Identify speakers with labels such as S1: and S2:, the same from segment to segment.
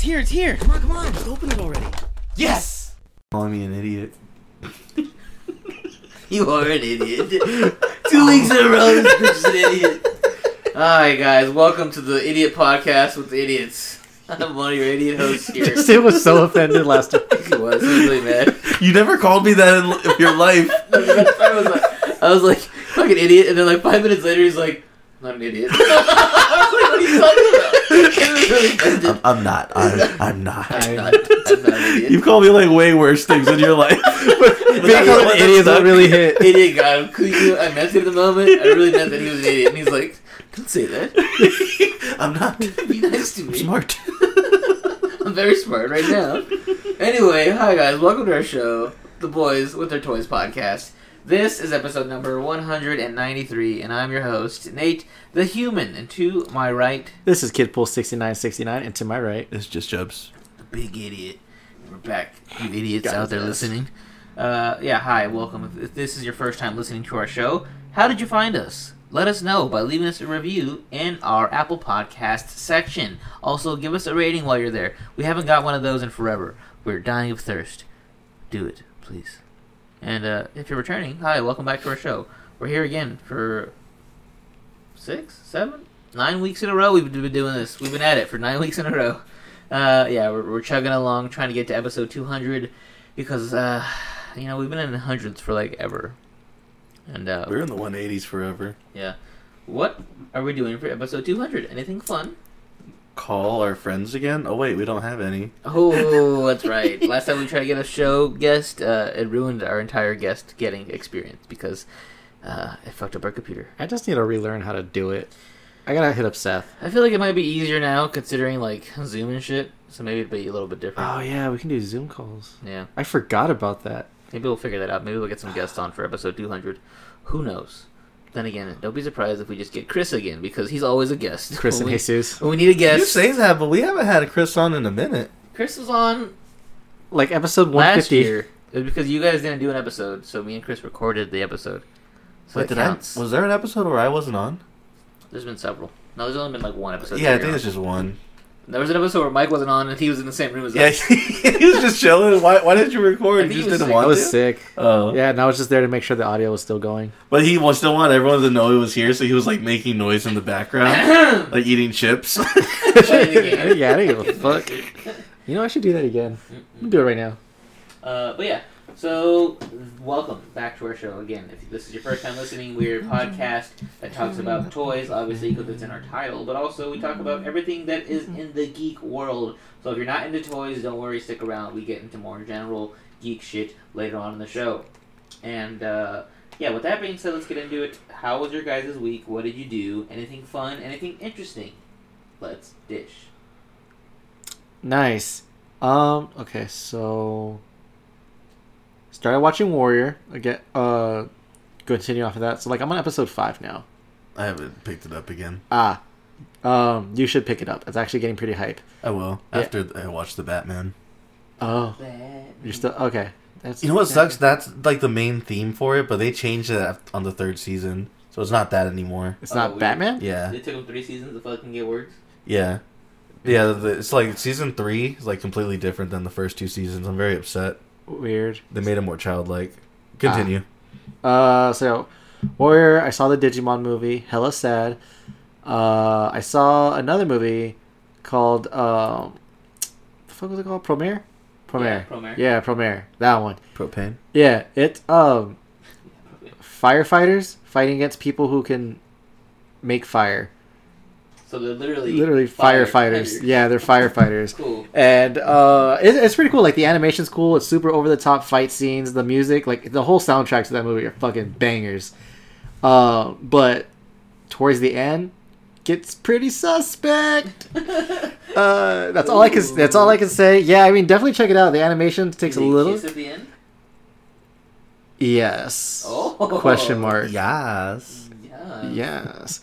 S1: here. It's here.
S2: Come on, come on. Just open it already.
S1: Yes.
S3: Calling me an idiot.
S2: You are an idiot. Two weeks in a row, this bitch is an idiot. Alright, guys. Welcome to the Idiot Podcast with the Idiots. I'm one of your idiot hosts here.
S4: Sid was so offended last time.
S2: He was. He was really mad.
S3: You never called me that in l- your life.
S2: I was like, I was like, fucking idiot. And then like five minutes later, he's like, I'm not an idiot. I was like, what are you talking about? It really offended.
S3: I'm, I'm not. I'm, I'm not.
S2: I'm not, I'm not an idiot.
S3: You've called me like way worse things in your life. But- but
S4: Being
S3: that's
S4: called
S3: what
S4: an idiot
S3: sucks.
S4: that really hit.
S2: idiot guy. I'm cool. You know, I meant it at the moment. I really meant that he was an idiot. And he's like, don't say that.
S3: I'm not.
S2: Be nice to
S3: I'm
S2: me.
S3: smart.
S2: I'm very smart right now. anyway, hi guys. Welcome to our show, The Boys with Their Toys podcast. This is episode number 193, and I'm your host, Nate the Human. And to my right,
S4: This is Kidpool sixty nine sixty nine, and to my right,
S3: It's just Jubs.
S2: big idiot. We're back, you idiots
S4: God
S2: out there
S4: bless.
S2: listening. Uh, yeah, hi, welcome. If this is your first time listening to our show, how did you find us? Let us know by leaving us a review in our Apple Podcast section. Also, give us a rating while you're there. We haven't got one of those in forever. We're dying of thirst. Do it, please. And uh, if you're returning, hi, welcome back to our show. We're here again for six, seven, nine weeks in a row. We've been doing this. We've been at it for nine weeks in a row. Uh, yeah, we're, we're chugging along, trying to get to episode 200 because uh, you know we've been in the hundreds for like ever. And uh,
S3: We're in the 180s forever.
S2: yeah, what are we doing for episode 200? Anything fun?
S3: Call our friends again? Oh, wait, we don't have any.
S2: Oh, that's right. Last time we tried to get a show guest, uh, it ruined our entire guest getting experience because uh, it fucked up our computer.
S4: I just need to relearn how to do it. I gotta hit up Seth.
S2: I feel like it might be easier now considering like Zoom and shit, so maybe it'd be a little bit different.
S4: Oh yeah, we can do Zoom calls.
S2: yeah.
S4: I forgot about that.
S2: Maybe we'll figure that out. Maybe we'll get some guests on for episode 200. Who knows? Then again, don't be surprised if we just get Chris again because he's always a guest.
S4: Chris
S2: when we,
S4: and Jesus,
S2: When we need a
S3: You
S2: guest.
S3: say that, but we haven't had a Chris on in a minute.
S2: Chris was on
S4: like episode one
S2: last
S4: fifty.
S2: year. It was because you guys didn't do an episode, so me and Chris recorded the episode. So
S3: Wait,
S2: that
S3: did I-
S2: counts.
S3: was there an episode where I wasn't on?
S2: There's been several. No, there's only been like one episode.
S3: yeah, I
S2: that
S3: think
S2: you're
S3: it's just one.
S2: on. There was an episode where Mike wasn't on and he was in the same room as
S3: Yeah,
S2: us.
S3: he was just chilling. Why, why didn't you
S2: I
S3: record? You
S2: think he
S3: just
S2: was
S3: didn't
S2: sick.
S4: I
S3: want
S4: was
S3: to?
S4: sick.
S3: Oh.
S4: Yeah, and I was just there to make sure the audio was still going.
S3: But he wa- still wanted everyone to know he was here, so he was like making noise in the background, like eating chips.
S2: Playing the game.
S4: yeah, I didn't give a fuck. You know, I should do that again. I'm gonna do it right now.
S2: Uh, but yeah, so welcome back to our show again. If this is your first time listening, we're a podcast that talks about toys, obviously, because it's in our title, but also we talk about everything that is in the geek world. So if you're not into toys, don't worry, stick around. We get into more general geek shit later on in the show. And uh, yeah, with that being said, let's get into it. How was your guys' week? What did you do? Anything fun? Anything interesting? Let's dish.
S4: Nice. Um. Okay. So started watching Warrior again. Uh, continue off of that. So like I'm on episode five now.
S3: I haven't picked it up again.
S4: Ah, um, you should pick it up. It's actually getting pretty hype.
S3: I will
S4: Yeah.
S3: after I watch the Batman.
S4: Oh, you're still okay. That's
S3: You know what sucks? That's like the main theme for it, but they changed it af- on the third season, so it's not that anymore.
S4: It's
S2: Oh,
S4: not
S2: weird.
S4: Batman.
S3: Yeah,
S2: It took them three seasons to fucking get words.
S3: yeah, yeah. the- It's like season three is like completely different than the first two seasons. I'm very upset.
S4: Weird.
S3: They made it more childlike. Continue.
S4: Uh, so Warrior. I saw the Digimon movie. Hella sad. Uh, I saw another movie called um, the fuck was it called? Promare.
S2: Yeah,
S4: Promare.
S2: Promare.
S4: Yeah, Promare. That one.
S3: Propane.
S4: Yeah, it's um firefighters fighting against people who can make fire.
S2: So they're literally
S4: Literally firefighters. Yeah, they're firefighters.
S2: Cool.
S4: And uh, it, it's pretty cool. Like the animation's cool. It's super over the top fight scenes. The music, like the whole soundtracks of that movie, are fucking bangers. Uh, but towards the end, gets pretty suspect. Uh, that's all I can. That's all I can say. Yeah, I mean, definitely check it out. The animation takes a little.
S2: at the end.
S4: Yes.
S2: Oh.
S4: Question mark.
S3: Yes.
S2: Yeah.
S4: Yes.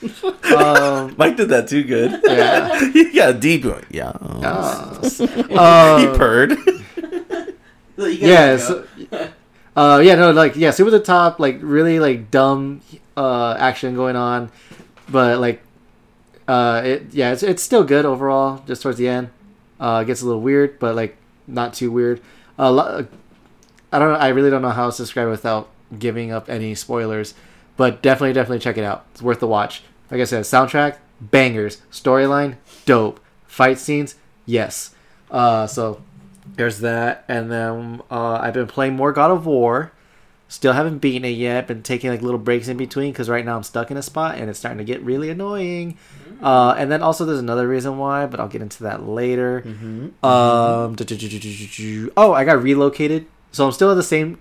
S4: um,
S3: Mike did that too good.
S4: Yeah.
S3: he got deep. Yeah.
S4: yes.
S3: he
S4: Um,
S3: purred.
S2: So you
S4: Yeah,
S2: guys
S4: so-
S2: go.
S4: uh, yeah, no, like, yeah, super the top, like, really, like, dumb uh, action going on. But, like, uh, it, yeah, it's, it's still good overall, just towards the end. Uh, it gets a little weird, but like not too weird. A lot. I don't. know. I really don't know how else to describe it without giving up any spoilers. But definitely, definitely check it out. It's worth the watch. Like I said, soundtrack bangers, storyline dope, fight scenes yes. Uh, so there's that, and then uh, I've been playing more God of War. Still haven't beaten it yet. Been taking like little breaks in between because right now I'm stuck in a spot and it's starting to get really annoying.
S3: Mm.
S4: Uh, and then also there's another reason why, but I'll get into that later.
S3: Mm-hmm.
S4: Um, du-du-du-du-du-du-du. oh, I got relocated, so I'm still at the same.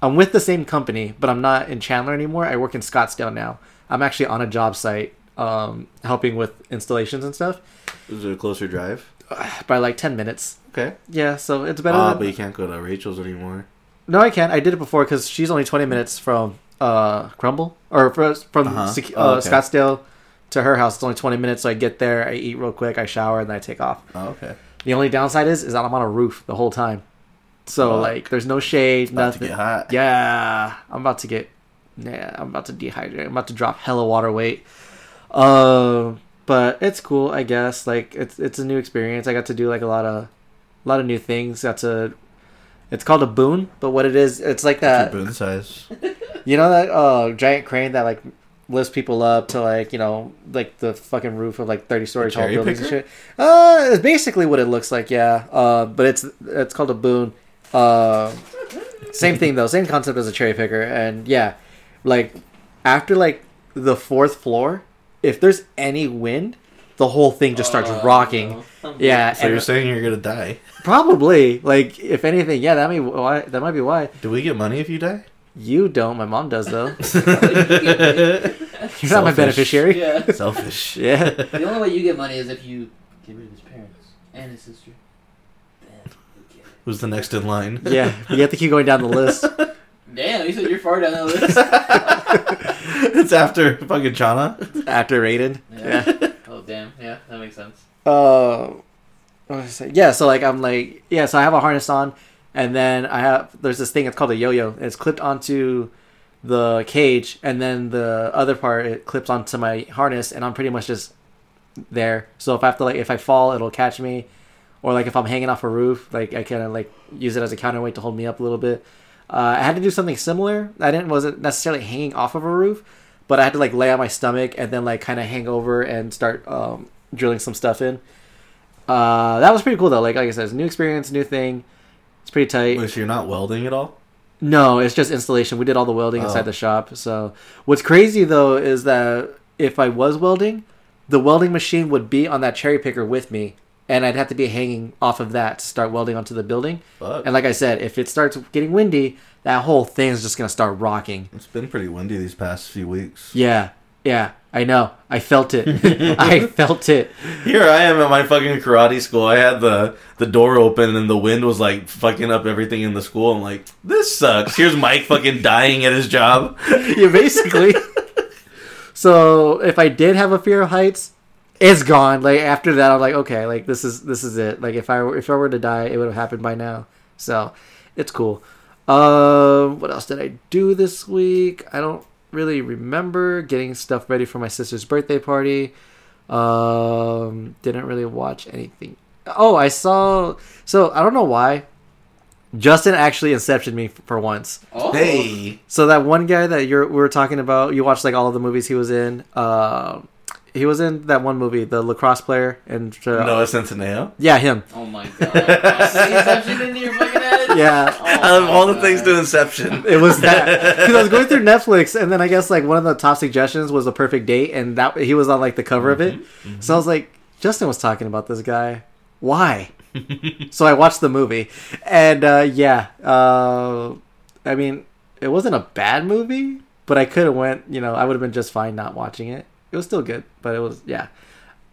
S4: I'm with the same company, but I'm not in Chandler anymore. I work in Scottsdale now. I'm actually on a job site, um, helping with installations and stuff
S3: Is it a closer drive?
S4: by like ten minutes.
S3: Okay.
S4: Yeah, so it's better.
S3: Uh,
S4: than-
S3: but you can't go to Rachel's anymore.
S4: no, I can't. I did it before because she's only twenty minutes from uh Crumble or fro- from
S3: Uh-huh.
S4: Sec- uh,
S3: Oh, okay.
S4: Scottsdale to her house. It's only twenty minutes, so I get there, I eat real quick, I shower, and then I take off.
S3: Oh, okay.
S4: The only downside is is that I'm on a roof the whole time, so
S3: Fuck.
S4: like there's no shade,
S3: About to
S4: nothing.
S3: get hot.
S4: Yeah, I'm about to get. Yeah, I'm about to dehydrate. I'm about to drop hella water weight. Um, but it's cool, I guess. Like it's it's a new experience. I got to do like a lot of, a lot of new things. Got to. It's called a boon, but what it is, it's like
S3: Two
S4: that.
S3: boon size.
S4: You know that uh giant crane that like lifts people up to like you know like the fucking roof of like thirty story
S3: A
S4: tall
S3: cherry
S4: buildings and
S3: picker?
S4: shit. Uh, it's basically what it looks like, yeah. Uh, but it's it's called a boon. Uh, same thing though, same concept as a cherry picker, and yeah, like after like the fourth floor, if there's any wind, the whole thing just starts
S2: Oh,
S4: rocking.
S2: no.
S4: Yeah,
S3: So
S4: and
S3: you're saying you're gonna die?
S4: probably like if anything, yeah, that may why that might be why
S3: Do we get money if you die?
S4: you don't. My mom does though. You're not my
S3: Selfish.
S4: beneficiary.
S2: Yeah.
S3: Selfish.
S4: Yeah.
S2: The only way you get money is if you get rid of his parents and his sister. Then you get it.
S3: Who's the next in line?
S4: Yeah, you have to keep going down the list.
S2: Damn, you said you're far down the list.
S3: it's after fucking Chana.
S4: After Raiden.
S2: Yeah. Oh damn, yeah, that makes sense.
S4: Uh, what was I saying? yeah, so like I'm like yeah, so I have a harness on, and then I have there's this thing it's called a yo-yo. and It's clipped onto the cage, and then the other part it clips onto my harness, and I'm pretty much just there. So if I have to like if I fall, it'll catch me, or like if I'm hanging off a roof, like I kind of like use it as a counterweight to hold me up a little bit. Uh, I had to do something similar. I didn't wasn't necessarily hanging off of a roof, but I had to like lay on my stomach and then like kind of hang over and start um, drilling some stuff in. Uh, that was pretty cool though. Like like I said, it's a new experience, new thing. It's pretty tight.
S3: Wait, so you're not welding at all?
S4: No, it's just installation. We did all the welding
S3: Oh.
S4: inside the shop. So what's crazy though is that if I was welding, the welding machine would be on that cherry picker with me, and I'd have to be hanging off of that to start welding onto the building.
S3: Fuck.
S4: And like I said, if it starts getting windy, that whole thing is just gonna start rocking.
S3: It's been pretty windy these past few weeks.
S4: Yeah, yeah, I know. I felt it. I felt it.
S3: Here I am at my fucking karate school. I had the the door open and the wind was like fucking up everything in the school. I'm like, this sucks. Here's Mike fucking dying at his job.
S4: yeah, basically. so if I did have a fear of heights, it's gone. Like after that, I'm like, okay, like this is this is it. Like if I were if I were to die, it would have happened by now. So it's cool. Um, what else did I do this week? I don't really remember getting stuff ready for my sister's birthday party. Um, didn't really watch anything. Oh, I saw. So I don't know why. Justin actually incepted me f- for once.
S2: Oh,
S3: Hey.
S4: So that one guy that you're we were talking about, you watched like all of the movies he was in. Uh, he was in that one movie, the lacrosse player, and uh,
S3: Noah Centineo.
S4: yeah, him.
S2: oh my god! Oh, see, it's actually in your fucking head.
S4: Yeah,
S2: Oh,
S3: Out of all the
S2: my
S3: things
S2: God.
S3: to Inception.
S4: it was that because I was going through Netflix, and then I guess like one of the top suggestions was the perfect date, and that he was on like the cover of it.
S3: Mm-hmm,
S4: So I was like, Justin was talking about this guy. Why? so I watched the movie, and uh, yeah, uh, I mean, it wasn't a bad movie, but I could have went. You know, I would have been just fine not watching it. It was still good, but it was yeah.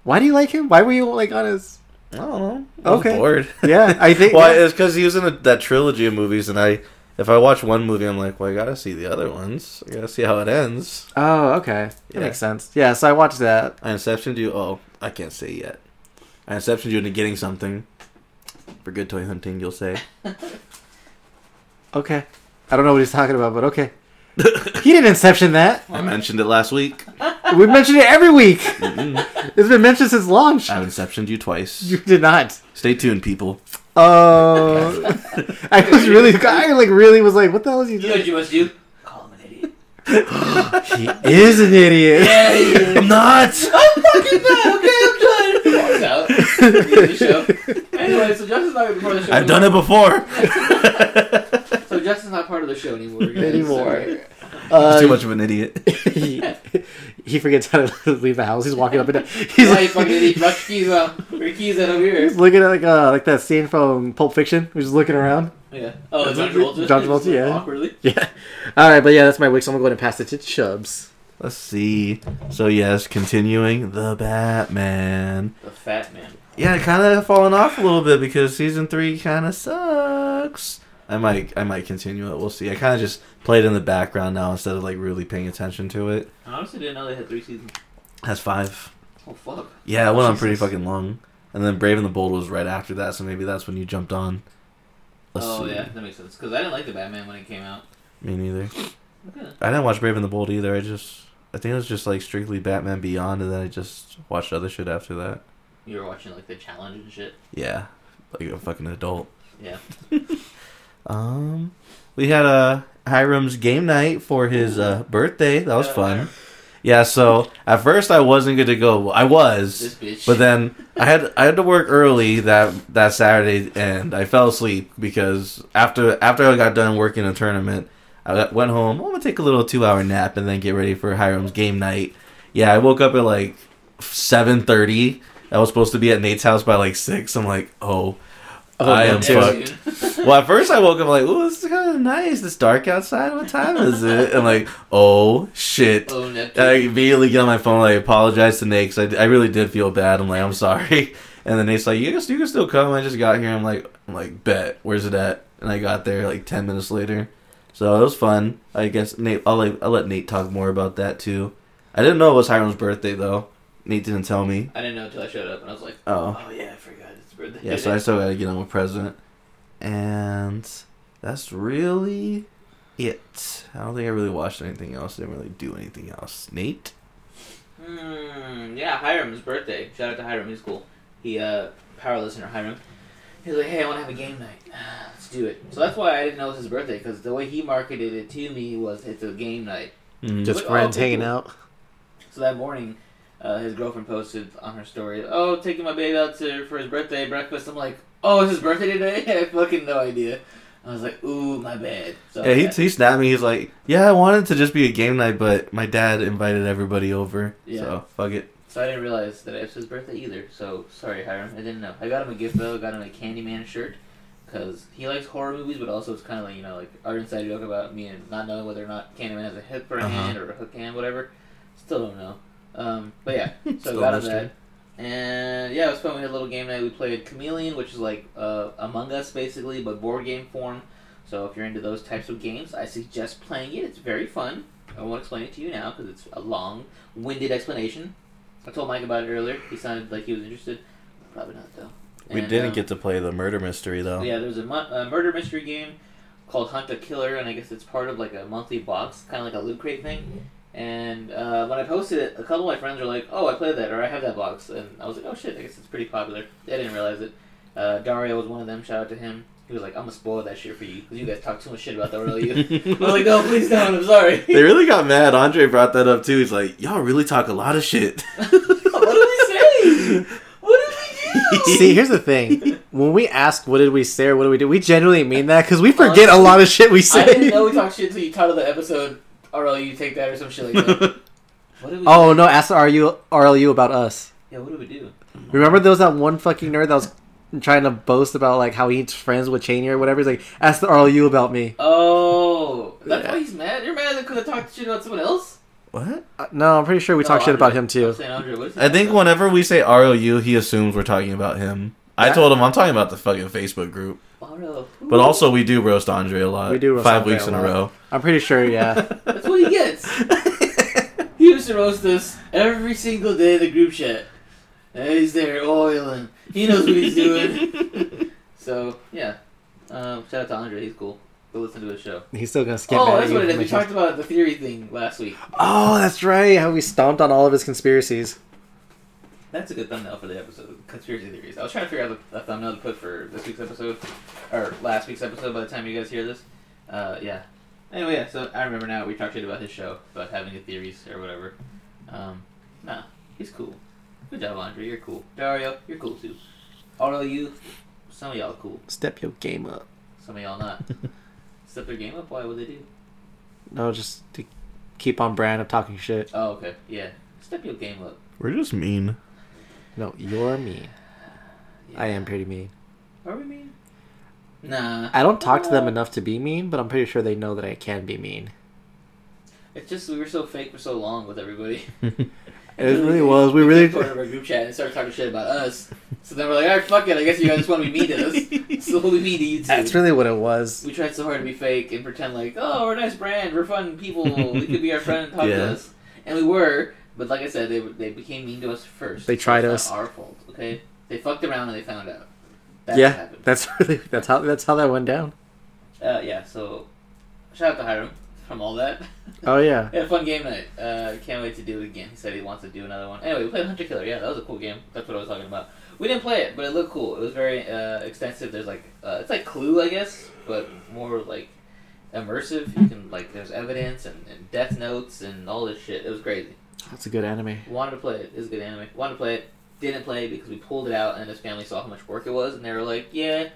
S4: Why do you like him? Why were you like on his?
S3: I don't know. I was
S4: Okay.
S3: bored.
S4: Yeah, I think.
S3: Well, it's because he was in a, that trilogy of movies, and I, if I watch one movie, I'm like, well, I gotta see the other ones. I gotta see how it ends.
S4: oh, okay, that
S3: Yeah.
S4: makes sense. Yeah, so I watched that.
S3: I inceptioned you. Oh, I can't say yet. I inceptioned you into getting something for good toy hunting. You'll say.
S4: Okay, I don't know what he's talking about, but okay. He didn't inception that.
S3: I mentioned it last week.
S4: We mentioned it every week. It's been mentioned since launch.
S3: I've inceptioned you twice.
S4: You did not.
S3: Stay tuned, people.
S4: Uh, I was really, I like really was like, what the hell is he
S2: You know what
S4: doing?
S2: you must do? Call him an idiot.
S4: He is an idiot.
S2: Yeah, he is.
S3: I'm not.
S2: fucking done. Okay, I'm done. Walks out. Leaves the show. Anyway, so Justin's not part of the show.
S3: I've done it before.
S2: it. So Justin's not part of the show anymore. guys.
S4: Anymore.
S2: Sorry.
S3: He's
S4: Uh,
S3: too much of an idiot.
S4: he, he forgets how to leave the house. He's walking up and down. He's
S2: He's like,
S4: like,
S2: fucking idiot. Drop your keys out. Your keys out over here.
S4: he's looking at like uh, like that scene from Pulp Fiction. We're just looking around.
S2: Yeah. Oh, John Travolta.
S4: John Travolta, yeah.
S2: Awkwardly.
S4: Yeah. All right, but yeah, that's my week. So I'm gonna go ahead and pass it to Chubbs.
S3: Let's see. So yes, continuing the Batman.
S2: The fat man.
S3: Yeah, kind of fallen off a little bit because season three kind of sucks. I might, I might continue it. We'll see. I kind of just play it in the background now instead of like really paying attention to it.
S2: I honestly didn't know they had three seasons.
S3: That's five.
S2: Oh, fuck.
S3: Yeah, it went on pretty
S2: Jesus.
S3: fucking long. And then Brave and the Bold was right after that, so maybe that's when you jumped on. Let's
S2: oh,
S3: see.
S2: yeah. That makes sense. Because I didn't like the Batman when it came out.
S3: Me neither.
S2: Okay.
S3: I didn't watch Brave and the Bold either. I just, I think it was just like strictly Batman Beyond, and then I just watched other shit after that.
S2: You were watching, like, the challenge and shit.
S3: Yeah, like a fucking adult.
S2: Yeah.
S3: Um, we had uh, Hiram's game night for his uh, birthday. That was
S2: Yeah.
S3: fun. Yeah. So at first I wasn't good to go. I
S2: This
S3: was,
S2: bitch.
S3: but then I had I had to work early that that Saturday, and I fell asleep because after after I got done working a tournament, I got- went home. I'm gonna take a little two hour nap and then get ready for Hiram's game night. Yeah, I woke up at like seven thirty. I was supposed to be at Nate's house by like six. I'm like, oh,
S4: Oh,
S3: I
S4: no,
S3: am
S4: dude.
S3: fucked well, at first I woke up like, "Ooh, this is kind of nice. It's dark outside. What time is it?" And like, "Oh shit!"
S2: Oh, Neptune.
S3: And I immediately get on my phone. Like, apologize to Nate because I, I really did feel bad. I'm like, "I'm sorry." And then Nate's like, "You can, you can still come. I just got here." I'm like, "I'm like, bet. Where's it at?" And I got there like ten minutes later. So it was fun. I guess Nate. I'll let, I'll let Nate talk more about that too. I didn't know it was Hiram's birthday though. Nate didn't tell me.
S2: I didn't know until I showed up and I was like,
S3: Oh.
S2: oh yeah, I forgot it's birthday.
S3: Yeah, so I still gotta get him a present. And that's really it. I don't think I really watched anything else. Didn't really do anything else. Nate?
S2: Hmm, yeah, Hiram's birthday. Shout out to Hiram. He's cool. He, uh, power listener Hiram. He's like, hey, I want to have a game night. Let's do it. So that's why I didn't know it was his birthday because the way he marketed it to me was it's a game night.
S4: Just
S2: What-
S4: friends
S2: oh,
S4: hanging
S2: cool.
S4: out.
S2: So that morning, uh, his girlfriend posted on her story, "Oh, taking my baby out to for his birthday breakfast." I'm like, "Oh, it's his birthday today?" I had fucking no idea. I was like, "Ooh, my bad." So
S3: Yeah, he,
S2: I-
S3: he snapped me. He's like, Yeah, I wanted to just be a game night, but my dad invited everybody over.
S2: Yeah.
S3: So fuck it.
S2: So I didn't realize that it was his birthday either. So sorry, Hiram. I didn't know. I got him a gift though. I got him a Candyman shirt because he likes horror movies, but also it's kind of like you know like our inside joke about me and not knowing whether or not Candyman has a hip or a
S3: Uh-huh.
S2: hand or a hook hand, whatever. Still don't know. Um, but yeah, so
S3: Still
S2: got
S3: a
S2: him
S3: mystery.
S2: that. And yeah, it was fun. We had a little game night. We played Chameleon, which is like uh, Among Us basically, but board game form. So if you're into those types of games, I suggest playing it. It's very fun. I won't explain it to you now because it's a long-winded explanation. I told Mike about it earlier. He sounded like he was interested. Probably not though.
S3: We
S2: And,
S3: didn't
S2: um,
S3: get to play the murder mystery, though.
S2: yeah, there's a, mu- a murder mystery game called Hunt a Killer, and I guess it's part of like a monthly box, kind of like a loot crate thing. And uh, when I posted it, a couple of my friends were like, "Oh, I played that," or "I have that box," and I was like, "Oh shit, I guess it's pretty popular." I didn't realize it. Uh, Dario was one of them. Shout out to him. He was like, "I'm gonna spoil that shit for you because you guys talk too much shit about that earlier." I was like, "No, please don't. I'm sorry."
S3: they really got mad. Andre brought that up, too. He's like, Y'all really talk a lot of shit.
S2: what did we say? What did we do?
S4: See, here's the thing. When we ask what did we say or what do we do, we genuinely mean that because we forget a lot of shit we
S2: I didn't know
S4: say.
S2: we talked shit until you titled the episode. Or you take that or some shit like that. What did we
S4: Oh no, ask the RU, RLU about us.
S2: Yeah, what do we do?
S4: Remember there was that one fucking nerd that was trying to boast about like how he's friends with Cheney or whatever. He's like, ask the RLU about me.
S2: Oh, that's
S3: Yeah.
S2: why he's mad. You're mad because I talked shit about someone else.
S3: what?
S4: Uh, no, I'm pretty sure we
S2: No,
S4: talked shit
S2: Andre.
S4: about him
S2: I'm
S4: too.
S2: saying, Andre, what is he
S3: I think
S2: talking
S3: whenever we say ROU, he assumes we're talking about him. I
S4: Yeah.
S3: told him I'm talking about the fucking Facebook group.
S2: about? Mario.
S3: But also, we do roast Andre a lot.
S4: We do roast
S3: five
S4: Andre
S3: weeks
S4: a
S3: in a
S4: lot.
S3: row.
S4: I'm pretty sure, yeah.
S2: that's what he gets. He used to roast us every single day. in The group chat. And he's there oiling. He knows what he's doing. so yeah, um, shout out to Andre. He's cool. Go listen to his show.
S4: He's still gonna skip.
S2: oh,
S4: that
S2: that's what it is. We
S4: information.
S2: talked about the theory thing last week.
S4: Oh, that's right. How we stomped on all of his conspiracies.
S2: That's a good thumbnail for the episode. Conspiracy theories. I was trying to figure out a, a thumbnail to put for this week's episode, or last week's episode. By the time you guys hear this, uh, yeah. Anyway, yeah. So I remember now we talked shit about his show about having the theories or whatever. Um, nah, he's cool. Good job, Andre. You're cool. Dario, you're cool too. Although you, some of y'all are cool.
S4: Step your game up.
S2: Some of y'all not. Step their game up. Why would they do?
S4: No, just to keep on brand of talking shit.
S2: Oh, okay. Yeah. Step your game up.
S3: We're just mean.
S4: No, you're mean. I
S2: Yeah.
S4: am pretty mean.
S2: Are we mean? Nah.
S4: I don't talk to them
S2: Uh,
S4: enough to be mean, but I'm pretty sure they know that I can be mean.
S2: It's just we were so fake for so long with everybody.
S4: It really was. We
S2: picked part
S4: really.
S2: of our group chat and started talking shit about us. So then we're like, all right, fuck it. I guess you guys just want to be mean to us. So we'll be mean to you too.
S4: That's really what it was.
S2: We tried so hard to be fake and pretend like, oh, we're a nice brand, we're fun people, we could be our friend and talk
S3: Yeah.
S2: to us, and we were. But like I said, they were- they became mean to us first.
S4: They
S2: so
S4: tried
S2: it's
S4: us.
S2: Not our fault. Okay, they fucked around and they found out. That's what
S4: Yeah,
S2: happened.
S4: that's really that's how that's how that went down.
S2: Uh, yeah. So shout out to Hiram from all that.
S4: Oh yeah,
S2: We had a fun game night. Uh, can't wait to do it again. He said he wants to do another one. Anyway, we played Hunter Killer. Yeah, that was a cool game. That's what I was talking about. We didn't play it, but it looked cool. It was very uh, extensive. There's like uh, it's like Clue, I guess, but more like immersive. You can like there's evidence and, and death notes and all this shit. It was crazy.
S4: that's a good anime.
S2: Wanted to play it. It was a good anime. Wanted to play it. Didn't play because we pulled it out and his family saw how much work it was and they were like, yeah,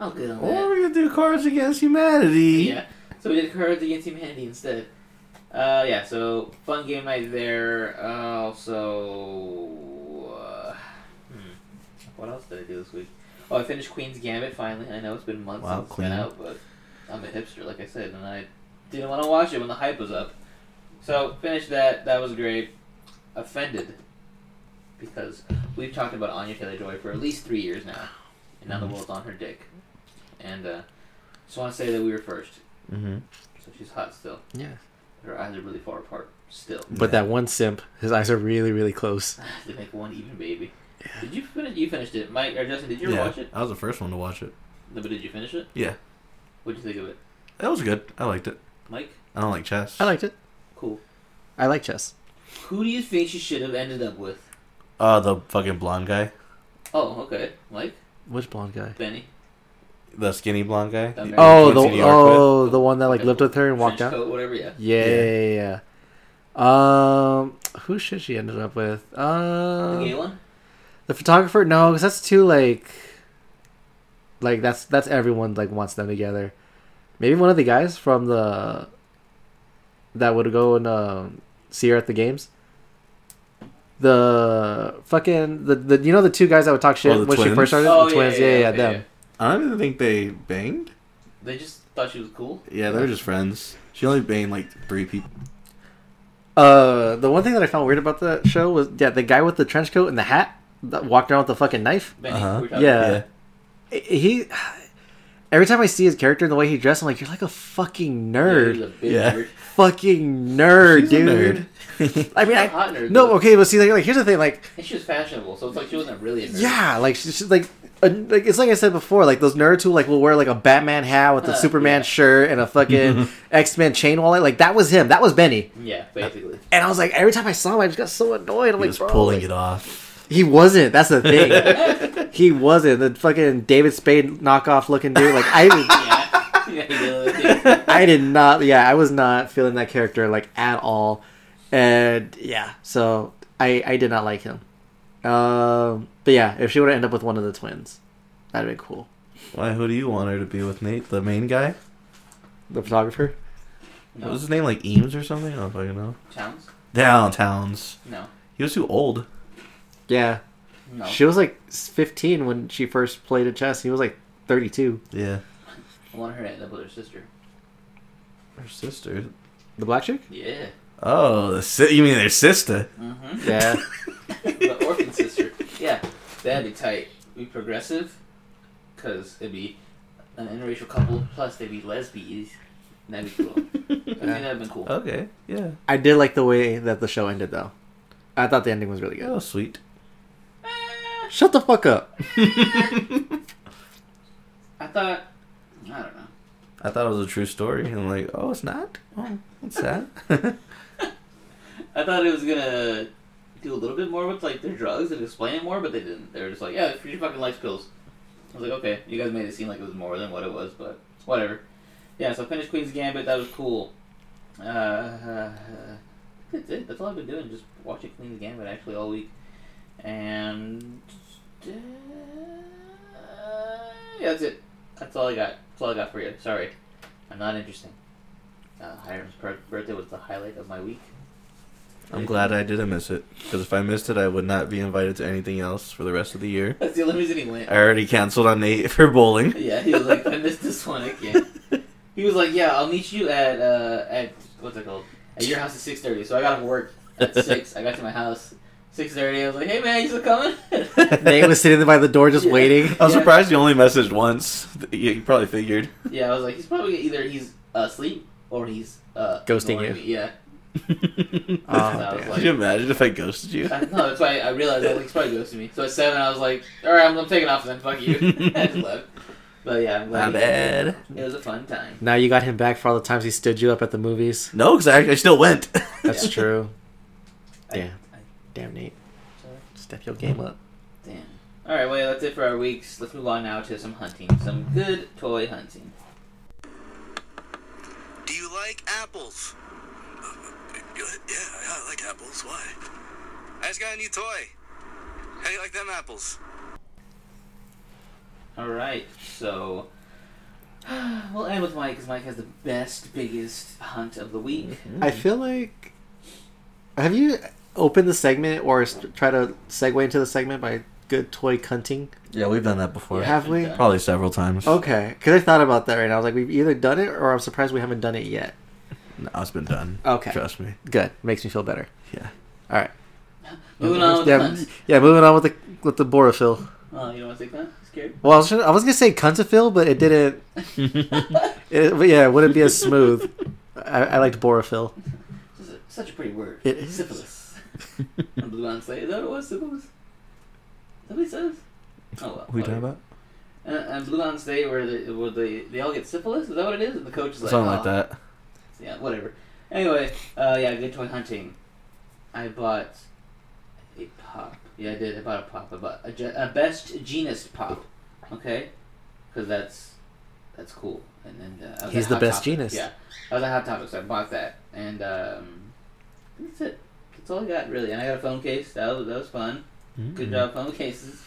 S2: I'm good on that.
S3: Or we could do Cards Against Humanity.
S2: Yeah. So we did Cards Against Humanity instead. Uh, yeah, so fun game night there. Uh, also, uh, hmm, what else did I do this week? Oh, I finished Queen's Gambit finally. I know it's been months
S3: Wow,
S2: since it's
S3: Queen.
S2: been out, but I'm a hipster, like I said, and I didn't want to watch it when the hype was up. So finished that. That was great. Offended because we've talked about Anya Taylor Joy for at least three years now, and now the
S3: Mm-hmm.
S2: world's on her dick. And uh, just want to say that we were first.
S3: Mm-hmm.
S2: So she's hot still.
S4: Yeah,
S2: Her eyes are really far apart still.
S4: but that one simp, his eyes are really really close.
S2: they make one even baby. Did you finish? You finished it, Mike or Justin? Did you
S3: yeah,
S2: watch it?
S3: I was the first one to watch it.
S2: No, but did you finish it?
S3: Yeah.
S2: What'd you think of it,
S3: That was good. I liked it.
S2: Mike?
S3: I don't like chess.
S4: I liked it.
S2: Cool.
S4: I like chess.
S2: Who do you think she should have ended up with?
S3: Uh, the fucking blonde guy,
S2: Oh, okay, Mike,
S4: Which blonde guy?
S2: Benny.
S3: the skinny blonde guy.
S2: That
S3: you-
S2: man.
S4: Oh,
S3: you went
S4: the
S3: to New York
S4: oh the one that like
S2: Okay,
S4: lived
S2: cool.
S4: with her and walked
S2: Trench
S4: out.
S2: coat, whatever. Yeah.
S4: Yeah,
S3: Yeah.
S4: yeah, yeah, yeah. Um, who should she ended up with?
S2: the gay
S4: Um,
S2: one.
S4: the photographer? No, because that's too like, like that's that's everyone like wants them together. Maybe one of the guys from the that would go and um, see her at the games. The fucking the, the you know the two guys that would talk shit
S3: Oh, the
S4: when she
S3: twins?
S4: first started
S2: Oh,
S4: the
S2: yeah,
S4: twins
S2: yeah,
S4: yeah yeah,
S2: yeah,
S4: yeah,
S2: okay,
S4: them
S2: yeah.
S3: I don't even think they banged.
S2: They just thought she was cool.
S3: Yeah, they were just friends. She only banged like three people.
S4: Uh, the one thing that I found weird about that show was yeah, the guy with the trench coat and the hat that walked around with the fucking knife.
S2: Benny.
S3: Uh-huh.
S2: we were talking
S4: Yeah.
S2: about.
S3: yeah.
S4: I- He, every time I see his character and the way he dressed, I'm like, you're like a fucking nerd,
S2: Yeah, he was a big
S3: Yeah.
S2: nerd.
S4: fucking nerd,
S3: She's a
S4: dude.
S3: nerd.
S4: I mean,
S2: Not a
S4: I
S2: hot nerd.
S4: no,
S2: though.
S4: okay, but see, like, like here's the thing, like,
S2: And she was fashionable, so it's like she wasn't really a nerd.
S4: yeah, like she's she's like. A, like it's like I said before, like those nerds who like will wear like a Batman hat with a
S2: Uh,
S4: Superman
S2: yeah.
S4: shirt and a fucking X Men chain wallet, like that was him. That was Benny.
S2: Yeah, basically.
S4: And I was like, every time I saw him, I just got so annoyed. I'm
S3: he
S4: like,
S3: was
S4: bro,
S3: pulling
S4: like,
S3: it off.
S4: He wasn't. That's the thing. he wasn't the fucking David Spade knockoff looking dude. Like I,
S2: yeah. yeah. he did it, too.
S4: I did not. Yeah, I was not feeling that character like at all. And yeah, so I, I did not like him. Um, but yeah, if she would have ended up with one of the twins, that'd have been cool.
S3: Why? Who do you want her to be with, Nate? The main guy?
S4: The photographer.
S2: No.
S3: What was his name? Like Eames or something? I don't fucking know.
S2: Towns?
S3: Downtowns.
S2: No.
S3: He was too old.
S4: Yeah,
S2: No.
S4: she was like 15 when she first played at chess. He was like 32.
S3: Yeah.
S2: I want her to end up with her sister.
S3: Her sister.
S4: The black chick.
S2: Yeah.
S3: Oh, the si- you mean their sister?
S2: Mm-hmm.
S4: Yeah,
S2: the orphan sister. Yeah, that'd be tight. Be progressive, cause it'd be an interracial couple. Plus, they'd be lesbians. That'd be cool. I think that'd been cool.
S3: Okay. Yeah.
S4: I did like the way that the show ended though. I thought the ending was really good.
S3: Oh, sweet.
S4: Shut the fuck up.
S2: I thought. I don't know.
S3: I thought it was a true story, and I'm like, oh, it's not. Oh, it's sad. I
S2: I thought it was gonna do a little bit more with like their drugs and explain it more, but they didn't. They were just like, yeah, it's your fucking life pills. I was like, okay, you guys made it seem like it was more than what it was, but whatever. Yeah, so I finished Queen's Gambit. That was cool. Uh, uh, that's it. That's all I've been doing, just watching Queen's Gambit actually all week. And uh, yeah, that's it. That's all I got. That's all I got for you. Sorry, I'm not interesting. Uh, Hiram's per- birthday was the highlight of my week.
S3: am glad I didn't miss it because if I missed it, I would not be invited to anything else for the rest of the year.
S2: That's the only reason he went.
S3: I already canceled on Nate for bowling.
S2: Yeah, he was like, I missed this one again. He was like, Yeah, I'll meet you at uh at what's it called? At your house at six thirty. So I got off work at six. I got to my house six thirty. I was like, Hey man, you still coming?
S4: Nate was sitting there by the door just
S2: Yeah.
S4: waiting.
S3: I was
S2: Yeah.
S3: surprised you only messaged once. You you probably figured.
S2: yeah, I was like, he's probably either he's asleep or he's uh
S4: Ghosting
S2: ignoring Me.
S4: you.
S2: Yeah. was
S4: Oh, damn.
S3: Could you imagine if I ghosted you?
S2: I, no, that's why I realized I was like, he's probably ghosting me. So at seven I was like, Alright, I'm, I'm taking off then, fuck you. I just left. But yeah, I'm glad
S3: My
S2: he-
S3: bad.
S2: It was a fun time.
S4: now you got him back for all the times he stood you up at the movies.
S3: No, because I, I still went.
S4: That's
S2: Yeah.
S4: true.
S2: I-
S4: Yeah.
S2: I,
S4: Damn, Nate.
S2: sorry.
S3: Step your game up.
S2: Damn. All right, well, that's it for our weeks. Let's move on now to some hunting, some good toy hunting.
S1: Do you like apples? Uh, yeah, yeah, I like apples. Why? I just got a new toy. How do you like them apples?
S2: All right, so we'll end with Mike because Mike has the best, biggest hunt of the week.
S3: Mm-hmm.
S4: I feel like. Have you opened the segment or st- try to segue into the segment by good toy cunting?
S3: Yeah, we've done that before.
S4: Have we?
S2: Okay.
S3: Probably several times.
S4: Okay, because I thought about that right now. I was like, we've either done it or I'm surprised we haven't done it yet.
S3: No, it's been done.
S4: Okay.
S3: Trust me.
S4: Good. Makes me feel better.
S3: Yeah.
S4: All right.
S2: Moving on with the
S4: yeah,
S2: hunts.
S4: yeah, moving on with the with the Borophil.
S2: Oh, you don't want to take that? Scared?
S4: Well, I was, gonna- I was gonna say cuntophil, but it didn't. It, but yeah, it wouldn't be as smooth. I, I liked Borophil.
S2: This is a- such a pretty word.
S4: It is.
S2: Syphilis. I'm just gonna say, is that what it was? Syphilis? Is that what he says? Oh, well.
S3: Who you talking about?
S2: And, and Blue on State, where, they, where they, they all get syphilis? Is that what it is? And the coach is like,
S3: Something
S2: "Oh,
S3: like that.
S2: Yeah, whatever. Anyway, uh, yeah, good toy hunting. I bought a pop. Yeah, I did. I bought a pop. I bought a, ge- a best genus pop. Okay, because that's that's cool. And then uh, I was
S4: He's
S2: at
S4: the
S2: Hot
S4: best
S2: Topic.
S4: genus.
S2: Yeah, I was at Hot Topics. I bought that, and um, that's it. That's all I got really. And I got a phone case. That was that was fun.
S3: Mm-hmm.
S4: Mm-hmm.
S2: Good job, phone cases.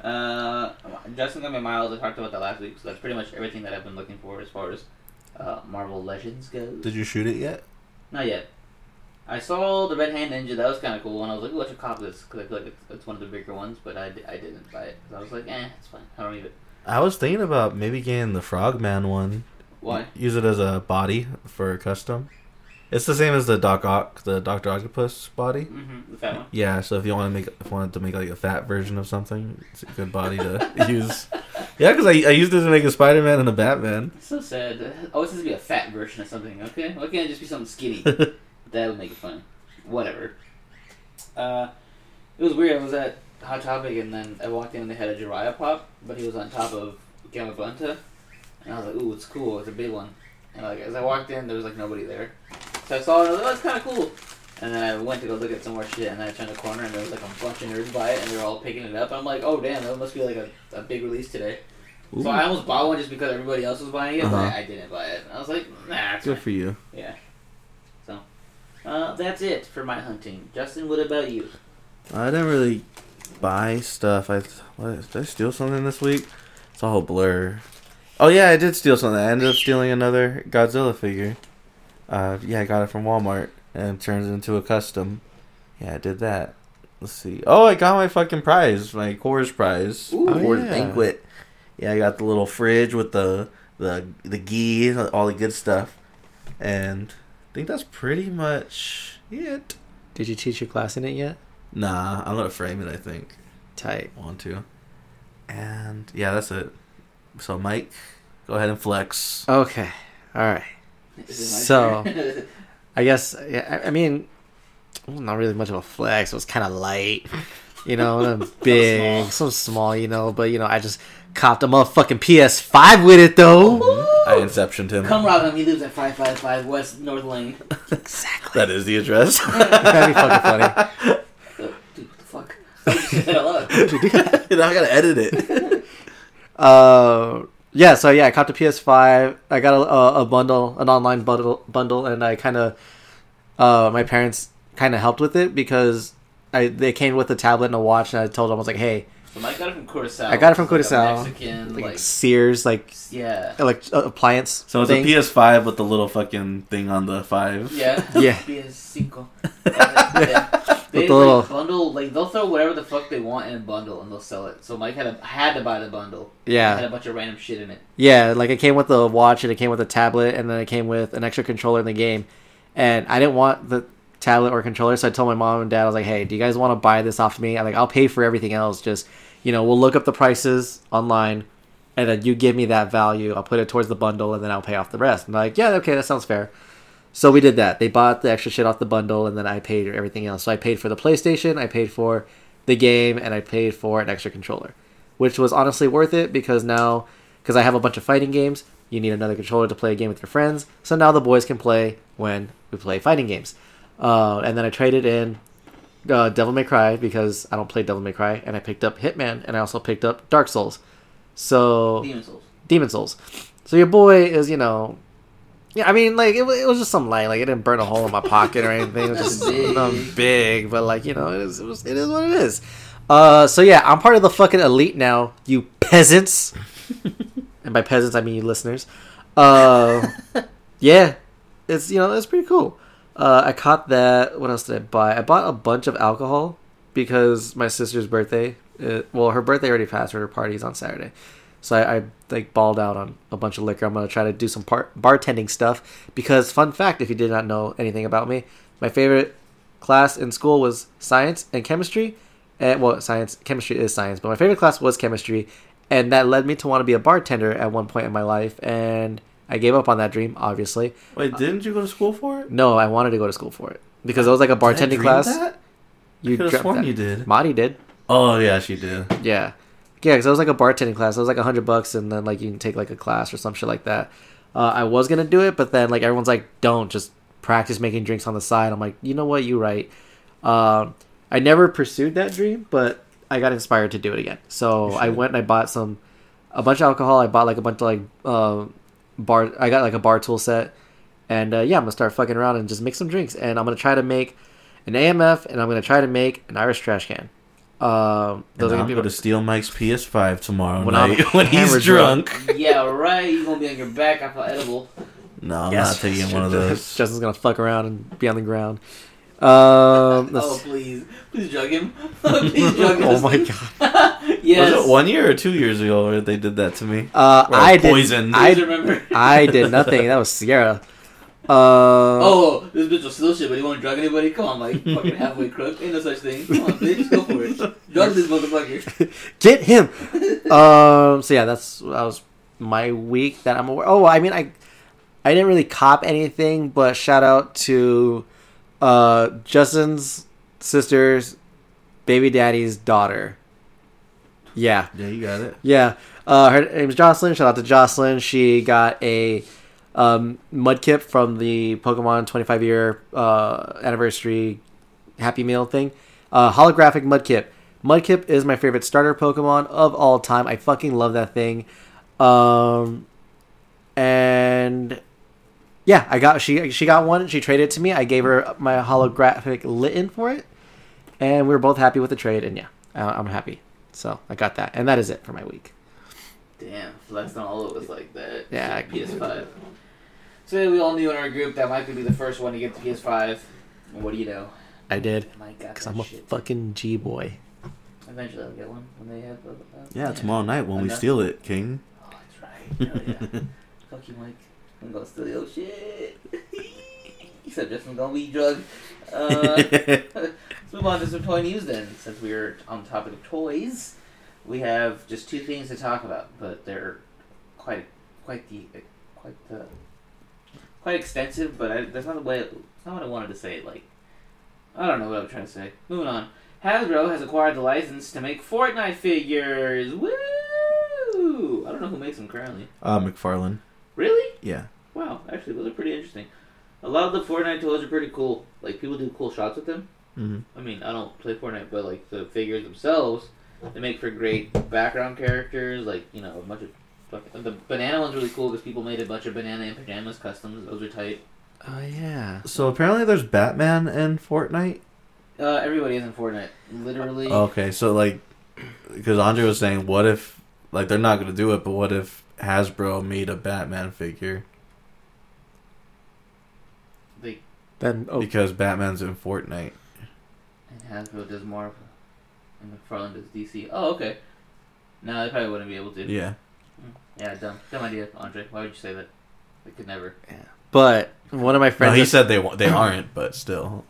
S2: Uh, Justin got me Miles. I talked about that last week, so that's pretty much everything that I've been looking for as far as uh, Marvel Legends goes.
S3: Did you shoot it yet?
S2: Not yet. I saw the Red Hand Ninja. That was kind of cool, and I was like, "Let's cop this," because I feel like it's, it's one of the bigger ones. But I, di- I didn't buy it. 'cause I was like, "Eh, it's fine. I don't need it."
S3: I was thinking about maybe getting the Frogman one.
S2: Why?
S3: Use it as a body for a custom. It's the same as the Doc Ock, the Doctor Octopus body.
S2: Mm-hmm. The fat one.
S3: Yeah, so if you want to make, if you wanted to make like a fat version of something, it's a good body to use. Yeah, because I, I used it to make a Spider Man and a Batman.
S2: It's so sad. Oh, It Always has to be a fat version of something. Okay, why can't it just be something skinny? that would make it funny. Whatever. Uh, it was weird. I was at Hot Topic, and then I walked in, and they had a Jiraiya pop, but he was on top of Gamabunta, and I was like, "Ooh, it's cool. It's a big one." And like as I walked in, there was like nobody there, so I saw it. And I was like, "Oh, it's kind of cool." And then I went to go look at some more shit, and then I turned the corner, and there was like a bunch of nerds by it, and they were all picking it up. I'm like, "Oh damn, that must be like a, a big release today." So I almost bought one just because everybody else was buying it, but
S3: Uh-huh.
S2: I, I didn't buy it. I was like, "Nah, it's
S3: Good for you.
S2: uh, that's it for my hunting. Justin, what about you?
S3: I didn't really buy stuff. I what, did I steal something this week? It's all a blur. Oh yeah, I did steal something. I ended up stealing another Godzilla figure. Uh, yeah, I got it from Walmart and it turns into a custom. Yeah, I did that. Let's see. Oh, I got my fucking prize, my Coors prize,
S2: Ooh.
S4: Oh,
S3: Coors
S4: yeah.
S3: banquet. Yeah, I got the little fridge with the the the ghee, all the good stuff, and I think that's pretty much it.
S4: Did you teach your class in it yet?
S3: Nah, I'm gonna frame it. I think
S4: Tight.
S3: want to. And yeah, that's it. So Mike, go ahead and flex.
S4: Okay. All right.
S2: This is my
S4: So-
S2: turn.
S4: I guess. Yeah, I, I mean, it was not really much of a flex. It was kind of light, you know, not big, so small. you know. But you know, I just copped a motherfucking PS5 with it though.
S3: I inceptioned him.
S2: Come rob him. He lives at 555 West North Lane.
S3: exactly. That is the address.
S4: That'd be fucking
S2: Oh, Dude, what the fuck? I just said that out loud.
S4: funny.
S3: now I gotta edit it.
S4: uh, yeah, so yeah, I copped a PS5. I got a, a, a bundle, an online bundle, bundle, and I kind of, uh, my parents kind of helped with it because I they came with a tablet and a watch, and I told them I was like, hey,
S2: So Mike got it from Curacao.
S4: I got it from
S2: It's like a
S4: Curacao.
S2: Mexican,
S4: like,
S2: like,
S4: Sears, like
S2: yeah.
S4: elect- uh, appliance.
S3: So it's
S4: thing.
S3: a PS5 with the little fucking thing on the five.
S2: Yeah.
S4: Yeah.
S2: PS5. Yeah. They
S4: With
S2: like
S4: the little-
S2: bundle like they'll throw whatever the fuck they want in a bundle and they'll sell it. So Mike had a had to buy the bundle. It had
S4: Yeah,
S2: a bunch of random shit in it.
S4: yeah. Like it came with a watch, and it came with a tablet, and then it came with an extra controller in the game. And I didn't want the tablet or controller, so I told my mom and dad, I was like, "Hey, do you guys want to buy this off me? I like, I'll pay for everything else. Just you know, we'll look up the prices online, and then you give me that value. I'll put it towards the bundle, and then I'll pay off the rest." And they're like, yeah, okay, that sounds fair. So we did that. They bought the extra shit off the bundle, and then I paid everything else. So I paid for the PlayStation, I paid for the game, and I paid for an extra controller, which was honestly worth it because now, because I have a bunch of fighting games, you need another controller to play a game with your friends. So now the boys can play when we play fighting games. Uh, and then I traded in uh, Devil May Cry because I don't play Devil May Cry, and I picked up Hitman, and I also picked up Dark Souls. So
S2: Demon Souls.
S4: Demon Souls. So your boy is, you know, yeah. I mean, like it, wa- it was just some light. Like it didn't burn a hole in my pocket or anything. It was just
S2: Big.
S4: nothing big, but like you know, it is. It, was, it is what it is. Uh, so yeah, I'm part of the fucking elite now, you peasants. and by peasants, I mean you listeners. Uh, yeah, it's you know it's pretty cool. Uh, I caught that. What else did I buy? I bought a bunch of alcohol because my sister's birthday. uh well, her birthday already passed. Her party's on Saturday, so I, I like balled out on a bunch of liquor. I'm gonna try to do some par- bartending stuff because fun fact, if you did not know anything about me, my favorite class in school was science and chemistry. And, well, science chemistry is science, but my favorite class was chemistry, and that led me to want to be a bartender at one point in my life. And I gave up on that dream, obviously.
S3: Wait, didn't you go to school for it?
S4: No, I wanted to go to school for it because it was like a
S3: Did I
S4: bartending
S3: dream
S4: class.
S3: That?
S4: You
S3: I could have
S4: dreamt
S3: sworn
S4: that.
S3: you did.
S4: Madi did.
S3: Oh yeah, she did.
S4: Yeah, yeah. Because it was like a bartending class. It was like a hundred bucks, and then like you can take like a class or some shit like that. Uh, I was gonna do it, but then like everyone's like, "Don't just practice making drinks on the side." I'm like, you know what? You right. Um, I never pursued that dream, but I got inspired to do it again. So I went and I bought some, a bunch of alcohol. I bought like a bunch of like um bar. I got like a bar tool set, and uh, yeah, I'm gonna start fucking around and just make some drinks. And I'm gonna try to make an AMF, and I'm gonna try to make an Irish trash can. Um,
S3: And
S4: those are
S3: I'm
S4: gonna be
S3: going to
S4: my-
S3: steal Mike's PS5 tomorrow
S4: When I'm
S3: night when he's
S4: hammered
S3: drunk.
S2: yeah, right. You gonna be on your back after edible.
S3: No, I'm
S4: Yes.
S3: not taking one of those.
S4: Justin's gonna fuck around and be on the ground. Um, that's-
S2: Oh please, please drug him. please drug him.
S4: oh my god!
S2: yes.
S3: Was it one year or two years ago where they did that to me?
S4: Uh,
S3: Or
S4: I did.
S3: poison.
S2: Please
S4: I
S2: remember.
S4: I did nothing. That was Sierra. Uh,
S2: Oh, this bitch will steal shit, but he won't drug anybody. Come on, Mike. Fucking halfway crook. Ain't no such thing. Come on, bitch. Go for it. Drug this motherfucker.
S4: get him. um, so yeah, that's that was my week that I'm aware. Oh, I mean, I I didn't really cop anything, but shout out to uh, Justin's sister's baby daddy's daughter. Yeah,
S3: Yeah, you got it.
S4: Yeah. Uh, her name's Jocelyn. Shout out to Jocelyn. She got a um, Mudkip from the Pokemon 25 year uh, anniversary Happy Meal thing. Uh, holographic Mudkip. Mudkip is my favorite starter Pokemon of all time. I fucking love that thing. Um, and yeah, I got she she got one. She traded it to me. I gave her my holographic Litten for it, and we were both happy with the trade. And yeah, I- I'm happy. So I got that, and that is it for my week.
S2: Damn, flexed on all of us like that.
S4: Yeah, I-
S2: PS5. So we all knew in our group that Mike would be the first one to get the PS5. And what do you know?
S4: I did
S2: Mike got
S4: because
S2: that
S4: I'm a
S2: shit.
S4: fucking G boy.
S2: Eventually I'll get one when they have. Uh, uh,
S3: Yeah, tomorrow night when we
S2: Enough.
S3: steal it, King.
S2: Oh, that's right. Hell yeah. Fuck you, Mike. I'm gonna steal your shit. Except Justin's gonna be drugged. Uh, Let's move on to some toy news then, since we are on the topic of toys. We have just two things to talk about, but they're quite, quite the, quite the, quite extensive. But I, that's not the way. That's not what I wanted to say. Like, I don't know what I'm trying to say. Moving on. Hasbro has acquired the license to make Fortnite figures. Woo! I don't know who makes them currently.
S3: uh, McFarlane.
S2: Really?
S3: Yeah.
S2: Wow, actually, those are pretty interesting. A lot of the Fortnite toys are pretty cool. Like people do cool shots with them.
S3: Mm-hmm.
S2: I mean, I don't play Fortnite, but like the figures themselves, they make for great background characters. Like you know, a bunch of fucking, the banana one's really cool because people made a bunch of banana and pajamas customs. Those are tight.
S4: Oh yeah.
S3: So apparently there's Batman in Fortnite.
S2: Uh, everybody is in Fortnite, literally.
S3: Okay, so like, because Andre was saying, what if like they're not gonna do it, but what if Hasbro made a Batman figure
S2: They
S4: Then oh,
S3: because Batman's in Fortnite?
S2: and Hasbro does Marvel, and McFarlane does DC. Oh, okay. No, they probably wouldn't be able to.
S3: Yeah.
S2: Yeah, dumb, dumb idea, Andre. Why would you say that? They could never.
S4: but one of my
S3: No,
S4: friends.
S3: he said they wa- they aren't, but still.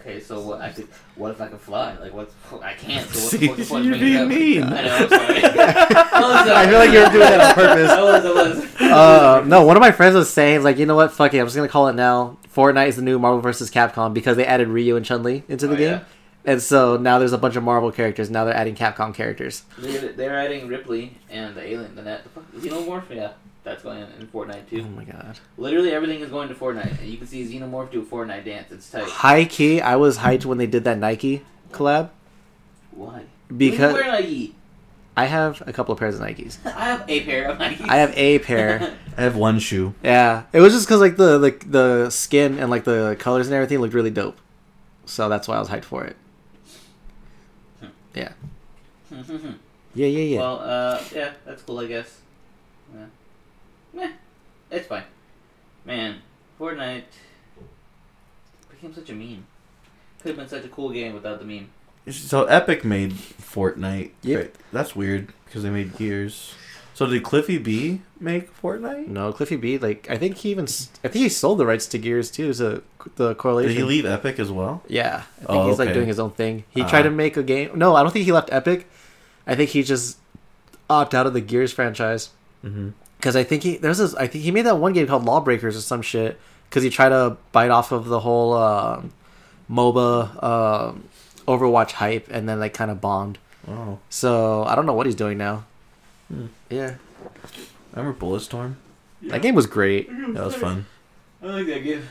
S2: Okay, so what I could, what if I could fly? Like what? I can't. So what's,
S3: See,
S2: what's the point
S3: you're
S2: of bringing it
S3: being
S2: up?
S3: mean.
S2: I know. I'm sorry. I,
S4: I feel like you're doing that on purpose.
S2: I was. I was.
S4: uh, no, one of my friends was saying, like, you know what? Fuck it. I'm just going to call it now. Fortnite is the new Marvel vs. Capcom because they added Ryu and Chun Li into the
S2: Oh,
S4: game.
S2: yeah.
S4: And so now there's a bunch of Marvel characters. Now they're adding Capcom characters.
S2: They're, they're adding Ripley and the alien, the net, the fuck, Xenomorph. Yeah, that's going in, in Fortnite
S4: Oh
S2: too.
S4: my god.
S2: Literally everything is going to Fortnite, and you can see Xenomorph do a Fortnite dance. It's tight.
S4: High key, I was hyped when they did that Nike collab
S2: Why?
S4: because
S2: Who wear Nike.
S4: I have a couple of pairs of Nikes.
S2: I have a pair of Nikes.
S4: I have a pair.
S3: I have one shoe.
S4: Yeah, it was just because like the, the the skin and like the colors and everything looked really dope, so that's why I was hyped for it. Yeah, yeah, yeah, yeah.
S2: Well, uh, yeah, that's cool, I guess. Yeah. Meh, it's fine. Man, Fortnite became such a meme. Could have been such a cool game without the meme.
S3: So Epic made Fortnite.
S4: Yep.
S3: Right. That's weird because they made Gears. So did Cliffy B make Fortnite?
S4: no, Cliffy B. Like I think he even s- I think he sold the rights to Gears too. So the correlation.
S3: Did he leave Epic as well?
S4: Yeah, I think
S3: Oh,
S4: he's like
S3: okay.
S4: doing his own thing. He tried
S3: Ah.
S4: to make a game. No, I don't think he left Epic. I think he just opted out of the Gears franchise.
S3: Mm-hmm.
S4: because I think he there's this I think he made that one game called Lawbreakers or some shit because he tried to bite off of the whole um, MOBA um, Overwatch hype and then like kind of bombed.
S3: Oh,
S4: So I don't know what he's doing now.
S3: Hmm.
S4: Yeah.
S3: remember Bulletstorm?
S4: that game was great.
S3: That was fun.
S2: I like that game.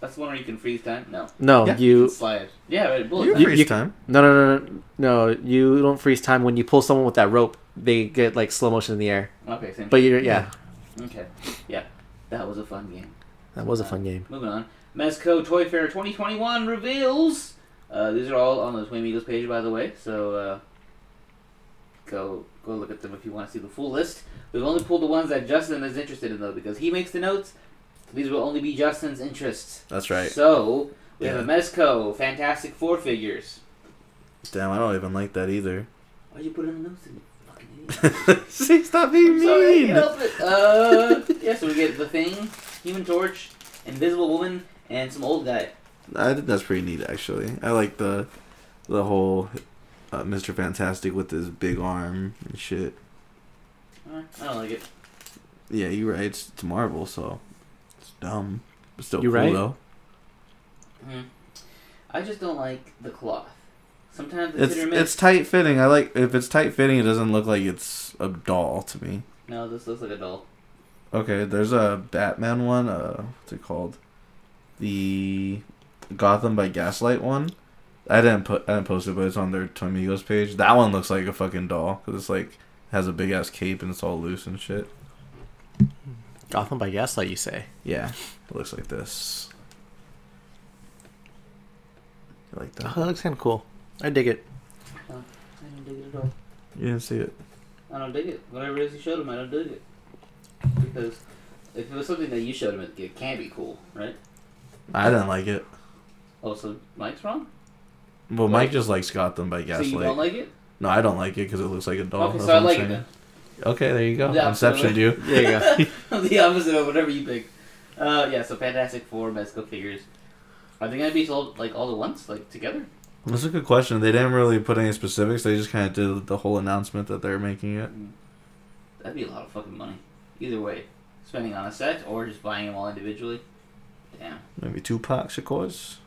S2: That's the one where you can freeze time? No.
S4: No,
S3: Yeah.
S4: you
S2: Slide. Yeah, right, bullet
S3: You
S2: time.
S4: You-
S3: freeze time.
S4: no no no no no you don't freeze time when you pull someone with that rope. They get like slow motion in the air.
S2: Okay, same.
S4: But you're yeah,
S2: okay. Yeah, that was a fun game.
S4: that was a fun game.
S2: Moving on. Mezco Toy Fair 2021 reveals. Uh, these are all on the Toy Amigos page, by the way. So uh, go go look at them if you want to see the full list. We've only pulled the ones that Justin is interested in, though, because he makes the notes. These will only be Justin's interests.
S3: That's right.
S2: So we
S3: Yeah.
S2: have a Mezco Fantastic Four figures.
S3: Damn, I don't even like that either.
S2: Why'd you put it in the notes? You fucking idiot.
S3: See, stop being
S2: I'm sorry, I can't help it. Uh, yeah, so we get the Thing, Human Torch, Invisible Woman, and some old guy.
S3: I think that's pretty neat, actually. I like the the whole uh, Mr. Fantastic with his big arm and shit.
S2: Uh, I don't like it.
S3: Yeah, you're right. It's, it's Marvel, so it's dumb. But still
S4: You
S3: cool
S4: right?
S3: though.
S2: Mm. I just don't like the cloth. Sometimes it's
S3: It's
S2: hit or miss.
S3: it's tight fitting. I like if it's tight fitting. It doesn't look like it's a doll to me.
S2: no, this looks like a doll.
S3: Okay, there's a Batman one. Uh, what's it called? The Gotham by Gaslight one. I didn't put I didn't post it, but it's on their Tomigos page. That one looks like a fucking doll because it's like has a big ass cape and it's all loose and shit.
S4: Gotham by Gaslight, you say?
S3: Yeah, it looks like this. I like
S4: Oh,
S3: that.
S4: that looks kind of cool. I dig it.
S2: I don't dig it at all.
S3: You didn't see it.
S2: I don't dig it. Whatever it is you showed him, I don't dig it. Because if it was something that you showed him, it- it can't be cool, right?
S3: I didn't like it.
S2: Oh, so Mike's wrong?
S3: Well, Mike just likes Gotham by
S2: so
S3: Gaslight.
S2: you don't like it?
S3: no, I don't like it because it looks like a doll.
S2: okay,
S3: Oh, That's
S2: so I
S3: what I'm
S2: like it
S3: saying.
S2: then.
S3: Okay, there you go.
S2: Yeah,
S3: Inception, dude.
S4: There you go.
S2: the opposite of whatever you pick. Uh, yeah, so Fantastic Four, Mezco figures. Are they going to be sold, like, all at once? Like, together?
S3: That's a good question. They didn't really put any specifics. They just kind of did the whole announcement that they're making it.
S2: Mm. That'd be a lot of fucking money. Either way, spending on a set or just buying them all individually. Damn.
S3: Maybe two packs, of course.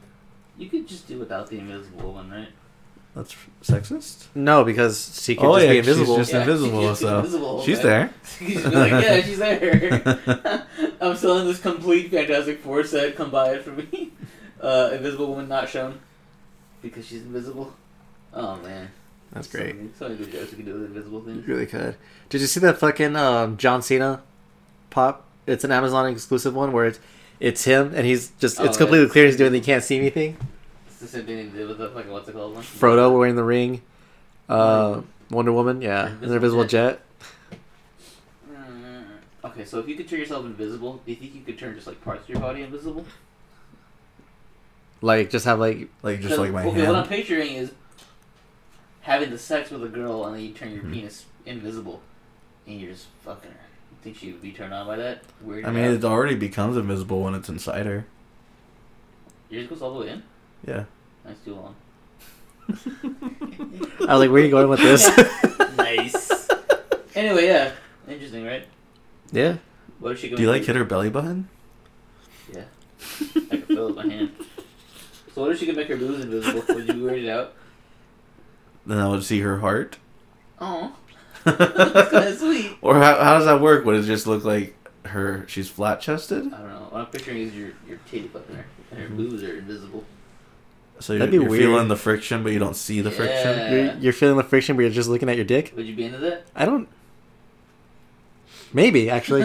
S2: You could just do without the Invisible Woman, right?
S3: That's sexist.
S4: No, because she can
S3: oh
S4: just
S3: yeah,
S4: be invisible.
S3: she's just
S2: Yeah,
S3: invisible.
S2: she's just
S3: so
S2: invisible,
S3: she's
S2: but-
S3: there.
S2: She's like, yeah, she's there. I'm selling this complete Fantastic Four set. Come buy it for me. Uh, Invisible Woman not shown because she's invisible. Oh man,
S4: That's
S2: So
S4: great.
S2: many- So many good jokes we can do with invisible
S4: You
S2: things.
S4: really could. Did you see that fucking um, John Cena pop? It's an Amazon exclusive one where it's it's him and he's just
S2: Oh,
S4: it's
S2: yeah.
S4: completely clear he's doing the can't see me thing.
S2: It's the same thing they did with the fucking what's it called one.
S4: Frodo wearing the ring. Uh,
S2: Wonder
S4: Wonder Woman, yeah, an
S2: Invisible
S4: invisible jet.
S2: Mm, Okay, so if you could turn yourself invisible, do you think you could turn just like parts of your body invisible?
S4: Like just have like
S3: Like just
S2: So-
S3: like my
S2: okay,
S3: hand.
S2: what I'm picturing is having the sex with a girl and then you turn your
S3: Mm-hmm.
S2: penis invisible and you're just fucking her. You think she would be turned on by that? Weird.
S3: I mean,
S2: as
S3: it already becomes invisible when it's inside her.
S2: yours goes all the way in.
S3: Yeah.
S2: That's too long.
S4: I was like, where are you going with this?
S2: nice. Anyway, yeah, interesting, right?
S4: yeah.
S2: What if she goes?
S3: Do you like hit her belly button?
S2: Yeah, I can feel it with my hand. So what if she could make her boobs invisible? Would you be weirded out?
S3: Then I would see her heart.
S2: Oh, that's kind
S3: or
S2: of sweet.
S3: how, how does that work? Would it just look like her? She's flat chested.
S2: I don't know. What I'm picturing is your your titty button there, and
S3: Mm-hmm.
S2: her boobs are invisible.
S3: So you're,
S4: That'd be
S3: you're
S4: weird.
S3: feeling the friction, but you don't see the friction.
S2: Yeah.
S4: You're, you're feeling the friction, but you're just looking at your dick.
S2: Would you be into that?
S4: I don't. Maybe actually.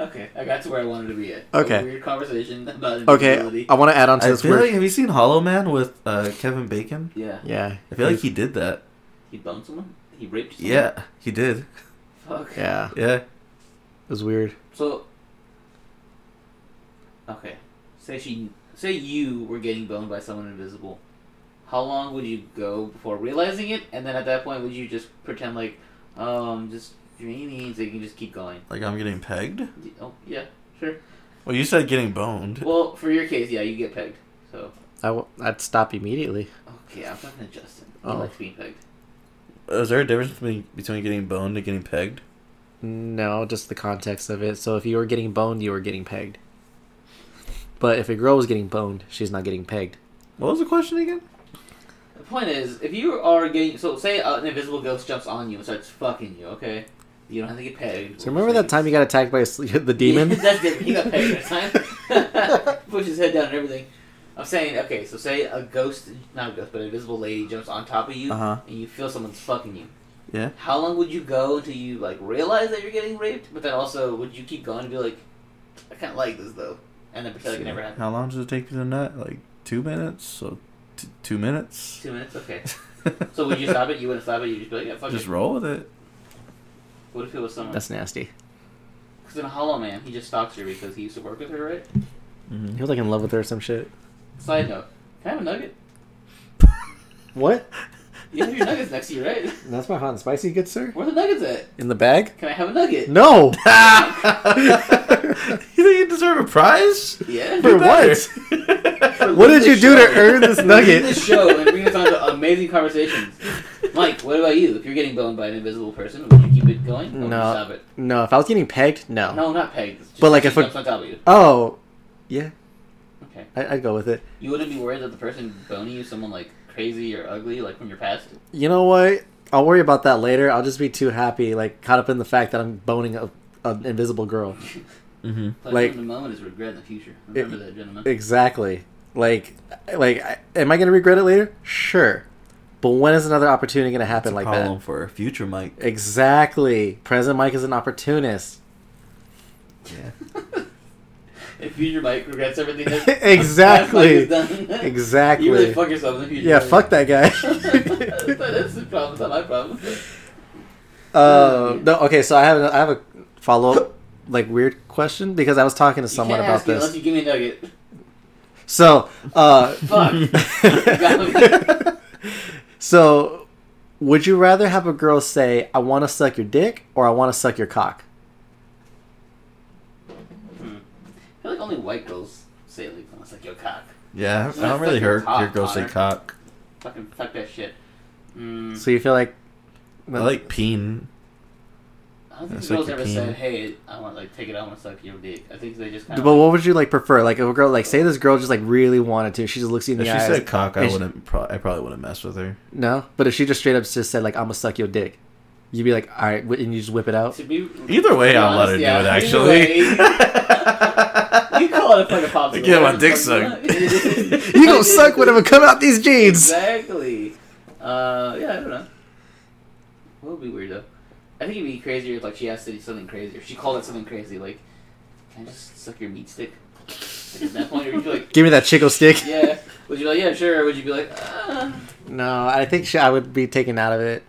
S2: okay, I got to where I wanted to be at.
S4: Okay.
S2: A weird conversation about
S4: Okay,
S2: invisibility.
S4: I want to add on to
S3: I
S4: this
S3: feel
S4: word.
S3: like have you seen Hollow Man with uh, Kevin Bacon?
S2: Yeah.
S4: yeah,
S3: I feel like he did that.
S2: He bumped someone. He raped. Someone?
S3: Yeah, he did.
S2: Fuck.
S4: yeah, it
S3: Yeah.
S4: was weird.
S2: So. Okay. Say she. Say you were getting boned by someone invisible. How long would you go before realizing it? And then at that point, would you just pretend like, oh, I'm just dreaming, so you can just keep going?
S3: Like I'm getting pegged.
S2: Oh, yeah, sure.
S3: Well, you said getting boned.
S2: Well, for your case, yeah, you get pegged. So.
S4: I w- I'd stop immediately.
S2: Okay, I'm talking to Justin. He
S4: Oh.
S2: likes being pegged.
S3: Is there a difference between, between getting boned and getting pegged?
S4: No, just the context of it. So if you were getting boned, you were getting pegged. But if a girl was getting boned, she's not getting pegged.
S3: What was the question again?
S2: The point is, if you are getting so say uh, an invisible ghost jumps on you and starts fucking you, okay, you don't have to get pegged.
S4: So remember that time you got attacked by a sl- the demon?
S2: Yeah, that's different. He got pegged that time. Pushed his head down and everything. I'm saying, okay, so say a ghost, not a ghost, but an invisible lady jumps on top of you,
S3: Uh-huh.
S2: and you feel someone's fucking you.
S3: Yeah.
S2: How long would you go until you like realize that you're getting raped? But then also, would you keep going and be like, I kind of like this though, and then pretend like it never happened?
S3: How long does it take you to nut? Like two minutes? So t- two minutes?
S2: Two minutes, okay. So would you stop it? You wouldn't stop it. You'd just be like, yeah, fuck
S3: Just
S2: it.
S3: roll with it.
S2: What if it was someone?
S4: That's nasty.
S2: Because in Hollow Man, he just stalks her because he used to work with her, right?
S4: He was like in love with her or some shit.
S2: Side note. Can I have a nugget?
S4: What?
S2: You have your nuggets next to you, right?
S4: That's my hot and spicy, good sir.
S2: Where are the nuggets at?
S4: In the bag?
S2: Can I have a nugget?
S4: No.
S3: you think you deserve a prize?
S2: Yeah.
S4: For what?
S3: what?
S4: What did you do to earn this
S2: Leave
S4: nugget?
S2: this show and bring us on to amazing conversations. Mike, what about you? If you're getting boned by an invisible person, would you keep it going? Or would you
S4: No.
S2: stop it?
S4: No, if I was getting pegged, no.
S2: No, not pegged. Just
S4: But, like, if
S2: she
S4: a-
S2: jumps on top of you.
S4: Oh, yeah,
S2: Okay.
S4: I- I'd go with it.
S2: You wouldn't be worried that the person boning you is someone like crazy or ugly, like from your past?
S4: You know what? I'll worry about that later. I'll just be too happy, like caught up in the fact that I'm boning a, an invisible girl.
S3: Mm-hmm.
S2: Pleasure
S4: Like-
S2: in the moment is regret in the future. Remember that, gentlemen.
S4: Exactly. Like, like, I- am I going to regret it later? Sure, but when is another opportunity going to happen like
S3: Problem for future Mike.
S4: that? Exactly. Present Mike is an opportunist.
S3: Yeah.
S2: If future Mike regrets everything, that's-
S4: Exactly.
S2: that's Mike is done.
S4: Exactly.
S2: You really fuck yourself in the future.
S4: yeah, fuck that guy.
S2: But that's the problem. It's not my problem.
S4: uh, no, okay. So I have a, I have a follow up like weird question because I was talking to someone
S2: you can't
S4: about
S2: ask me Unless
S4: this.
S2: you give me a nugget.
S4: So, uh,
S2: Fuck.
S4: so, would you rather have a girl say, "I want to suck your dick" or "I want to suck your cock"?
S2: I feel like only white girls say it like that. It's like yo cock.
S3: Yeah, I don't
S2: That's
S3: really
S2: like
S3: hear
S2: cock,
S3: hear girls say
S2: Connor.
S3: cock.
S2: Fucking fuck that shit. Mm,
S4: So you feel like,
S3: I like peen.
S2: I don't think
S3: That's
S2: the girls
S3: like
S2: ever
S3: your
S2: said,
S3: peen.
S2: "Hey, I want like take it out and suck your dick." I think they just kind of.
S4: But what would you like prefer? Like if a girl, like say this girl just like really wanted to. She just looks you in
S3: If
S4: the
S3: she
S4: eyes.
S3: said cock, I
S4: It's-
S3: wouldn't. Pro- I probably wouldn't mess with her.
S4: no, but if she just straight up just said like I'm gonna suck your dick, you'd be like all right, wh- and you just whip it out.
S2: to be,
S3: Either way,
S2: to be
S3: I'll let her
S2: honest,
S3: do
S2: yeah,
S3: it.
S2: either
S3: Actually,
S2: way, you call it a fucking
S3: I
S2: popsicle.
S3: get my
S2: whatever the
S3: dick
S2: fuck
S3: sucked.
S2: you want.
S4: You gonna suck whatever come out these jeans.
S2: Exactly. Uh, yeah, I don't know. What would be weird though? I think it'd be crazier if like she asked to do something crazy, or she called it something crazy, like, "Can I just suck your meat stick?" Like, at that point, would you be like,
S4: Give me that chico stick.
S2: "Yeah"? Would you be like, "Yeah, sure"? Or would you be like, "Uh"?
S4: No, I think she, I would be taken out of it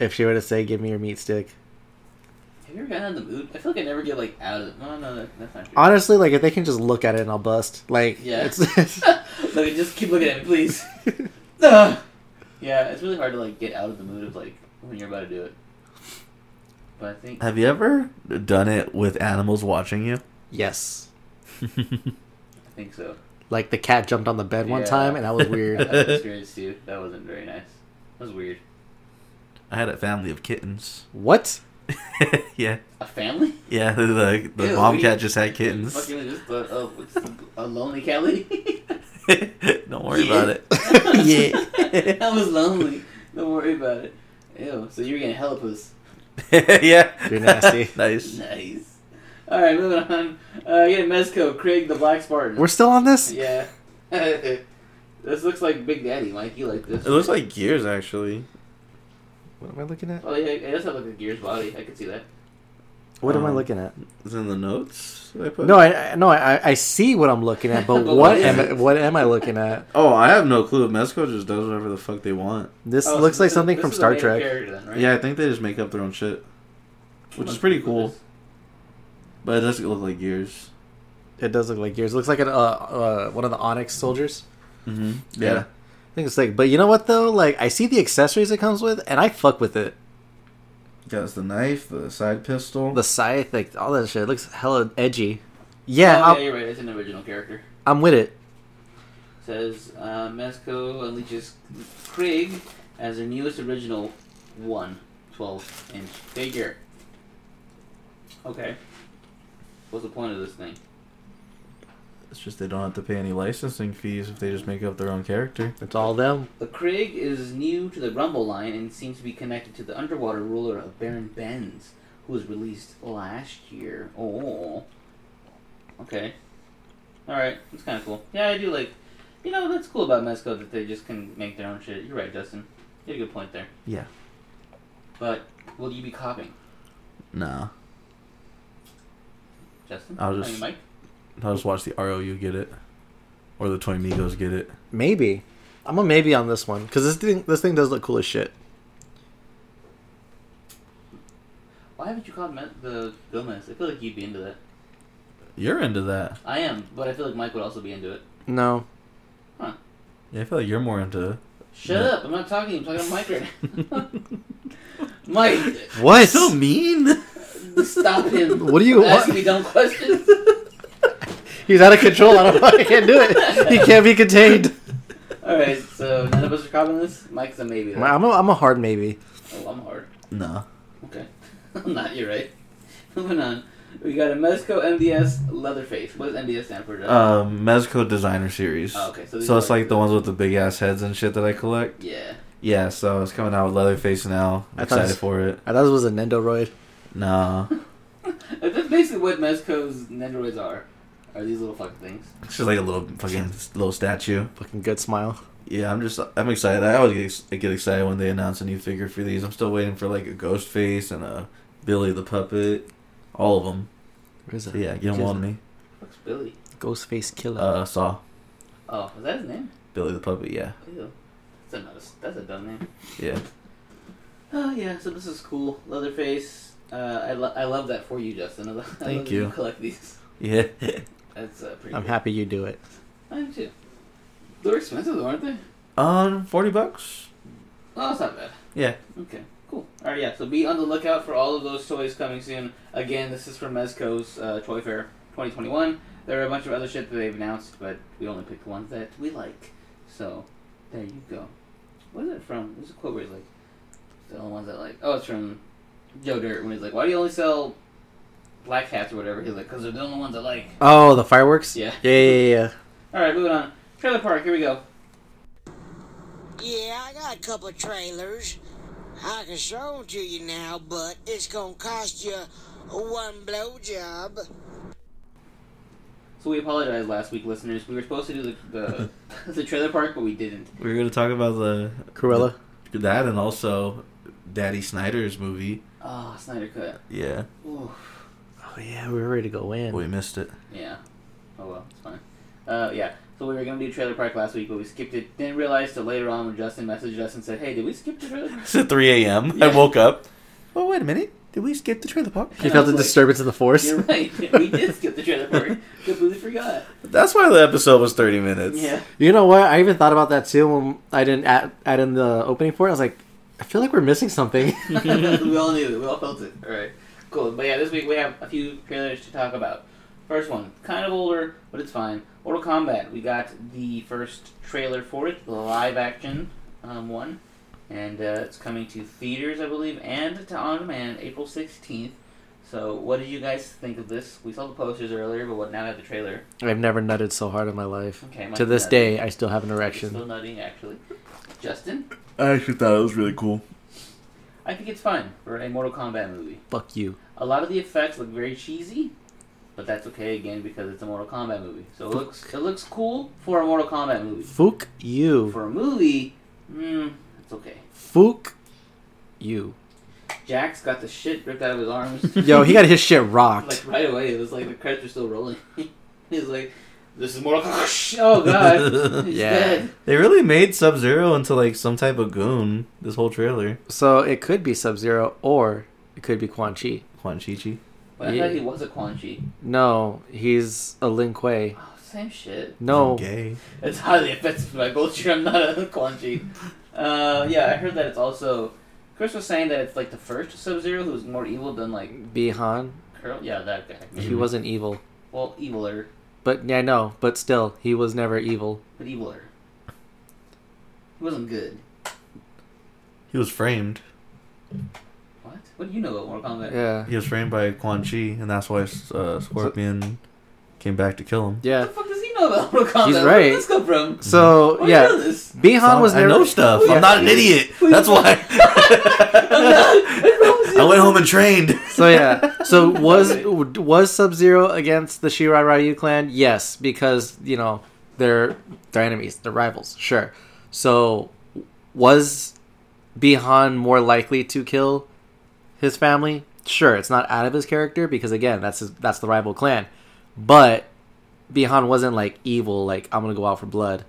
S4: if she were to say, "Give me your meat stick."
S2: Have you ever gotten out of the mood? I feel like I never get like out of it. No, no, that- that's not true.
S4: Honestly, like if they can just look at it and I'll bust. Like
S2: Yeah.
S4: it's
S2: Look, just keep looking at me, please. Ugh. yeah, it's really hard to like get out of the mood of like when you're about to do it. But I think
S3: have you ever done it with animals watching you?
S4: yes.
S2: I think so.
S4: Like the cat jumped on the bed one
S2: Yeah.
S4: time and that was
S2: I had
S4: weird.
S2: that experience too. That wasn't very nice. That was weird.
S3: I had a family of kittens.
S4: what?
S3: yeah,
S2: A family?
S3: yeah. The the, the
S2: Ew,
S3: mom
S2: we-
S3: cat just had kittens.
S2: Fucking just a, a, what's- a lonely cat lady.
S3: Don't worry
S2: Yeah.
S3: about it.
S2: yeah, I was lonely. Don't worry about it. Ew. So you're gonna help us.
S3: yeah.
S4: You're nasty.
S3: nice.
S2: Nice. All right, moving on. Uh, yeah, Mezco, Craig the Black Spartan.
S4: We're still on this?
S2: yeah. this looks like Big Daddy, Mike. You like this?
S3: It looks like gears actually.
S4: What am I looking at?
S2: Oh yeah, it does have like a Gears body. I could see that.
S4: What am I
S3: Um,
S4: looking at?
S3: It's in the notes. that I put.
S4: No, I I- no, I I see what I'm looking at, but
S2: But
S4: what
S2: what is
S4: am I,
S2: it?
S4: what am I looking at?
S3: Oh, I have no clue. Mezco just does whatever the fuck they want.
S4: This
S2: Oh, so
S4: looks like
S2: this is-
S4: something
S2: this
S4: from
S2: is a
S4: Star
S2: main
S4: Trek.
S2: character then, right?
S3: Yeah, I think they just make up their own shit, which is pretty cool. But it doesn't look like gears.
S4: It does look like yours. It looks like an, uh, uh, one of the Onyx soldiers.
S3: Mm-hmm.
S4: Yeah. I think it's like, but you know what though? Like, I see the accessories it comes with, and I fuck with it.
S3: Got the knife, the side pistol.
S4: The scythe, like all that shit, it looks hella edgy.
S2: Yeah,
S4: Yeah,
S2: oh,
S4: I'm,
S2: yeah, you're right. It's an original character.
S4: I'm with it.
S2: Says uh, Mezco unleashes Craig as their newest original one 12 inch figure. Okay. What's the point of this thing?
S3: It's just they don't have to pay any licensing fees if they just make up their own character.
S4: It's all them.
S2: The Krieg is new to the Rumble line and seems to be connected to the underwater ruler of Baron Benz, who was released last year. Oh. Okay. Alright, that's kind of cool. Yeah, I do like. You know, that's cool about Mezco that they just can make their own shit. You're right, Justin. You had a good point there.
S3: Yeah.
S2: But will you be copying,
S3: Nah,
S2: Justin?
S3: I'll
S2: I mean,
S3: just-
S2: Mike?
S3: I'll just watch the ROU get it, or the Toy Migos get it.
S4: Maybe. I'm a maybe on this one because this thing this thing does look cool as shit.
S2: Why haven't you called Mez- the Gomez? I feel like you'd be into that.
S3: You're into that.
S2: I am, but I feel like Mike would also be into it.
S4: No,
S3: Yeah, I feel like you're more into.
S2: Shut
S3: No.
S2: up! I'm not talking. I'm talking to Mike right now. Mike,
S4: what?
S3: So mean.
S2: stop him.
S4: What do you
S2: ask
S4: want?
S2: me dumb questions?
S4: He's out of control. I don't. I can't do it. He can't be contained.
S2: All right, so none of us are copying this. Mike's a maybe. Though.
S4: I'm a, I'm a hard maybe.
S2: Oh, I'm hard.
S3: no.
S2: Okay, I'm not. You're right. Moving on. We got a Mezco MDS Leatherface. What does MDS stand for? Jeff?
S4: Uh,
S3: Um, Mezco designer series.
S2: Oh, okay, so these
S3: So
S2: are
S3: it's like the ones with the big ass heads and shit that I collect.
S2: yeah.
S3: Yeah, so it's coming out with Leatherface now. I'm
S4: I thought
S3: excited
S4: it's-
S3: for it.
S4: I thought this was a Nendoroid.
S3: Nah,
S2: That's basically what Mezco's Nendoroids are. Are these little fucking things?
S3: it's just like a little fucking little statue.
S4: Fucking good smile.
S3: Yeah, I'm just I'm excited. I always get, ex- get excited when they announce a new figure for these. I'm still waiting for like a ghost face and a Billy the puppet, all of them.
S4: Where is
S3: So
S4: it?
S3: yeah, get them all to me.
S2: What's Billy?
S4: Ghostface Killer.
S3: Uh, Saw
S2: Oh, is that his name?
S3: Billy the puppet. Yeah,
S2: Ew. That's another. That's a dumb name.
S3: yeah.
S2: Oh yeah, so this is cool. Leatherface. Uh, I, lo- I love that for you, Justin. I lo- I love
S3: Thank
S2: that
S3: you.
S2: collect these.
S3: Yeah,
S2: That's uh, pretty.
S4: I'm
S2: cool.
S4: happy you do it.
S2: I am too. They're expensive, though, aren't they?
S3: um, forty bucks.
S2: Oh, that's not bad.
S3: Yeah.
S2: Okay. Cool. All right. Yeah. So be on the lookout for all of those toys coming soon. Again, this is from Mezco's uh, Toy Fair 2021. There are a bunch of other shit that they've announced, but we only picked ones that we like. So there you go. What is it from? There's a quote where it's like, "It's "The only ones that I like." Oh, it's from Joe Dirt when he's like, "Why do you only sell black hats or whatever?" He's like, "Cause they're the only ones I like."
S4: Oh, the fireworks.
S2: Yeah.
S4: Yeah, yeah, yeah. yeah.
S2: All right, moving on. Trailer Park. Here we go.
S5: Yeah, I got a couple of trailers. I can show 'em to you now, but it's gonna cost you one blowjob.
S2: So we apologize last week, listeners. We were supposed to do the the, the Trailer Park, but we didn't.
S3: We were gonna talk about the
S4: Cruella.
S3: that and also Daddy Snyder's movie.
S2: Oh, Snyder Cut.
S3: Yeah,
S2: Ooh,
S4: Oh yeah, we were ready to go in.
S3: we missed it.
S2: yeah. Oh well, it's fine. Uh, yeah. So we were gonna do Trailer Park last week, but we skipped it. Didn't realize till later on when Justin messaged us and said, "Hey, did we skip the trailer?" Park?"
S3: It's at 3 a.m.
S2: Yeah.
S3: I woke up. Oh wait a minute! Did we skip the trailer park?
S4: You felt the
S2: Like-
S4: disturbance in the force.
S2: You're right. We did skip the Trailer Park. Completely forgot.
S3: That's why the episode was 30 minutes.
S2: Yeah.
S4: You know what? I even thought about that too when I didn't add, add in the opening for it. I was like, I feel like we're missing something.
S2: we all knew it. We all felt it. All right. Cool. But yeah, this week we have a few trailers to talk about. First one, kind of older, but it's fine. Mortal Kombat. We got the first trailer for it, the live action um, one, and uh, it's coming to theaters, I believe, and to on demand April sixteenth. So, what did you guys think of this? We saw the posters earlier, but what now have the trailer?
S4: I've never nutted so hard in my life.
S2: Okay, Mike,
S4: to this
S2: nutty.
S4: day, I still have an
S2: It's
S4: erection.
S2: Still nutting, actually. Justin,
S3: I actually thought it was really cool.
S2: I think it's fine for a Mortal Kombat movie.
S4: Fuck you.
S2: A lot of the effects look very cheesy, but that's okay again because it's a Mortal Kombat movie. So it looks it looks cool for a Mortal Kombat movie.
S4: Fuck you.
S2: For a movie, mm, it's okay.
S4: Fuck you.
S2: Jack's got the shit ripped out of his arms.
S4: Yo, he got his shit rocked.
S2: like right away. It was like the credits are still rolling. He's like, "This is Mortal Kombat." oh god, he's
S4: Yeah.
S2: dead.
S3: They really made Sub Zero into like some type of goon. This whole trailer,
S4: So it could be Sub Zero or it could be Quan Chi.
S3: Quan Chi Chi.
S2: But I
S4: Yeah.
S2: thought he was a Quan Chi.
S4: No, he's a Lin Kuei.
S2: Oh, same shit.
S4: No.
S3: gay.
S2: It's highly offensive to my culture. I'm not a Quan Chi. Uh, yeah, I heard that it's also. Chris was saying that it's like the first Sub Zero who's more evil than like
S4: Bihan,
S2: Curl. Yeah, that guy.
S4: he wasn't evil.
S2: Well, eviler,
S4: But yeah, I know. But still, he was never evil.
S2: but eviler. He wasn't good.
S3: He was framed.
S2: What? What do you know about Mortal Kombat?
S4: Yeah.
S3: He was framed by Quan Chi, and that's why uh, Scorpion came back to kill him.
S2: What
S4: Yeah.
S2: the fuck does he know about Mortal Kombat?
S4: He's
S2: Where
S4: right.
S2: did this come from? Why
S4: So
S2: do you know
S4: yeah,
S2: this?
S4: Bihan was
S3: I
S4: never.
S3: know stuff.
S4: Yeah.
S3: I'm not an idiot.
S2: Who-
S3: That's why I went home and trained.
S4: So yeah, so was was Sub Zero against the Shirai Ryu clan? Yes, because you know they're they're enemies, they're rivals. Sure. So was Bihan more likely to kill his family? Sure, it's not out of his character because again, that's his, that's the rival clan. But Bihan wasn't like evil, like I'm gonna go out for blood,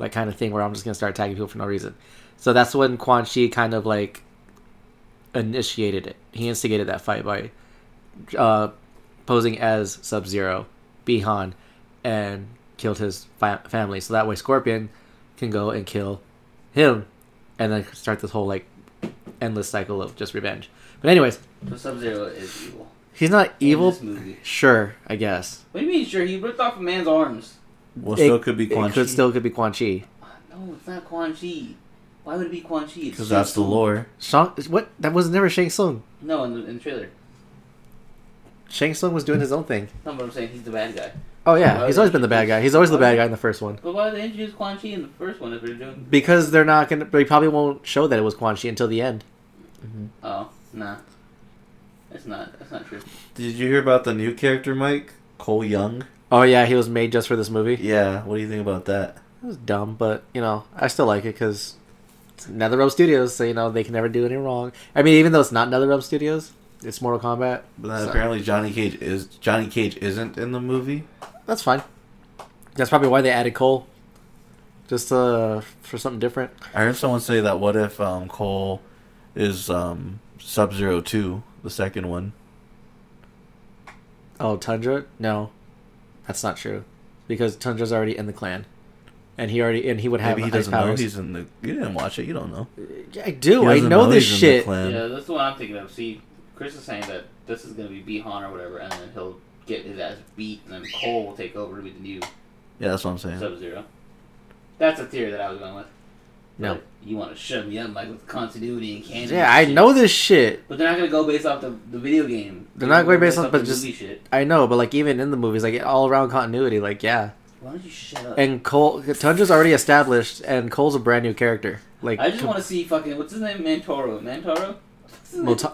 S4: like kind of thing where I'm just gonna start attacking people for no reason. So that's when Quan Chi kind of like initiated it. He instigated that fight by uh, posing as Sub Zero, Bihan, and killed his fa- family. So that way Scorpion can go and kill him, and then start this whole like endless cycle of just revenge. But anyways,
S2: So Sub Zero is evil.
S4: he's not
S2: in
S4: evil.
S2: this movie.
S4: Sure, I guess.
S2: What do you mean? Sure, he ripped off a man's arms.
S3: Well,
S4: It-
S3: still could be Quan
S4: It could
S3: Chi
S4: still could be Quan Chi.
S2: No, it's not Quan Chi. Why would it be Quan Chi? It's
S3: because that's the
S2: Shang Tsung.
S3: lore.
S4: Shang, what? That was never Shang Tsung.
S2: No, in the, in the trailer.
S4: Shang Tsung was doing his own thing.
S2: No, but I'm saying he's the bad guy.
S4: Oh
S2: Why
S4: yeah, he's
S2: would
S4: always
S2: they
S4: been the bad
S2: introduce-
S4: guy. He's always the
S2: why
S4: bad
S2: would-
S4: guy in the first one.
S2: But why did they introduce Quan Chi in the first one if they're doing?
S4: Because they're not gonna, they probably won't show that it was Quan Chi until the end.
S2: Oh, nah. That's not. That's not true.
S3: Did you hear about the new character, Mike? Cole Young.
S4: Oh yeah, he was made just for this movie. It
S3: Yeah. What do you think about that?
S4: was dumb, but you know, I still like it because it's NetherRealm Studios, so you know they can never do any wrong. I mean, even though it's not NetherRealm Studios, it's Mortal Kombat.
S3: But then
S4: So-
S3: apparently Johnny Cage is Johnny Cage isn't in the movie.
S4: That's fine. That's probably why they added Cole, just uh for something different.
S3: I heard someone say that what if um, Cole is um, Sub Zero Two, the second one?
S4: Oh, Tundra? No, that's not true, because Tundra's already in the clan, and he already and he would have
S3: Maybe he
S4: ice
S3: doesn't know
S4: powers.
S3: he's in the. You didn't watch it. You don't know.
S4: I do.
S3: He
S4: I
S3: doesn't
S4: know this
S3: he's in the
S4: shit.
S3: clan.
S2: Yeah, that's the one I'm thinking of. See, Chris is saying that this is gonna be Bihan or whatever, and then he'll get his ass beat, and then Cole will take over with the new
S3: Yeah, that's what I'm saying.
S2: Sub Zero. That's a theory that I was going with.
S4: No.
S2: You want to shut me up like with continuity and canon?
S4: Yeah, I
S2: and shit.
S4: know this shit.
S2: But they're not gonna go based off the, the video game.
S4: They're not
S2: gonna
S4: going based
S2: go
S4: off, but
S2: the
S4: just-
S2: movie shit.
S4: I know, but like even in the movies, like all around continuity, like yeah.
S2: Why don't you shut up?
S4: And Cole, Tunja's already established, and Cole's a brand new character. Like
S2: I just want to see fucking what's his name, Mantoro. Mantoro. What's his name?
S4: Mota-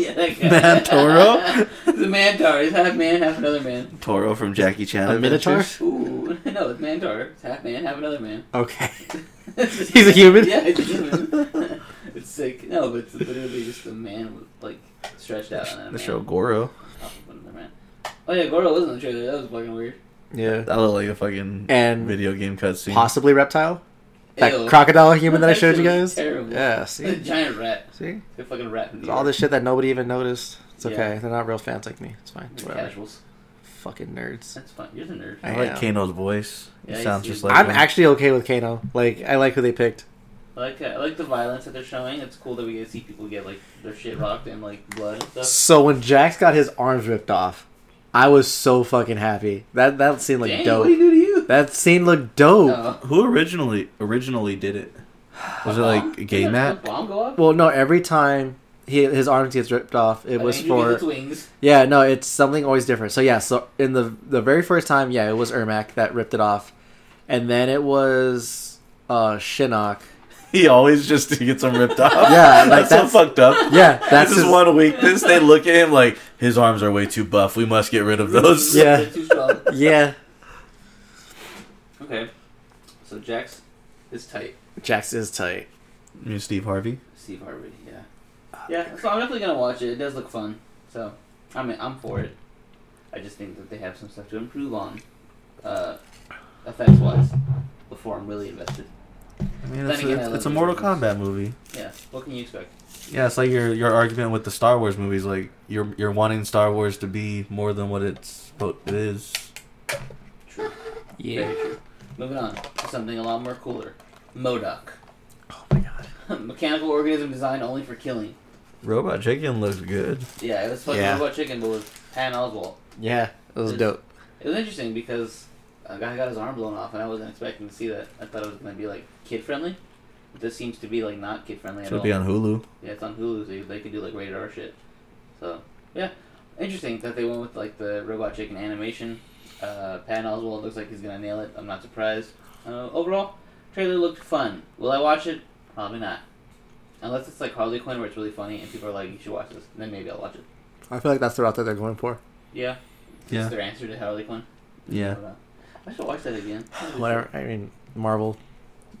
S2: Yeah, that guy.
S3: Mantoro?
S2: the Mantar. He's half man, half another man.
S3: Toro from Jackie Chan.
S4: A minotaur?
S3: Adventures.
S2: Ooh, no, it's Mantar. It's half man, half another man.
S4: Okay. He's a human?
S2: Yeah, he's a human. it's sick. No, but it's literally just a man with like stretched out. And a
S3: The
S2: man
S3: show Goro.
S2: off of another man. Oh yeah, Goro was in the trailer. That was fucking weird.
S4: Yeah.
S3: That looked like a fucking
S4: And
S3: video game cutscene.
S4: Possibly reptile. That
S2: Ew.
S4: crocodile human that I showed you
S2: shit was
S4: guys.
S2: Terrible.
S4: Yeah.
S2: A
S4: See.
S2: giant rat.
S4: See.
S2: A fucking rat. in
S4: It's
S2: the
S4: all
S2: air.
S4: this shit that nobody even noticed. It's
S2: Yeah.
S4: okay. They're not real fans like me. It's fine. It's
S2: They're
S4: whatever.
S2: Casuals.
S4: Fucking nerds.
S2: That's fine. You're the nerd.
S4: I
S3: I like
S4: am.
S3: Kano's voice. He
S2: Yeah, he's-
S3: sounds
S2: he's-
S3: just like
S4: I'm
S3: him.
S4: actually okay with Kano. Like I like who they picked.
S2: I like uh, I like the violence that they're showing. It's cool that we get to see people get like their shit rocked and like blood and stuff.
S4: So when Jax got his arms ripped off, I was so fucking happy. That that scene looked
S2: Dang,
S4: dope.
S2: what do you do to you?
S4: That scene looked dope.
S2: Oh.
S3: Who originally originally did it? Was it
S2: Bomb?
S3: like Gay
S2: Did that
S3: Matt?
S2: Bomb go off?
S4: Well, no, every time he his arms gets ripped off, it
S2: I
S4: was
S2: mean, you get
S4: for
S2: its wings.
S4: yeah, no, it's something always different. So yeah, so in the the very first time, yeah, it was Ermac that ripped it off, and then it was uh Shinnok.
S3: He always just gets him ripped off.
S4: Yeah, like,
S3: that's,
S4: that's-
S3: so fucked up.
S4: Yeah, that's
S3: That's his one weakness. They look at him like his arms are way too buff. We must get rid of those.
S4: Yeah.
S2: They're too strong.
S4: Yeah,
S2: Okay. So Jax is tight.
S4: Jax is tight.
S3: You mean Steve Harvey.
S2: Steve Harvey. Yeah. Yeah. So I'm definitely gonna watch it. It does look fun. So I mean, I'm for it. I just think that they have some stuff to improve on, uh, effects wise, before I'm really invested.
S3: I mean,
S2: Then
S3: it's,
S2: again, I
S3: a,
S2: love
S3: it's a
S2: these
S3: Mortal
S2: movies.
S3: Kombat movie.
S2: Yeah. What can you expect?
S3: Yeah, it's like your your argument with the Star Wars movies. Like you're you're wanting Star Wars to be more than what it's what it is.
S2: True. Very true. Moving on to something a lot more cooler. Modoc.
S4: Oh my god.
S2: Mechanical organism designed only for killing.
S3: Robot Chicken looks good.
S2: Yeah, it was fucking
S4: Yeah.
S2: Robot Chicken, but with Patton Oswalt.
S4: Yeah, it was
S2: It's-
S4: dope.
S2: It was interesting because a guy got his arm blown off, and I wasn't expecting to see that. I thought it was going to be like kid friendly. This seems to be like not kid friendly at
S3: Should
S2: all.
S3: be on Hulu.
S2: Yeah, it's on Hulu, so they could do like radar shit. So yeah, interesting that they went with like the robot chicken animation. Uh, Patton Oswald looks like he's gonna nail it. I'm not surprised. Uh, overall, trailer looked fun. Will I watch it? Probably not. Unless it's like Harley Quinn, where it's really funny and people are like, "You should watch this," then maybe I'll watch it.
S4: I feel like that's the route that they're going for.
S2: Yeah.
S3: Yeah.
S2: Is their answer to Harley Quinn? I
S3: Yeah.
S2: don't know. I should watch that again.
S4: Whatever. I mean, Marvel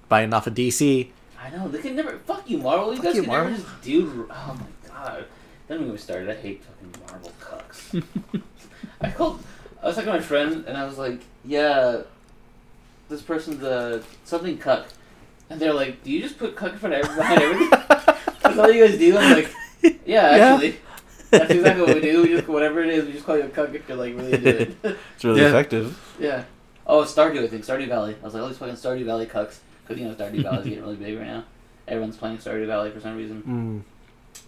S4: buying off of DC.
S2: I know they can never. Fuck you, Marvel. You
S4: Fuck
S2: guys
S4: you,
S2: can
S4: Marvel.
S2: never just do. Oh my god. Don't even get me started. I hate fucking Marvel cucks. I called. I was talking to my friend, and I was like, "Yeah, this person's a something cuck," and they're like, "Do you just put cuck in front of every- behind everything? That's all you guys do." I'm like, "Yeah,
S4: Yeah.
S2: actually." That's exactly what we do. We just whatever it is, we just call you a cuck if you're like really into it.
S3: It's really
S4: Yeah.
S3: effective.
S2: yeah. Oh, Stardew, I think Stardew Valley. I was like, all these fucking Stardew Valley cucks, because you know Stardew Valley's getting really big right now. Everyone's playing Stardew Valley for some reason.
S4: Mm.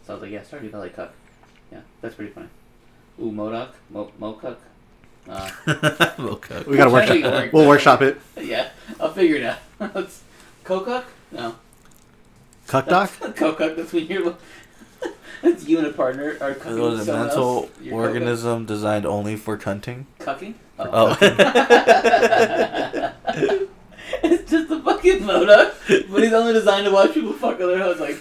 S2: So I was like, yeah, Stardew Valley cuck. Yeah, that's pretty funny. Ooh, Modoc, Mo Mocuck. Uh,
S3: okay.
S4: We
S2: Trying to
S4: gotta workshop.
S2: make it work.
S4: We'll workshop it.
S2: yeah, I'll figure it out. That's- Kokuck? No.
S4: Cuck doc.
S2: Kokuck, that's when you're. that's you and a partner are
S3: It
S2: cucking
S3: was a
S2: someone
S3: mental
S2: else. You're
S3: organism designed only for cunting.
S2: Cucking? Oh.
S3: Oh,
S2: it's just a fucking Modoc, but he's only designed to watch people fuck other hoes. Like,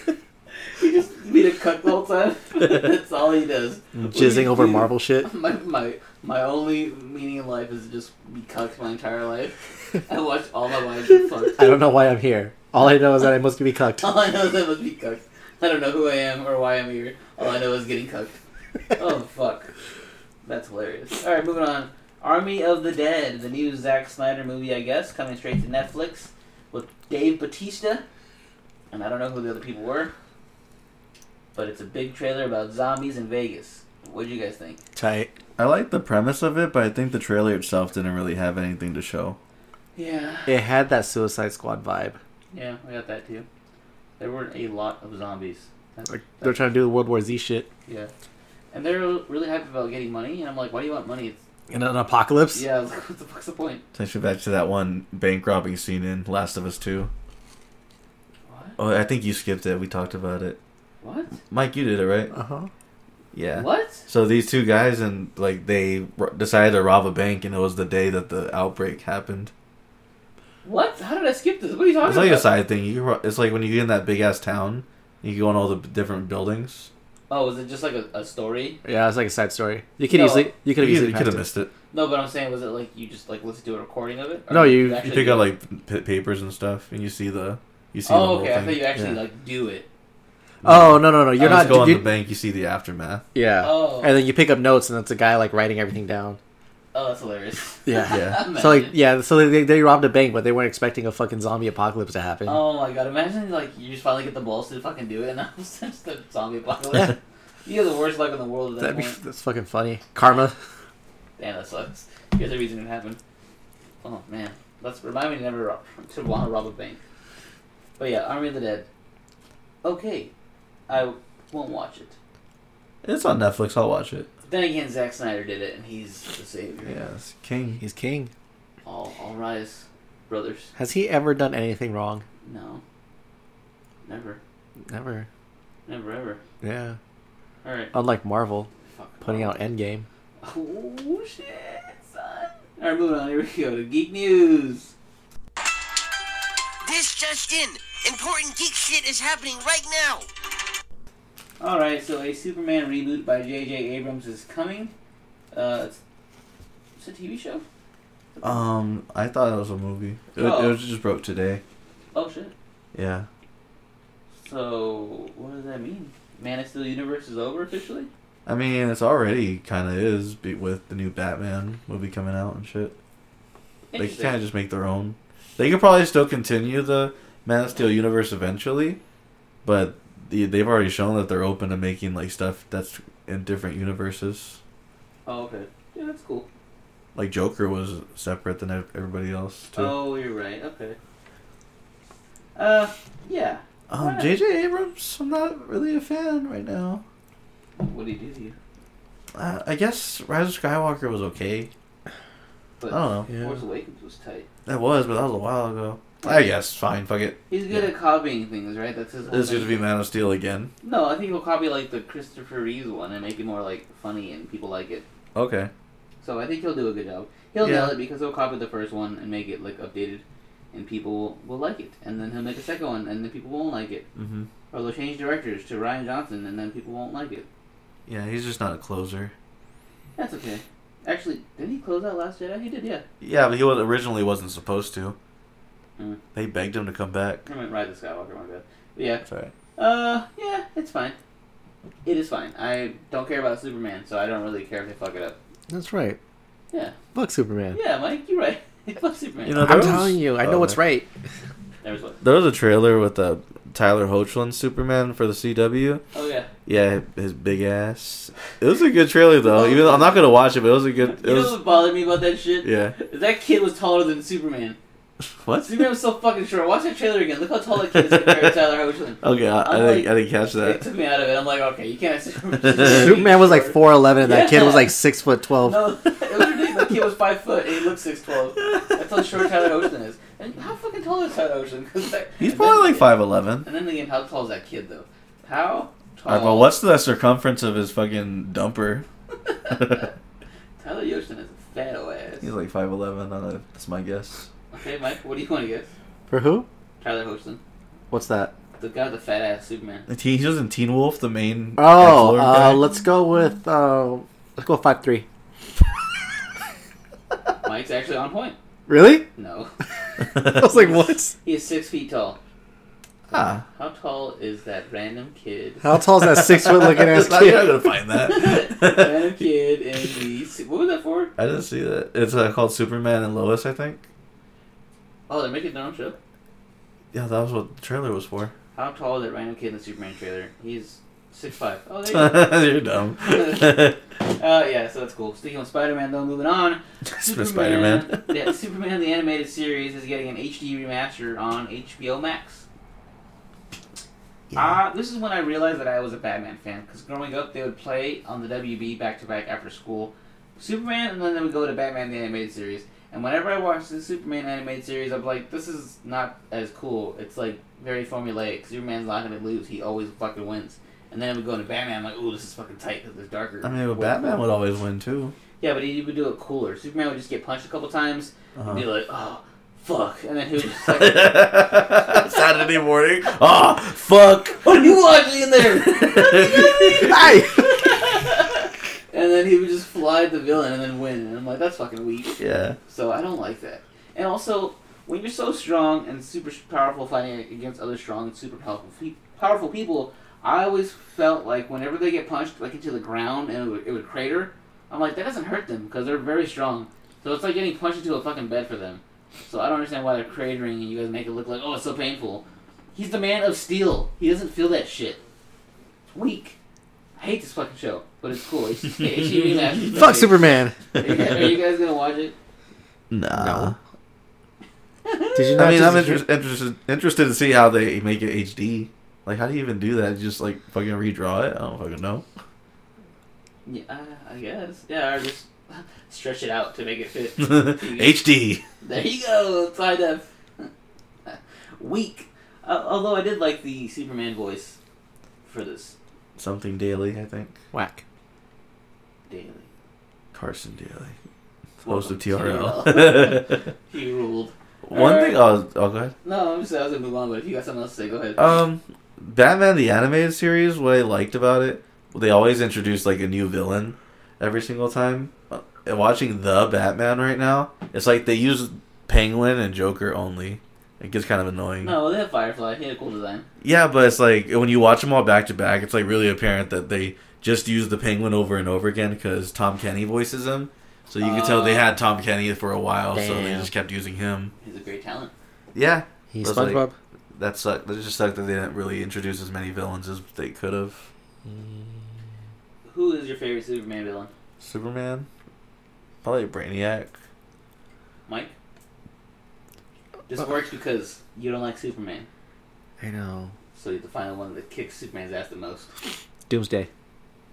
S2: he just beat a cuck the whole time. That's all he does.
S4: Mm, Jizzing over Marvel shit.
S2: My, my my only meaning in life is to just be cucked my entire life. I watched all my wives get fucked.
S4: I don't know why I'm here. All I know is that I must be cucked.
S2: All I know is I must be cucked. I don't know who I am or why I'm here. All I know is getting cucked. Oh fuck, that's hilarious. All right, moving on. Army of the Dead, the new Zack Snyder movie, I guess, coming straight to Netflix with Dave Batista, and I don't know who the other people were, but it's a big trailer about zombies in Vegas. What do you guys think?
S4: Tight.
S3: I like the premise of it, but I think the trailer itself didn't really have anything to show.
S2: Yeah.
S4: It had that Suicide Squad vibe.
S2: Yeah, I got that too. There were a lot of zombies. That-
S4: Like they're trying to do the World War Z shit
S2: yeah. And they're really hyped about getting money, and I'm like, why do you want money? It's,
S4: in an apocalypse.
S2: yeah, I was like, what the fuck's the point?
S3: Takes me back to that one bank robbing scene in Last of Us Two. Oh, I think you skipped it. We talked about it.
S2: What?
S3: Mike, you did it, right?
S4: Uh huh.
S3: Yeah.
S2: What?
S3: So these two guys and like they r- decided to rob a bank, and it was the day that the outbreak happened.
S2: What? How did I skip this? What are you talking
S3: It's like a
S2: about?
S3: side thing. You can, ro- it's like when you get in that big ass town, you go in all the b- different buildings.
S2: Oh, is it just like a, a story?
S4: Yeah, it's like a side story. You could
S2: No.
S4: easily you could have
S3: You,
S4: easily
S3: you could have
S4: passed it.
S3: missed it.
S2: No, but I'm saying, was it like you just like listen to a recording of it?
S4: No,
S2: did
S4: you- you
S3: You
S2: actually
S3: pick
S2: do
S3: out
S2: it?
S3: like p- papers and stuff, and you see the you see. the
S2: Oh,
S3: whole
S2: okay. I
S3: thing.
S2: thought you actually
S3: Yeah.
S2: like do it.
S4: Oh no no no! You're
S3: You just
S4: not.
S3: go in
S4: you-
S3: the bank. You see the aftermath.
S4: yeah.
S2: Oh.
S4: And then you pick up notes, and it's a guy like writing everything down.
S2: Oh, that's hilarious.
S4: Yeah.
S3: Yeah.
S4: So like
S2: Imagine.
S4: yeah, so they, they robbed a bank, but they weren't expecting a fucking zombie apocalypse to happen.
S2: Oh my god! Imagine like you just finally get the balls to fucking do it, and I'm just a zombie apocalypse. you have the worst luck in the world at that
S4: That'd be
S2: point.
S4: that's fucking funny. Karma.
S2: Damn, that sucks. Here's the reason it happened. Oh man, that's remind me to never rob, to want to rob a bank. But yeah, Army of the Dead. Okay, I won't watch it.
S3: It's on Netflix. I'll watch it.
S2: But then again, Zack Snyder did it, and he's the savior.
S3: Yeah, it's King.
S4: He's king.
S2: All, all rise, brothers.
S4: Has he ever done anything wrong?
S2: No. Never.
S4: Never.
S2: Never ever.
S4: Yeah.
S2: All right.
S4: Unlike Marvel,
S2: Fuck.
S4: putting out Endgame.
S2: Oh shit, son. All right, moving on. Here we go to geek news.
S5: This just in. Important geek shit is happening right now.
S2: All right, so a Superman reboot by J.J. Abrams is coming. Uh, it's, it's a TV show.
S3: Um, I thought it was a movie. It, it
S2: Oh.
S3: was just broke today.
S2: Oh shit.
S3: Yeah.
S2: So what does that mean? Man of Steel universe is over officially.
S3: I mean, it's already kind of is be- with the new Batman movie coming out and shit. They can
S2: Interesting.
S3: kind of just make their own. They could probably still continue the Man of Steel universe eventually, but the, they've already shown that they're open to making like stuff that's in different universes.
S2: Oh okay. Yeah, that's cool.
S3: Like Joker was separate than ev- everybody else too.
S2: Oh, you're right. Okay. Uh, yeah.
S3: um,
S2: what?
S3: J.J. Abrams, I'm not really a fan right now.
S2: What do you do to you?
S3: Uh, I guess Rise of Skywalker was okay. I
S2: But
S3: don't know.
S4: Yeah.
S2: Force Awakens was tight.
S3: That was, but that was a while ago. I guess Ah, fine, fuck it.
S2: He's good
S3: Yeah.
S2: at copying things, right? That's his. whole
S3: This is
S2: thing.
S3: gonna be Man of Steel again.
S2: No, I think he'll copy like the Christopher Reeves one and make it more like funny and people like it.
S3: Okay.
S2: So I think he'll do a good job. He'll
S3: Yeah.
S2: nail it because he'll copy the first one and make it like updated, and people will, will like it. And then he'll make a second one, and then people won't like it.
S3: hmm
S2: Or they'll change directors to Ryan Johnson, and then people won't like it.
S3: Yeah, he's just not a closer.
S2: That's okay. Actually, did he close out Last Jedi? He did, yeah.
S3: Yeah, but he was originally wasn't supposed to.
S2: Mm.
S3: They begged him to come back.
S2: I meant Rise of Skywalker. My bad. But yeah,
S3: Sorry.
S2: uh, yeah, it's fine. It is fine. I don't care about Superman, so I don't really care if they fuck it up.
S4: That's right.
S2: Yeah.
S4: Fuck Superman.
S2: Yeah, Mike, you're right. fuck Superman.
S3: You know,
S4: I'm
S3: Those-
S4: telling you, I know
S3: Oh,
S4: what's
S3: no.
S4: right.
S2: there was what?
S3: There was a trailer with uh, Tyler Hoechlin Superman for the CW.
S2: Oh yeah.
S3: Yeah, his big ass. It was a good trailer though. Even though I'm not gonna watch it, but it was a good. It
S2: You know
S3: was
S2: what bothered me about that shit?
S3: yeah.
S2: That kid was taller than Superman.
S3: What?
S2: Superman was so fucking short. Watch that trailer again. Look how tall that kid is compared to Tyler Hoechlin.
S3: Okay, I, I,
S2: I'm
S3: didn't,
S2: like-
S3: I didn't catch
S2: It
S3: that.
S2: took me out of it. I'm like, okay, you can't. Superman,
S4: Superman was like four eleven, and that kid was
S2: Yeah.
S4: like six foot twelve.
S2: No, it was ridiculous. The kid was five foot and he looked six twelve. That's how short Tyler Hoechlin is. And how fucking tall is Tyler Hoechlin? 'Cause that-
S3: He's
S2: and
S3: probably
S2: then-
S3: like five eleven.
S2: And then again, how tall is that kid though? How tall?
S3: Alright,
S4: Oh.
S3: well, what's the circumference of his fucking dumper?
S2: Tyler Hoechlin is a fat old ass.
S3: He's like five eleven. Uh, that's my guess.
S2: Okay, Mike, what do you want to guess?
S4: For who?
S2: Tyler Hoechlin,
S4: What's that?
S2: the guy with the fat ass Superman.
S3: The teen, he was in Teen Wolf, the main.
S4: Oh,
S3: Axelord guy.
S4: uh, let's go with uh, let's go five three.
S2: Mike's actually on point.
S4: Really?
S2: No,
S4: I was like, what?
S2: he is six feet tall.
S3: ah,
S2: How tall is that random kid?
S4: How tall is that six foot looking ass
S3: I'm not
S4: kid?
S3: gonna find
S2: random
S3: that.
S2: kid in the se- what was that for?
S3: I didn't see that. It's uh, called Superman and Lois, I think.
S2: Oh, they're making their own show.
S3: Yeah, that was what the trailer was for.
S2: How tall is that random kid in the Superman trailer? He's six five. Oh, there you go.
S3: You're dumb.
S2: uh, yeah, so that's cool. Sticking with Spider Man, though, moving on.
S3: Spider Man.
S2: yeah, Superman the animated series is getting an HD remaster on HBO Max. Ah, this is when I realized that I was a Batman fan because growing up they would play on the WB back to back after school, Superman, and then they would go to Batman the animated series, And whenever I watch the Superman animated series, I'm like, this is not as cool. It's like very formulaic. Superman's not gonna lose. He always fucking wins. And then we go into Batman. I'm like, ooh, this is fucking tight because it's darker.
S3: I mean, but Batman would always win too.
S2: Yeah, but he would do it cooler. Superman would just get punched a couple times
S3: Uh-huh.
S2: and be like, oh, fuck. And then he would just like,
S3: Saturday morning. Ah, fuck.
S2: what are you watching in there?
S3: Hey.
S2: And then he would just fly the villain and then win. And I'm like, that's fucking weak.
S3: yeah.
S2: So I don't like that. And also, when you're so strong and super sh- powerful fighting against other strong and super powerful, pe- powerful people, I always felt like whenever they get punched like into the ground and it would, it would crater, I'm like, that doesn't hurt them because they're very strong. So it's like getting punched into a fucking bed for them. So I don't understand why they're cratering and you guys make it look like, oh, it's so painful. He's the man of steel. He doesn't feel that shit. It's weak. I hate this fucking show, but it's cool. It's- it's- it's-
S4: Fuck Superman.
S2: Are you guys- are you guys gonna watch it?
S3: Nah.
S4: No. Did you not
S3: I mean, I'm
S4: just
S3: inter-
S4: hear-
S3: interested interested to see how they make it HD. Like, how do you even do that? Just like fucking redraw it? I don't fucking know.
S2: Yeah, I- I guess. Yeah, or just stretch it out to make it fit.
S3: HD.
S2: there you go, kind of weak. Uh, although I did like the Superman voice for this
S3: Something daily, I think.
S4: Whack.
S2: daily.
S3: Carson Daly, host of
S2: Welcome
S3: TRL.
S2: he ruled.
S3: One
S2: Alright.
S3: thing. Oh, oh, go ahead.
S2: No, I'm just. I was gonna move on, but if you got something else to say, go ahead.
S3: Um, Batman the animated series. What I liked about it, they always introduce like a new villain every single time. Uh, And watching the Batman right now, it's like they use Penguin and Joker only. It gets kind of annoying.
S2: no, they have Firefly. He had a cool design.
S3: Yeah, but it's like when you watch them all back to back, it's like really apparent that they just use the Penguin over and over again because Tom Kenny voices him. So you could tell they
S2: Oh.
S3: had Tom Kenny for a while, so they
S4: Damn.
S3: just kept using him.
S2: He's a great talent.
S3: Yeah,
S4: He's
S3: That's like-
S4: SpongeBob.
S3: that sucked. That just sucked that they didn't really introduce as many villains as they could have.
S2: Who is your favorite Superman villain?
S3: Superman, probably Brainiac.
S2: Mike. This works because you don't like Superman,
S4: I know.
S2: so you're the final one that kicks Superman's ass the most.
S4: Doomsday.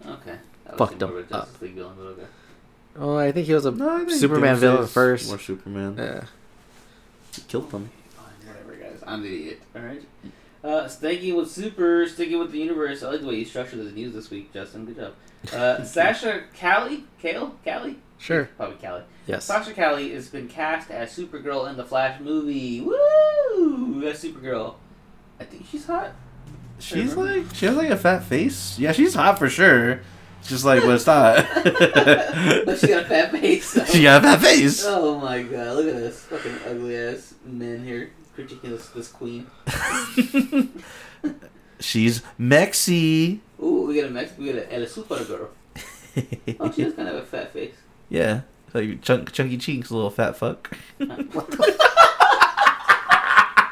S2: Okay. That was
S4: Fucked
S2: more of a
S4: him up.
S2: Justice League villain, but okay.
S4: Oh, I think he was a
S3: No, I think
S4: Superman
S3: Doomsday's
S4: villain first.
S3: More Superman
S4: Yeah.
S3: killed them.
S2: Fine, Whatever, guys. I'm the idiot. Alright. Uh, sticking with Super, sticking with the universe. I like the way you structured the news this week, Justin. Good job. Uh, Sasha Callie? Kale? Callie?
S4: Sure.
S2: Probably Callie.
S4: Yes.
S2: Sasha Callie has been cast as Supergirl in the Flash movie. Woo! That's Supergirl. I think she's hot.
S3: She's
S2: Sure.
S3: like she has like a fat face. Yeah, she's hot for sure. It's just like what's that?
S2: but she got a fat face. so-
S3: She got a fat face.
S2: Oh my god, look at this fucking ugly ass men here critiquing this, this queen.
S3: She's Mexi.
S2: Ooh, we got a Mex, we got a, and a super girl. Oh, she does kind of have a fat face.
S3: yeah, like chunk, chunky cheeks, little fat fuck.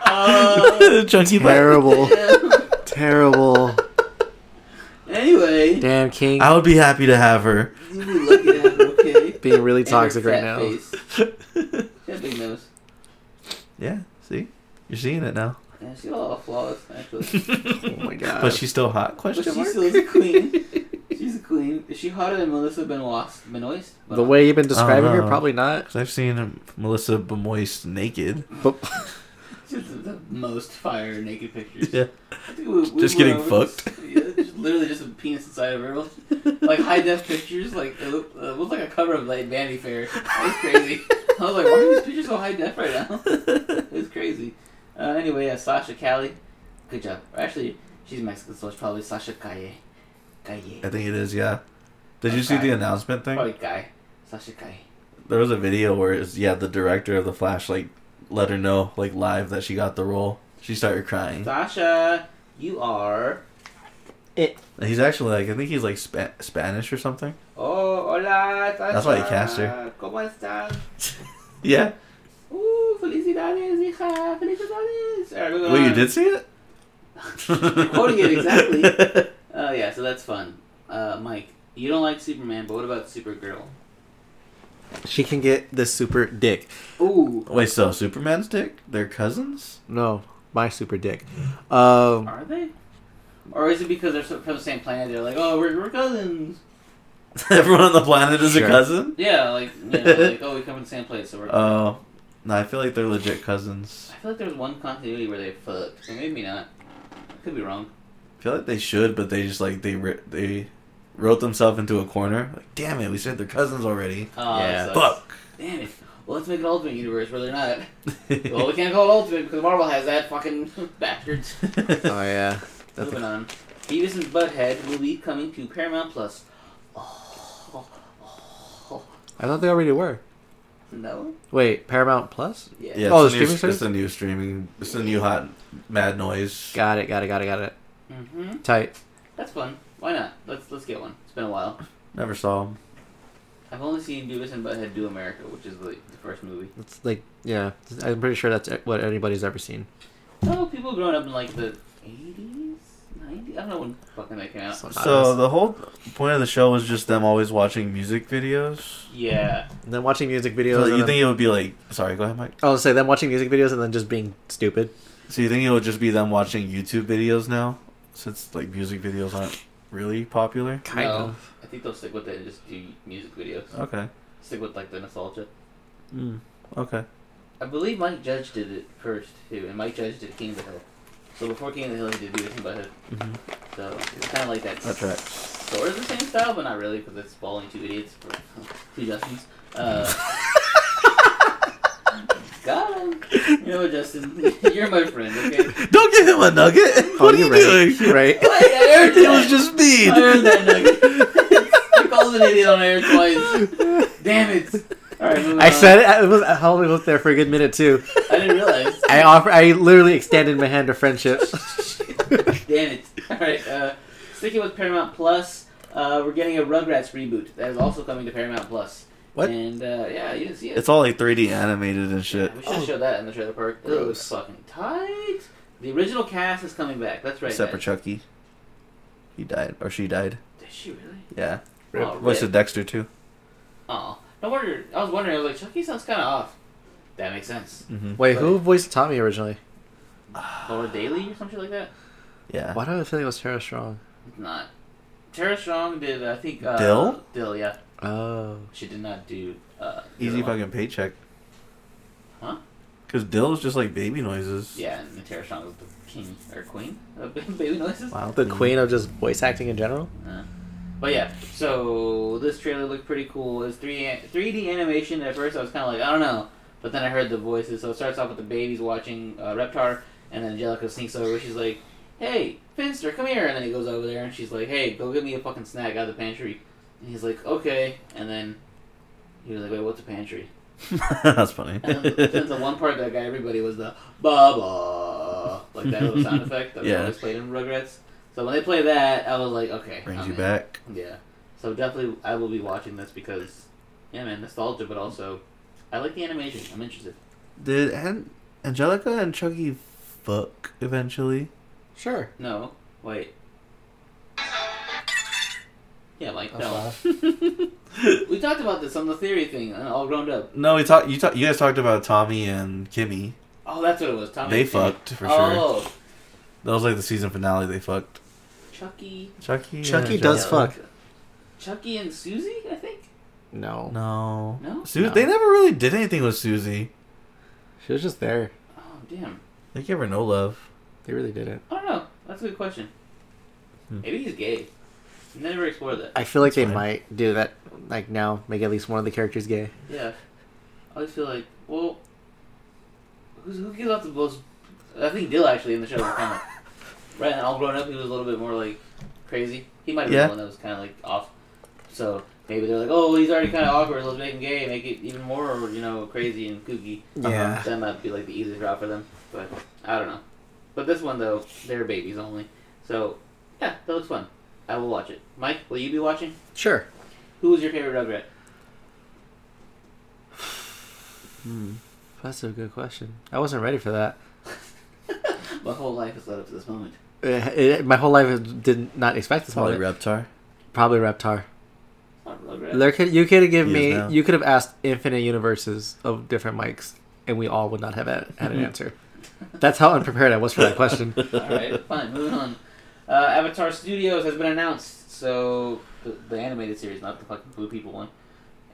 S3: chunky butt.
S4: Terrible.
S2: Yeah.
S4: terrible.
S2: anyway,
S4: Damn King.
S3: I would be happy to have her.
S2: you be lucky to have her, okay?
S4: being really
S2: And her
S4: toxic right
S2: fat
S4: now.
S2: Face. She had a big nose.
S3: yeah, see, you're seeing it now.
S2: Yeah, she's all flawless actually.
S4: Oh my god.
S3: But she's still hot?
S2: But
S3: Question
S2: she
S3: mark.
S2: still is a queen. She's a queen. Is she hotter than Melissa Benoist? Benoist?
S4: the way you've been describing her,
S3: know.
S4: probably not.
S3: 'Cause I've seen um, Melissa Bemoist naked.
S4: But
S2: She's the most fire naked pictures.
S3: Yeah.
S2: I think we- we
S3: Just
S2: went
S3: getting
S2: over this-
S3: fucked.
S2: yeah, just literally just a penis inside of her. Like high def pictures. Like it looked, it looked like a cover of like Vanity Fair. That was crazy. I was like, why are these pictures so high def right now? It was crazy. Uh, anyway, yeah, Sasha Callie. Good job. Actually, she's Mexican, so it's probably Sasha Calle. Calle.
S3: I think it is. Yeah. Did you see
S2: Okay.
S3: the announcement thing?
S2: Probably Guy. Sasha Calle.
S3: There was a video where it's yeah the director of the Flash like let her know like live that she got the role. She started crying.
S2: Sasha, you are.
S3: He's actually like I think he's like Spa- Spanish or something.
S2: Oh, hola, Sasha.
S3: That's why you cast her.
S2: ¿Cómo estás?
S3: Yeah.
S2: Uh, felicidades, hija. Felicidades. All right, moving
S3: Wait, you
S2: on.
S3: did see it?
S2: Uh, Quoting it exactly. Oh, yeah, so that's fun. Uh, Mike, you don't like Superman, but what about Supergirl?
S4: she can get the super dick.
S2: Ooh.
S3: Wait, so Superman's dick? They're cousins?
S4: No, my super dick. Um,
S2: Are they? Or is it because they're so- from the same planet? They're like, oh, we're, we're oh, cousins.
S3: Everyone on the planet is
S4: Sure.
S3: a cousin?
S2: Yeah, like, you know, like oh, we come from the same place, so we're.
S3: Oh. no, I feel like they're legit cousins.
S2: I feel like there was one continuity where they fucked, or maybe not. Could be wrong.
S3: I feel like they should, but they just like they ri- they wrote themselves into a corner. Like, damn it, we said they're cousins already.
S2: Oh,
S4: Yeah.
S2: it sucks.
S3: Fuck.
S2: Damn it. Well, let's make an Ultimate universe where they're not. Well, we can't call it Ultimate because Marvel has that fucking bastards.
S4: Oh yeah. That's
S2: Moving on. Beavis and Butthead will be coming to Paramount Plus.
S4: I thought they already were.
S2: No?
S4: Wait, Paramount Plus?
S2: Yeah.
S3: yeah,
S4: Oh,
S3: it's,
S4: the
S3: a new,
S4: streaming service?
S3: it's a new streaming. It's a new hot mad noise.
S4: Got it. Got it. Got it. Got it.
S2: hmm
S4: Tight.
S2: That's fun. Why not? Let's let's get one. It's been a while.
S3: Never saw him.
S2: I've only seen Beavis and Butthead do America, which is the, the first movie.
S4: It's like yeah. I'm pretty sure that's what anybody's ever seen.
S2: Oh, people growing up in like the 80s? 90s? I don't know when fucking that came out.
S4: So,
S3: So the whole point of the show was just them always watching music videos.
S2: Yeah.
S4: and then watching music videos.
S3: So
S4: and
S3: you
S4: then-
S3: think it would be like? Sorry, go ahead, Mike.
S4: I was gonna say them watching music videos and then just being stupid.
S3: So you think it would just be them watching YouTube videos now, since like music videos aren't really popular?
S2: No, I think they'll stick with it and just do music videos.
S3: Okay.
S2: Stick with like the nostalgia.
S3: Mm, okay.
S2: I believe Mike Judge did it first too, and Mike Judge did King of the Hill. So before King of the Hill, he did Beavis and Butthead.
S3: Mhm.
S2: So it's kind of like that.
S3: That's right.
S2: Sort of the same style, but not really, because it's following two idiots for two Justins. Uh, got him. You know, what, Justin, you're my friend. Okay. Wait,
S3: Don't give him a nugget. what are you
S4: right.
S3: doing?
S4: Oh, You're right.
S2: I earned
S3: It was
S2: that.
S3: just me.
S2: I earned that nugget. I called an idiot on air twice. Damn it. All right, moving
S4: I
S2: on.
S4: said it. I was I held it up there for a good minute too.
S2: I didn't realize.
S4: I offer. I literally extended my hand to friendship.
S2: Damn it. Alright, uh, sticking with Paramount Plus, uh, we're getting a Rugrats reboot that is also coming to Paramount Plus.
S4: What?
S2: And, uh, yeah, you didn't see it.
S3: It's all like 3D animated and shit.
S2: we should have showed that in the trailer park. It was
S4: Gross.
S2: fucking tight. The original cast is coming back. That's right.
S3: Except for
S2: guys.
S3: Chucky. He died. Or she died.
S2: Did she really?
S3: Yeah.
S2: Rip. Oh,
S3: Voice of Dexter, too.
S2: Oh, no wonder. I was wondering, I was like, Chucky sounds kind of off. That makes sense.
S3: Mm-hmm.
S4: Wait, who voiced Tommy originally?
S2: Laura Daly or something like that?
S3: Yeah.
S4: Why do I feel like it was Tara Strong?
S2: It's not. Tara Strong did, I think, uh,
S3: Dill?
S2: Dill, yeah.
S4: Oh,
S2: She did not do, uh, the
S3: Easy
S2: other one.
S3: fucking paycheck.
S2: Huh?
S3: Because Dill is just like baby noises.
S2: Yeah, and Tara Strong was the king or queen of baby noises.
S3: Wow.
S4: the queen of just voice acting in general.
S2: Uh, but yeah, so this trailer looked pretty cool. It's three three D animation. At first, I was kind of like, I don't know, but then I heard the voices. So it starts off with the babies watching uh, Reptar, and then Angelica sneaks over. She's like, "Hey, Finster, come here!" And then he goes over there, and she's like, "Hey, go get me a fucking snack out of the pantry." And he's like, "Okay," and then. He was like, wait, what's a pantry?
S3: That's funny.
S2: And then the, then the one part that got everybody was the ba ba, like that little sound effect that
S3: Yeah.
S2: was played in Rugrats. So when they play that, I was like, okay,
S3: Brings
S2: I'm
S3: you
S2: in.
S3: back.
S2: Yeah. So definitely, I will be watching this because, yeah, man, nostalgia, but also, I like the animation. I'm interested.
S3: Did An- Angelica and Chucky fuck eventually?
S4: Sure.
S2: No, wait. Yeah, Mike.
S4: That's
S2: No, we talked about this on the theory thing. uh, All grown up.
S3: No, we talked. You talk, You guys talked about Tommy and Kimmy.
S2: Oh, that's what it was. Tommy.
S3: They
S2: and Timmy.
S3: fucked for sure.
S2: oh,
S3: That was like the season finale. They fucked.
S2: Chucky.
S3: Chucky. and
S4: Chucky does
S3: Angelica.
S4: fuck.
S2: Chucky and Susie, I think.
S4: No,
S3: No.
S2: No?
S3: Su-
S4: No.
S3: They never really did anything with Susie.
S4: she was just there.
S2: Oh, damn.
S3: They gave her no love.
S4: They really didn't.
S2: I don't know. That's a good question.
S3: Hmm.
S2: Maybe he's gay. Never explored that.
S4: I feel like
S3: That's
S4: they
S3: fine.
S4: might do that. Like now, make at least one of the characters gay.
S2: Yeah. I always feel like, well, who's, who gives out the most? I think Dill actually in the show was kind of right. And all grown up, he was a little bit more like crazy. He might have
S3: Yeah.
S2: been the one that was kind of like off. So maybe they're like, oh, he's already kind of awkward. Let's make him gay, make it even more, you know, crazy and kooky. Um,
S4: Yeah.
S2: That might be like the easiest route for them. But I don't know. But this one though, they're babies only. So yeah, that looks fun. I will watch it. Mike, will you be watching?
S4: Sure.
S2: Who was your favorite Rugrat?
S4: That's a good question. I wasn't ready for that.
S2: My whole life has led up to this moment.
S4: Uh, it- my whole life did not expect this
S3: Probably
S4: moment.
S3: Reptar.
S4: Probably Reptar.
S2: Not Rugrat.
S4: There could you could have given
S3: He is
S4: me
S3: now.
S4: you could have asked infinite universes of different mics, and we all would not have had, had
S3: Mm-hmm.
S4: an answer. That's how unprepared I was for that question.
S2: All right, fine. Moving on. Uh, Avatar Studios has been announced. so the, the animated series, not the fucking blue people one.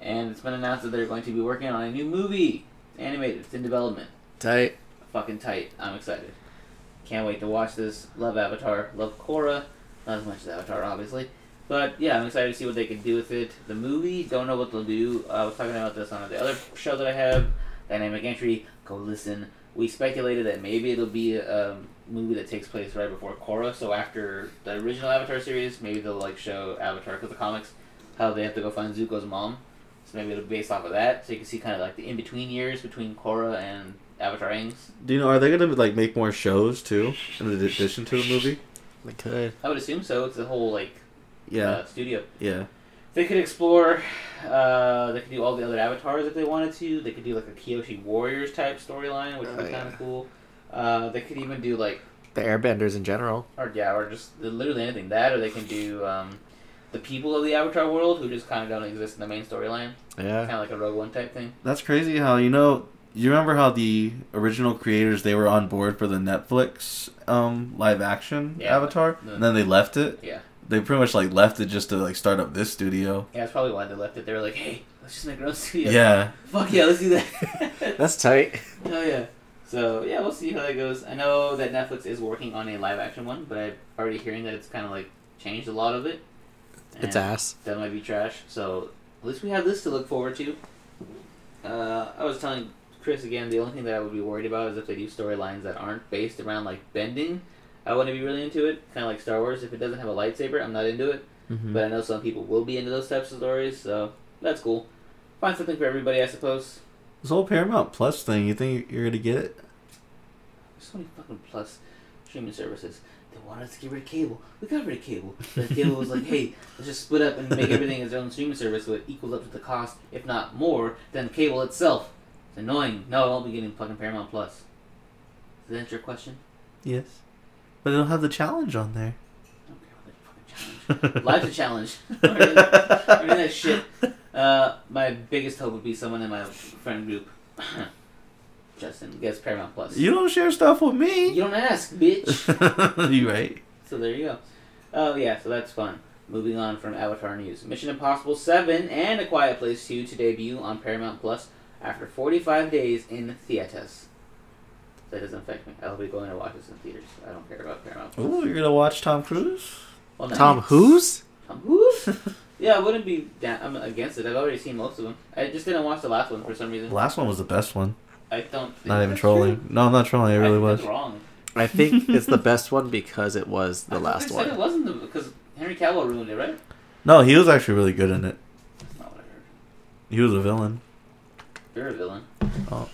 S2: And it's been announced that they're going to be working on a new movie. It's animated. It's in development.
S4: Tight.
S2: Fucking tight. I'm excited. Can't wait to watch this. Love Avatar. Love Korra. Not as much as Avatar, obviously. But yeah, I'm excited to see what they can do with it. The movie, don't know what they'll do. I was talking about this on the other show that I have, Dynamic Entry. Go listen. We speculated that maybe it'll be a um, movie that takes place right before Korra. So after the original Avatar series, maybe they'll like show Avatar because the comics, how they have to go find Zuko's mom. So maybe it'll be based off of that. So you can see kind of like the in between years between Korra and Avatar Aang's.
S3: Do you know? Are they gonna like make more shows too in addition to the movie?
S4: They could.
S2: I would assume so. It's the whole like
S3: Yeah,
S2: uh, studio.
S3: yeah.
S2: They could explore. Uh, they could do all the other avatars if they wanted to. They could do like a Kyoshi Warriors type storyline, which would
S4: Oh,
S2: be kind
S4: yeah.
S2: of cool. Uh, they could even do like,
S4: The Airbenders in general.
S2: or yeah, or just literally anything that, or they can do um, the people of the Avatar world who just kind of don't exist in the main storyline, kind
S4: Yeah.
S2: of like a Rogue One type thing.
S3: That's crazy. How you know? You remember how the original creators they were on board for the Netflix um, live action
S2: Yeah.
S3: Avatar,
S2: No.
S3: and then they left it.
S2: Yeah.
S3: They pretty much like left it just to like start up this studio.
S2: Yeah, that's probably why they left it. They were like, hey, let's just make our own studio.
S3: Yeah,
S2: Fuck yeah, let's do that.
S4: That's tight.
S2: Oh yeah. So yeah, we'll see how that goes. I know that Netflix is working on a live action one, but I'm already hearing that it's kind of like changed a lot of it.
S4: It's
S2: And
S4: ass.
S2: That might be trash. So at least we have this to look forward to. Uh, I was telling Chris again, the only thing that I would be worried about is if they do storylines that aren't based around like bending. I wouldn't be really into it. Kind of like Star Wars. If it doesn't have a lightsaber, I'm not into it.
S4: Mm-hmm.
S2: But I know some people will be into those types of stories, so that's cool. Find something for everybody, I suppose.
S3: this whole Paramount Plus thing. You think you're gonna get it?
S2: There's so many fucking plus streaming services. They wanted us to get rid of cable. We got rid of cable. But cable was like, hey, let's just split up and make everything its own streaming service so it equals up to the cost, if not more, than cable itself. It's annoying. No, I won't be getting fucking Paramount Plus. Does that answer your question?
S3: Yes, but it'll have the challenge on there.
S2: I don't care about that fucking challenge. Life's a challenge. I mean, that shit. Uh, my biggest hope would be someone in my friend group. Justin gets Paramount Plus.
S3: You don't share stuff with
S2: you
S3: me.
S2: don't ask, bitch.
S3: you right?
S2: So there you go. Oh yeah, so that's fun. Moving on from Avatar news, Mission Impossible Seven and A Quiet Place Two to debut on Paramount Plus after 45 days in theaters. That doesn't affect me. I'll be going to watch this in theaters. I don't care about Paramount. Plus.
S3: Ooh, you're gonna watch Tom Cruise?
S2: Well, no.
S4: Tom Who's?
S2: Tom Cruise. yeah, I wouldn't be down. I'm against it. I've already seen most of them. I just didn't watch the last one for some
S3: The
S2: reason.
S3: last one was the best one.
S2: I don't. Think
S3: Not even
S2: that's
S3: trolling.
S2: true.
S3: No, I'm not trolling. It
S2: I
S3: really
S2: think
S3: was.
S2: that's wrong.
S4: I think it's the best one because it was the
S2: I thought
S4: last
S2: they Said it
S4: one.
S2: wasn't the, because Henry Cavill ruined it, right?
S3: No, he was actually really good in it.
S2: That's not what I heard.
S3: He was a villain.
S2: You're a villain.
S3: Oh.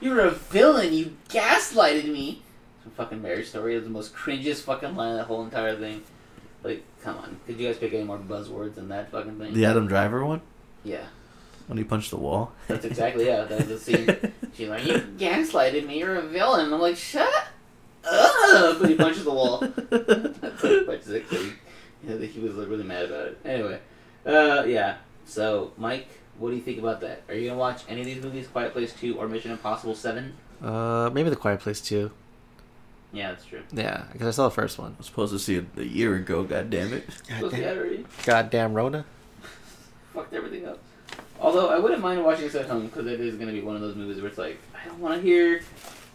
S2: You're a villain. You gaslighted me. Some fucking marriage story is the most cringiest fucking line of the whole entire thing. Like, come on. Could you guys pick any more buzzwords than that fucking thing?
S3: The Adam Driver one
S2: Yeah.
S3: when he punched the wall.
S2: That's exactly yeah. That was the scene. She's like, you gaslighted me. You're a villain. I'm like, shut up. But he punches the wall. That's like, punches it. 'cause he- yeah, he was like, really mad about it. Anyway, uh, yeah. So, Mike, what do you think about that? Are you gonna watch any of these movies, Quiet Place Two or Mission Impossible Seven?
S4: Uh, maybe the Quiet Place too.
S2: Yeah, that's true.
S4: Yeah, because I saw the first one.
S3: I was supposed to see it a year ago. God damn it!
S2: Supposed to be out already.
S4: Goddamn Rona.
S2: Fucked everything up. Although I wouldn't mind watching this at home because it is going to be one of those movies where it's like I don't want to hear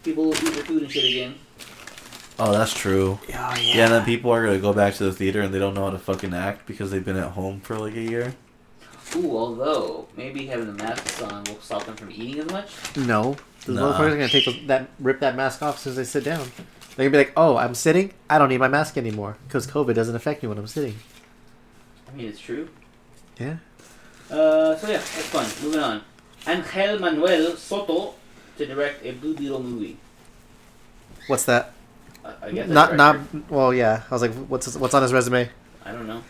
S2: people eat their food and shit again.
S3: Oh, that's true.
S4: Yeah,
S3: Yeah. and then people are gonna go back to the theater and they don't know how to fucking act because they've been at home for like a year.
S2: Ooh, although maybe having the masks on will stop them from eating as much.
S4: No, the
S3: Nah.
S4: motherfuckers are gonna take those- that rip that mask off as soon as they sit down. They're gonna be like, "Oh, I'm sitting. I don't need my mask anymore because COVID doesn't affect me when I'm sitting."
S2: I mean, it's true.
S4: Yeah.
S2: Uh, so yeah, that's fun. Moving on. Angel Manuel Soto to direct a Blue Beetle movie.
S4: What's that?
S2: I, I guess that's
S4: not
S2: director.
S4: not. Well, yeah. I was like, "What's his- what's on his resume?"
S2: I don't know.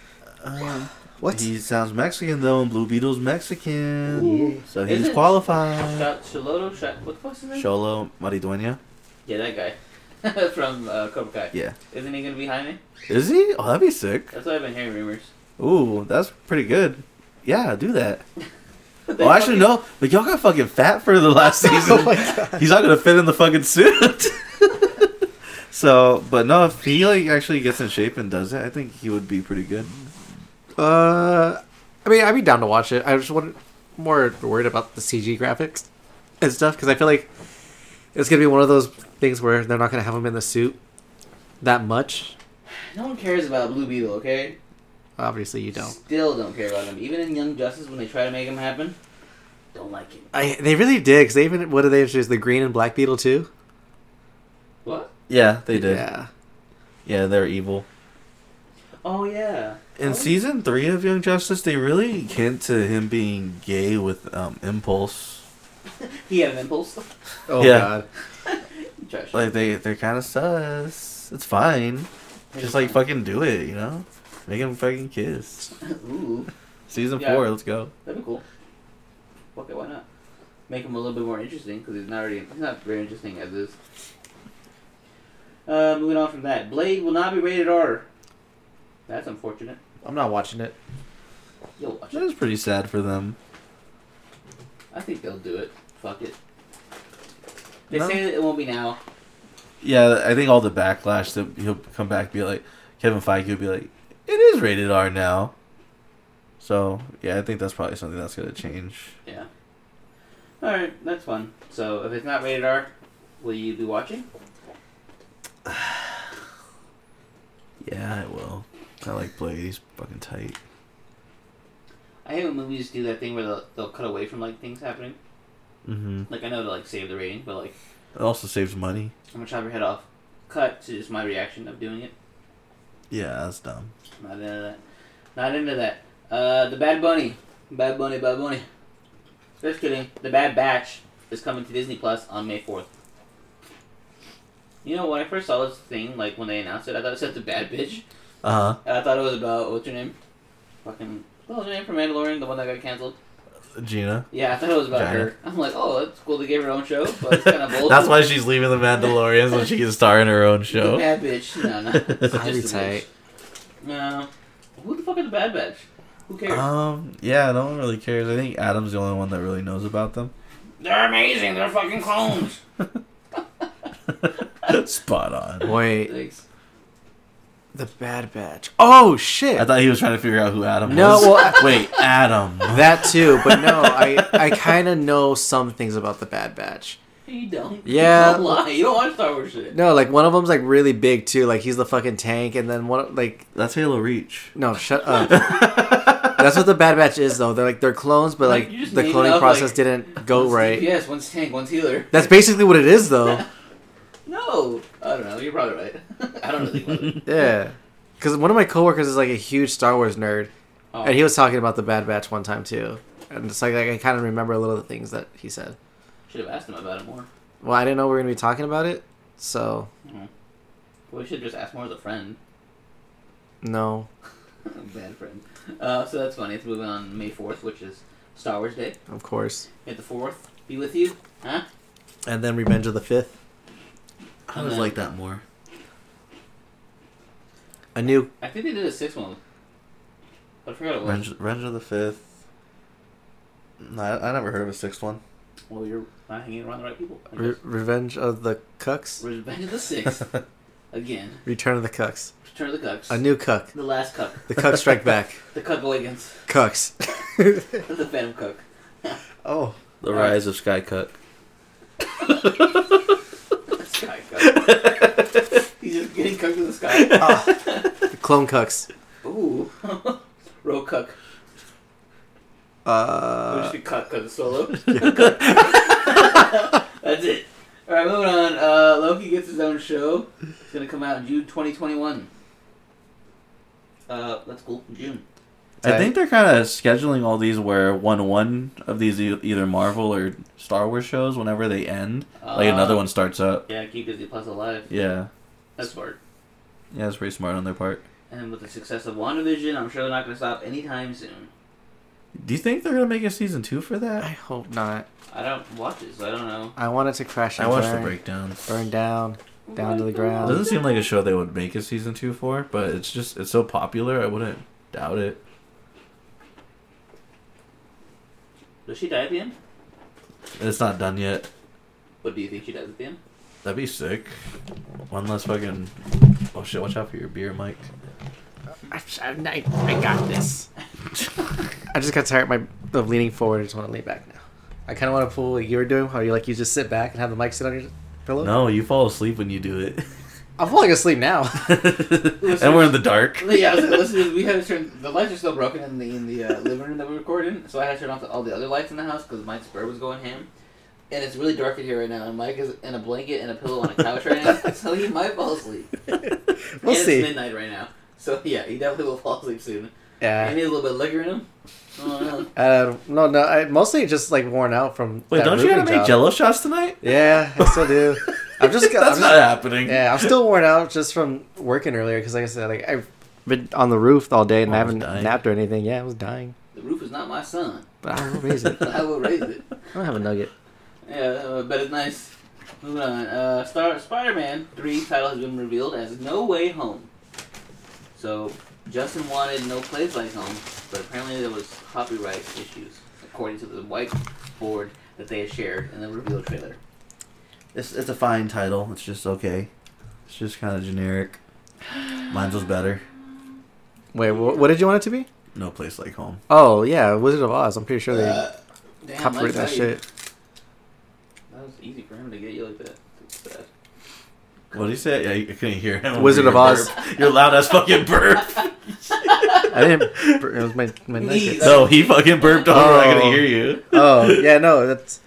S3: Um,
S4: What?
S3: He sounds Mexican though, and Blue Beetle's Mexican,
S2: Ooh.
S3: so
S2: Is
S3: he's
S2: it?
S3: qualified.
S2: Shot Shiloto. Shot. What the fuck's his name?
S3: Sholo Mariduena.
S2: Yeah, that guy from uh, Cobra Kai.
S3: Yeah,
S2: Isn't he gonna be Jaime?
S3: is he? Oh, that'd be sick.
S2: That's what I've been hearing rumors.
S3: Ooh, that's pretty good. Yeah, do that.
S2: They
S3: Well, actually,
S2: fucking-
S3: no. But y'all got fucking fat for the last
S4: oh
S3: season.
S4: my god.
S3: He's not gonna fit in the fucking suit. so, but no, if he like actually gets in shape and does it, I think he would be pretty good.
S4: Uh, I mean, I'd be down to watch it. I just want more worried about the CG graphics and stuff because I feel like it's gonna be one of those things where they're not gonna have him in the suit that much.
S2: No one cares about Blue Beetle, okay?
S4: Obviously, you don't.
S2: Still don't care about him. Even in Young Justice, when they try to make him happen, don't like him.
S4: I they really did because they even what did they introduce the Green and Black Beetle too?
S2: What?
S3: Yeah, they did. Yeah,
S4: Yeah,
S3: they're evil.
S2: Oh yeah.
S3: In
S2: Oh.
S3: season three of Young Justice, they really hint to him being gay with um, Impulse.
S2: he had an impulse.
S4: oh
S3: Yeah.
S4: god,
S2: Trash.
S3: Like they, they're kind of sus. It's fine. Just like fucking do it, you know. Make him fucking kiss.
S2: Ooh,
S3: Season
S2: Yeah.
S3: four, let's go.
S2: that'd be cool. Okay, why not? Make him a little bit more interesting because he's not already he's not very interesting as is. Uh, moving on from that, Blade will not be rated R. That's unfortunate.
S4: I'm not watching it.
S2: You'll watch
S3: That
S2: it.
S3: is pretty sad for them.
S2: I think they'll do it. Fuck it. They
S3: No.
S2: say that it won't be now.
S3: Yeah, I think all the backlash that he'll come back and be like Kevin Feige will be like, it is rated R now. So yeah, I think that's probably something that's gonna change.
S2: Yeah. All right, that's fun. So if it's not rated R, will you be watching?
S3: Yeah, it will. I like Blade. He's fucking tight.
S2: I hate when movies do that thing where they'll, they'll cut away from like things happening.
S3: Mm-hmm.
S2: Like I know to like save the rating, but like
S3: It also saves money.
S2: I'm gonna chop your head off. Cut to just my reaction of doing it.
S3: Yeah, that's dumb.
S2: Not into that. Not into that. Uh, the Bad Bunny, Bad Bunny, Bad Bunny. Just kidding. The Bad Batch is coming to Disney Plus on May fourth. You know, when I first saw this thing, like when they announced it, I thought it said the Bad Bitch.
S3: Uh
S2: And I thought it was about what's her name? Fucking what was her name from Mandalorian, the one that got canceled?
S3: huh. Gina.
S2: Yeah, I thought it was about
S3: Jaina.
S2: her. I'm like, oh, that's cool. They gave her own show, but it's kind of bullshit.
S3: that's why she's leaving the Mandalorian so she can star in her own
S2: The
S3: show.
S2: bad bitch. No, no. It's
S4: I'd be
S2: just a bitch.
S4: tight.
S2: No. Who the fuck is the bad bitch? Who cares?
S3: Um. Yeah, no one really cares. I think Adam's the only one that really knows about them.
S2: They're amazing. They're fucking clones.
S3: Spot on.
S4: Wait,
S2: Thanks.
S4: the Bad Batch. Oh shit.
S3: I thought he was trying to figure out who Adam
S4: No,
S3: was.
S4: well,
S3: wait, Adam.
S4: That too, but no, I I kind of know some things about the Bad Batch.
S2: You don't.
S4: Yeah.
S2: Don't lie. You don't watch Star Wars shit.
S4: No, like one of them's like really big too. Like he's the fucking tank, and then one like
S3: That's Halo Reach.
S4: no, shut up. That's what the Bad Batch is though. They're like they're clones, but
S2: Like,
S4: like
S2: you just
S4: the
S2: made it
S4: cloning
S2: up,
S4: process
S2: like-
S4: didn't go
S2: One's
S4: right.
S2: Yes, one's tank, one's healer.
S4: That's basically what it is though.
S2: No. I don't know. You're probably right. I don't really love it.
S4: Yeah, because one of my coworkers is like a huge Star Wars nerd,
S2: Oh.
S4: and he was talking about the Bad Batch one time too. And it's like, like I kind of remember a little of the things that he said.
S2: should have asked him about it more.
S4: Well, I didn't know we were gonna be talking about it, so
S2: Well, we should just ask more as a friend.
S4: no.
S2: Bad friend. Uh, so that's funny. It's moving on May 4th, which is Star Wars Day.
S4: Of course.
S2: May the 4th be with you. Huh?
S4: And then Revenge of the Fifth.
S3: I always like that more.
S4: A new
S2: I think they did a sixth one. I forgot it was.
S3: Revenge, Revenge of the Fifth. No, I, I never heard of a sixth one.
S2: Well, you're not hanging around the right people. I
S4: Re-
S2: guess.
S4: Revenge of the Cucks?
S2: Revenge of the Sixth. Again.
S4: Return of the Cucks.
S2: Return of the Cucks.
S4: A new Cuck.
S2: the last Cuck.
S4: The Cucks Strike Back.
S2: The Cuck awakens.
S4: Cucks.
S2: the Phantom Cuck.
S4: oh.
S3: the
S2: Alright.
S3: Rise of Sky Cook.
S2: Sky Cuck. He's just getting cucked in the sky.
S4: The Clone Cucks.
S2: Ooh. Rogue Cuck. We'll
S4: Uh,
S2: just be Cuck because it's solo. That's it. Alright, moving on. Uh, Loki gets his own show. It's going to come out in June 2021. Uh, that's cool. June.
S3: I think they're kind of scheduling all these where one one of these e- either Marvel or Star Wars shows whenever they end, like
S2: Uh,
S3: another one starts up.
S2: Yeah, keep Disney Plus alive.
S3: Yeah,
S2: That's smart.
S3: yeah, it's pretty smart on their part.
S2: And with the success of WandaVision, I'm sure they're not going to stop anytime soon.
S3: Do you think they're gonna make a season two for
S4: I
S3: that?
S4: hope not.
S2: I don't watch it, so I don't know.
S4: I want it to crash
S3: I
S4: and
S3: watched
S4: burn,
S3: the breakdowns.
S4: burn down, down to the ground.
S3: Doesn't seem like a show they would make a season two for, but it's just it's so popular. I wouldn't doubt it.
S2: Does she die at the end?
S3: It's not done yet.
S2: What do you think she dies at the end?
S3: That'd be sick. One less fucking. Oh shit! Watch out for your beer, Mike.
S4: I, I, I got this. I just got tired of my of leaning forward. I just want to lean back now. I kind of want to pull what you were doing. How you like you just sit back and have the mic sit on your pillow.
S3: No, you fall asleep when you do it.
S4: I'm falling asleep now.
S3: and we're in the dark.
S2: yeah, I was like, listen, we had to turn the lights are still broken in the in the uh, living room that we record in, so I had to turn off the, all the other lights in the house because my spur was going ham. And it's really dark in here right now, and Mike is in a blanket and a pillow on a couch right now, so he might fall asleep.
S4: we'll
S2: and It's
S4: see.
S2: midnight right now, so yeah, he definitely will fall asleep soon. I
S4: Yeah.
S2: need a little bit of liquor in him. Oh no.
S4: Uh, no, no. I mostly just like worn out from.
S3: Wait,
S4: that
S3: don't you
S4: roofing
S3: gotta make
S4: job.
S3: jello shots tonight?
S4: Yeah, I still do. I'm just.
S3: That's not
S4: I'm just
S3: happening.
S4: yeah, I'm still worn out just from working earlier because, like I said, like I've been on the roof all day and
S3: Oh,
S4: I
S3: I was
S4: haven't
S3: dying.
S4: napped or anything. Yeah, I was dying.
S2: The roof is not my son.
S4: But I will raise it.
S2: I will raise it.
S4: I don't have a nugget.
S2: Yeah, uh, but it's nice. Moving on. Uh, Star Spider-Man Three title has been revealed as No Way Home. So Justin wanted No Place Like Home, but apparently there was copyright issues, according to the whiteboard that they had shared in the reveal trailer.
S3: It's, it's a fine title. It's just okay. It's just kind of generic. Mine was better.
S4: Wait, wh- what did you want it to be?
S3: No place like home.
S4: Oh yeah, Wizard of Oz. I'm pretty sure they
S2: Uh, Damn,
S4: copyrighted
S2: Mike's
S4: that
S2: right.
S4: shit.
S2: That was easy for him to get you like that. That's bad.
S3: What did he say? Yeah, you couldn't hear him.
S4: Wizard of
S3: Your
S4: Oz.
S3: burp. Your loud ass fucking burp.
S4: I didn't. It was my my
S2: Knees.
S4: nugget.
S3: no, he fucking burped on. Oh. I
S4: Oh.
S3: could hear you.
S4: Oh yeah, no, that's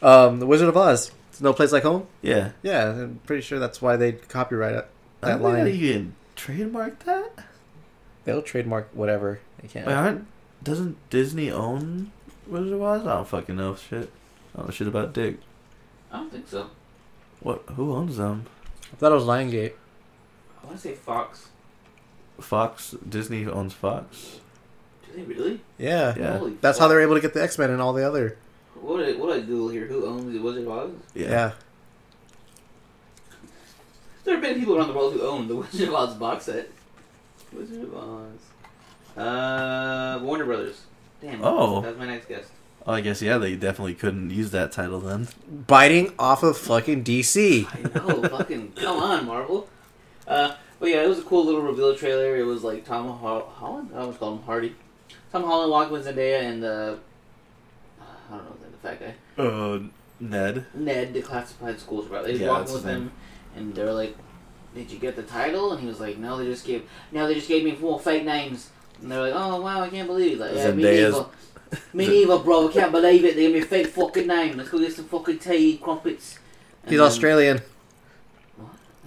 S4: um, the Wizard of Oz. It's no place like home.
S3: Yeah.
S4: Yeah, I'm pretty sure that's why they copyright it.
S3: I
S4: That
S3: don't think
S4: line.
S3: that you can trademark that.
S4: They'll trademark whatever they can.
S3: Wait, aren't doesn't Disney own Wizard of Oz? I don't fucking know shit. I don't know shit about Dick.
S2: I don't think so.
S3: What? Who owns them?
S4: I thought it was Lion Gate.
S2: I want to say Fox.
S3: Fox. Disney owns Fox.
S2: Do they really?
S4: Yeah.
S3: Yeah.
S2: Holy
S4: That's how
S2: fuck.
S4: they're able to get the X Men and all the other.
S2: What did, what did I Google here? Who owns the Wizard of Oz?
S4: Yeah.
S2: There have been people around the world who own the Wizard of Oz box set. Wizard of Oz. Uh, Warner Brothers. Damn.
S3: Oh.
S2: That's my next guest.
S3: Oh, I guess yeah. They definitely couldn't use that title then.
S4: Biting off of fucking DC.
S2: I know. fucking come on, Marvel. Uh, but yeah, it was a cool little reveal trailer. It was like Tom Ho- Holland. I almost called him Hardy. Tom Holland, Walkman, Zendaya, and uh, I don't know the fat guy.
S3: Uh, Ned.
S2: Ned, the classified school supervisor. He's
S3: Yeah,
S2: walking
S3: that's
S2: with
S3: the
S2: him, and they're like, "Did you get the title?" And he was like, "No, they just gave. No, they just gave me full fake names." And they're like, "Oh wow, I can't believe it!" Like, yeah, me
S3: Zendaya's-
S2: neither. Me neither, bro. I can't believe it. They gave me a fake fucking name. Let's go get some fucking tea, crumpets. And
S4: He's
S2: then-
S4: Australian.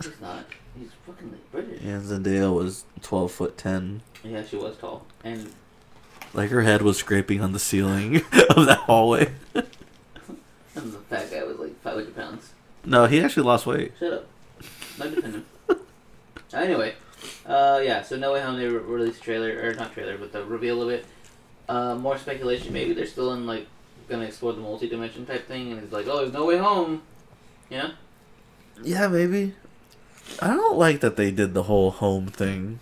S2: He's not. He's fucking British. Yeah.
S3: Yeah, Zendaya was twelve foot ten.
S2: she was tall, and
S3: Like her head was scraping on the ceiling of that hallway.
S2: and the fat guy was like five hundred pounds.
S3: No, he actually lost weight.
S2: Shut up. No defending. anyway, uh, yeah. So No Way Home they re- released trailer or not trailer, but the reveal of it. Uh, more speculation. Maybe they're still in like gonna explore the multi-dimension type thing, and it's like, oh, there's no way home. Yeah.
S3: Yeah, maybe. I don't like that they did the whole home thing.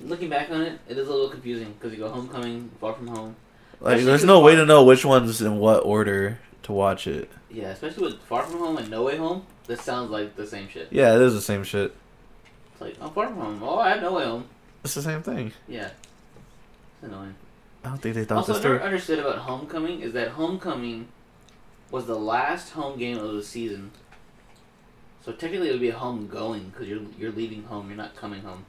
S2: Looking back on it, it is a little confusing because you go homecoming, far from home.
S3: Like,
S2: Especially
S3: there's
S2: with
S3: no way
S2: Fox.
S3: to know which one's in what order to watch it.
S2: Yeah, especially with far from home and no way home. This sounds like the same shit.
S3: Yeah, it is the same shit.
S2: It's like I'm far from home. Oh, I have no way home.
S3: It's the same thing.
S2: Yeah. It's annoying.
S3: I don't think they thought
S2: Also,
S3: this
S2: what I
S3: through.
S2: never understood about Homecoming is that Homecoming was the last home game of the season. So technically, it would be a home going because you're you're leaving home. You're not coming home.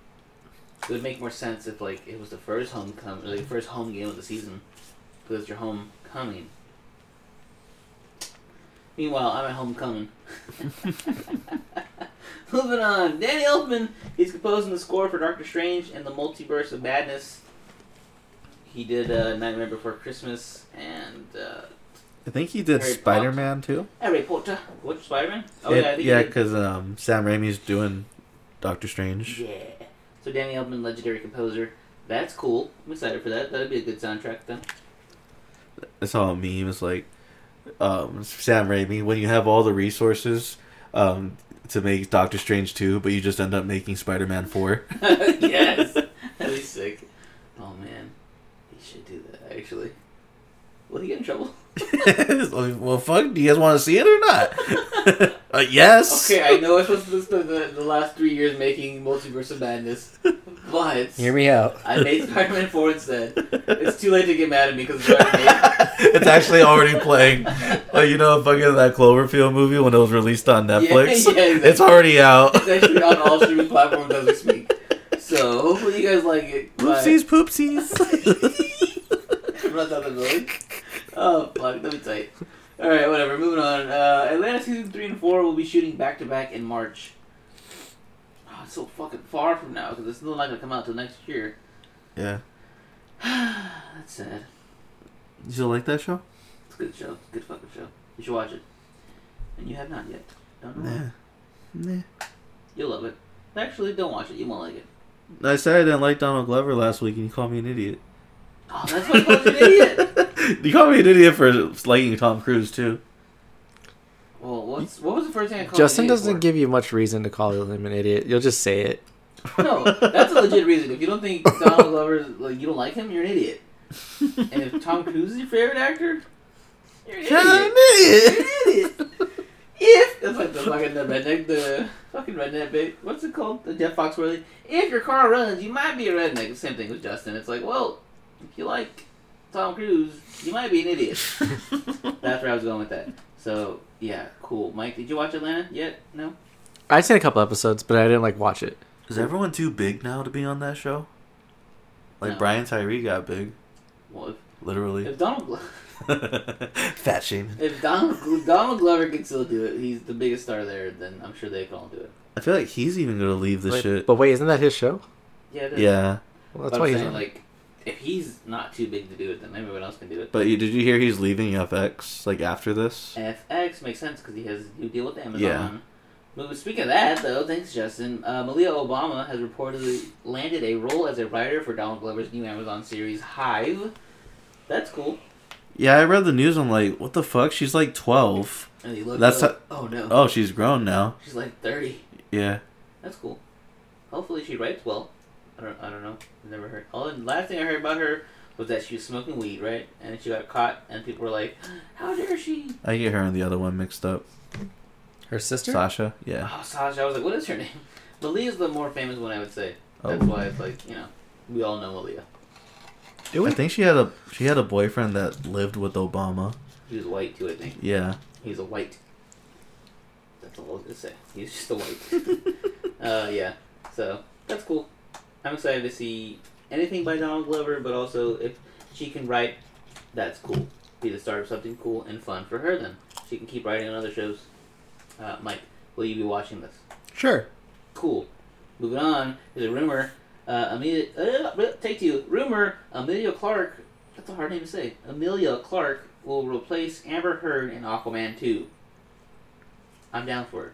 S2: It would make more sense if like it was the first homecoming, or the first home game of the season, because it's your homecoming. Meanwhile, I'm at homecoming. Moving on, Danny Elfman. He's composing the score for Doctor Strange and the Multiverse of Madness. He did uh, Nightmare Before Christmas and uh,
S3: I think he did
S2: Harry Potter.
S3: Spider Man too.
S2: Harry Potter. What Spider Man? Oh
S3: It-
S2: yeah, I think
S3: yeah,
S2: he did.
S3: because um, Sam Raimi's doing Doctor Strange.
S2: Yeah. So Danny Elfman, legendary composer. That's cool. I'm excited for that. That'd be a good soundtrack then.
S3: I saw a meme. It's like um, Sam Raimi when you have all the resources um, to make Doctor Strange two, but you just end up making Spider Man four.
S2: yes. That'd be sick. Oh man. He should do that actually. Will he get in trouble?
S3: well, fuck. Do you guys want to see it or not? uh, yes.
S2: Okay, I know I was supposed to spend the, the last three years making Multiverse of Madness, But
S6: Hear me out.
S2: I made Spider-Man 4 instead. It's too late to get mad at me because it's already made.
S3: it's actually already playing. Like you know, fucking that Cloverfield movie when it was released on Netflix.
S2: yeah, exactly.
S3: It's already out.
S2: It's actually on all streaming platforms as we speak. So hopefully you guys like it. Bye.
S3: Poopsies, poopsies.
S2: Run down the road. Oh fuck, let me tell you. All right, whatever. Moving on. Uh, Atlanta season three and four will be shooting back to back in March. Oh, it's so fucking far from now because it's still not gonna come out till next year.
S3: yeah.
S2: That's sad.
S3: Did you like that show?
S2: It's a good show. It's a good fucking show. You should watch it. And you have not yet. Don't know. why.
S3: Nah.
S2: You'll love it. Actually, don't watch it. You won't like it.
S3: I said I didn't like Donald Glover last week, and you called me an idiot.
S2: Oh, that's what I called you an idiot.
S3: you called me an idiot for liking Tom Cruise too.
S2: Well, what's what was the first thing I called?
S6: Justin
S2: you an idiot
S6: doesn't
S2: for?
S6: give you much reason to call him an idiot. You'll just say it.
S2: No, that's a legit reason. If you don't think Donald Glover, like you don't like him, you're an idiot. And if Tom Cruise is your favorite actor, you're an
S3: Yeah, I'm
S2: idiot.
S3: an idiot.
S2: You're an idiot. If that's like the fucking the redneck, the fucking redneck bit. What's it called? The Jeff Foxworthy. If your car runs, you might be a redneck. Same thing with Justin. It's like, well, if you like Tom Cruise, you might be an idiot. That's where I was going with that. So yeah, cool. Mike, did you watch Atlanta yet? No.
S6: I've seen a couple episodes, but I didn't like watch it.
S3: Is everyone too big now to be on that show? Like
S2: No.
S3: Brian Tyree got big,
S2: Well, if,
S3: literally.
S2: if Donald. Glo-
S3: Fat shaming.
S2: If Donald, if Donald Glover can still do it, he's the biggest star there, then I'm sure they can all do it.
S3: I feel like he's even gonna leave the
S6: Wait,
S3: shit.
S6: But wait, isn't that his show?
S2: oh, Yeah, it is.
S3: Yeah.
S6: Well,
S2: But
S6: that's
S2: I'm
S6: why he's
S2: saying,
S6: on.
S2: like, if he's not too big to do it, then everyone else can do it.
S3: But you, did you hear he's leaving FX like after this?
S2: FX makes sense because he has a new deal with Amazon.
S3: Yeah.
S2: But speaking of that, though, thanks, Justin. Uh, Malia Obama has reportedly landed a role as a writer for Donald Glover's new Amazon series Hive. That's cool.
S3: Yeah, I read the news. I'm like, what the fuck? She's like 12.
S2: And he looked
S3: That's
S2: up, oh no,
S3: Oh, she's grown now.
S2: she's like thirty.
S3: Yeah.
S2: That's cool. Hopefully she writes well. I don't, I don't know. I've never heard. Oh, and the last thing I heard about her was that she was smoking weed, right? And she got caught, and people were like, "How dare she?"
S3: I get her and the other one mixed up.
S6: Her sister?
S3: Sasha? Yeah.
S2: Oh, Sasha. I was like, "What is her name?" Malia's the more famous one, I would say. That's
S3: Oh.
S2: why it's like you know, we all know Malia.
S3: I think she had a she had a boyfriend that lived with Obama.
S2: He was white too, I think.
S3: Yeah.
S2: He's a white. That's all I was gonna say. He's just a white. uh, yeah. So that's cool. I'm excited to see anything by Donald Glover, but also if she can write, that's cool. Be the start of something cool and fun for her. Then she can keep writing on other shows. Uh, Mike, will you be watching this?
S6: Sure.
S2: Cool. Moving on. There's a rumor. Uh, Amelia, uh, uh, take two. Rumor. Amelia Clark. That's a hard name to say. Amelia Clark will replace Amber Heard in Aquaman 2. I'm down for it.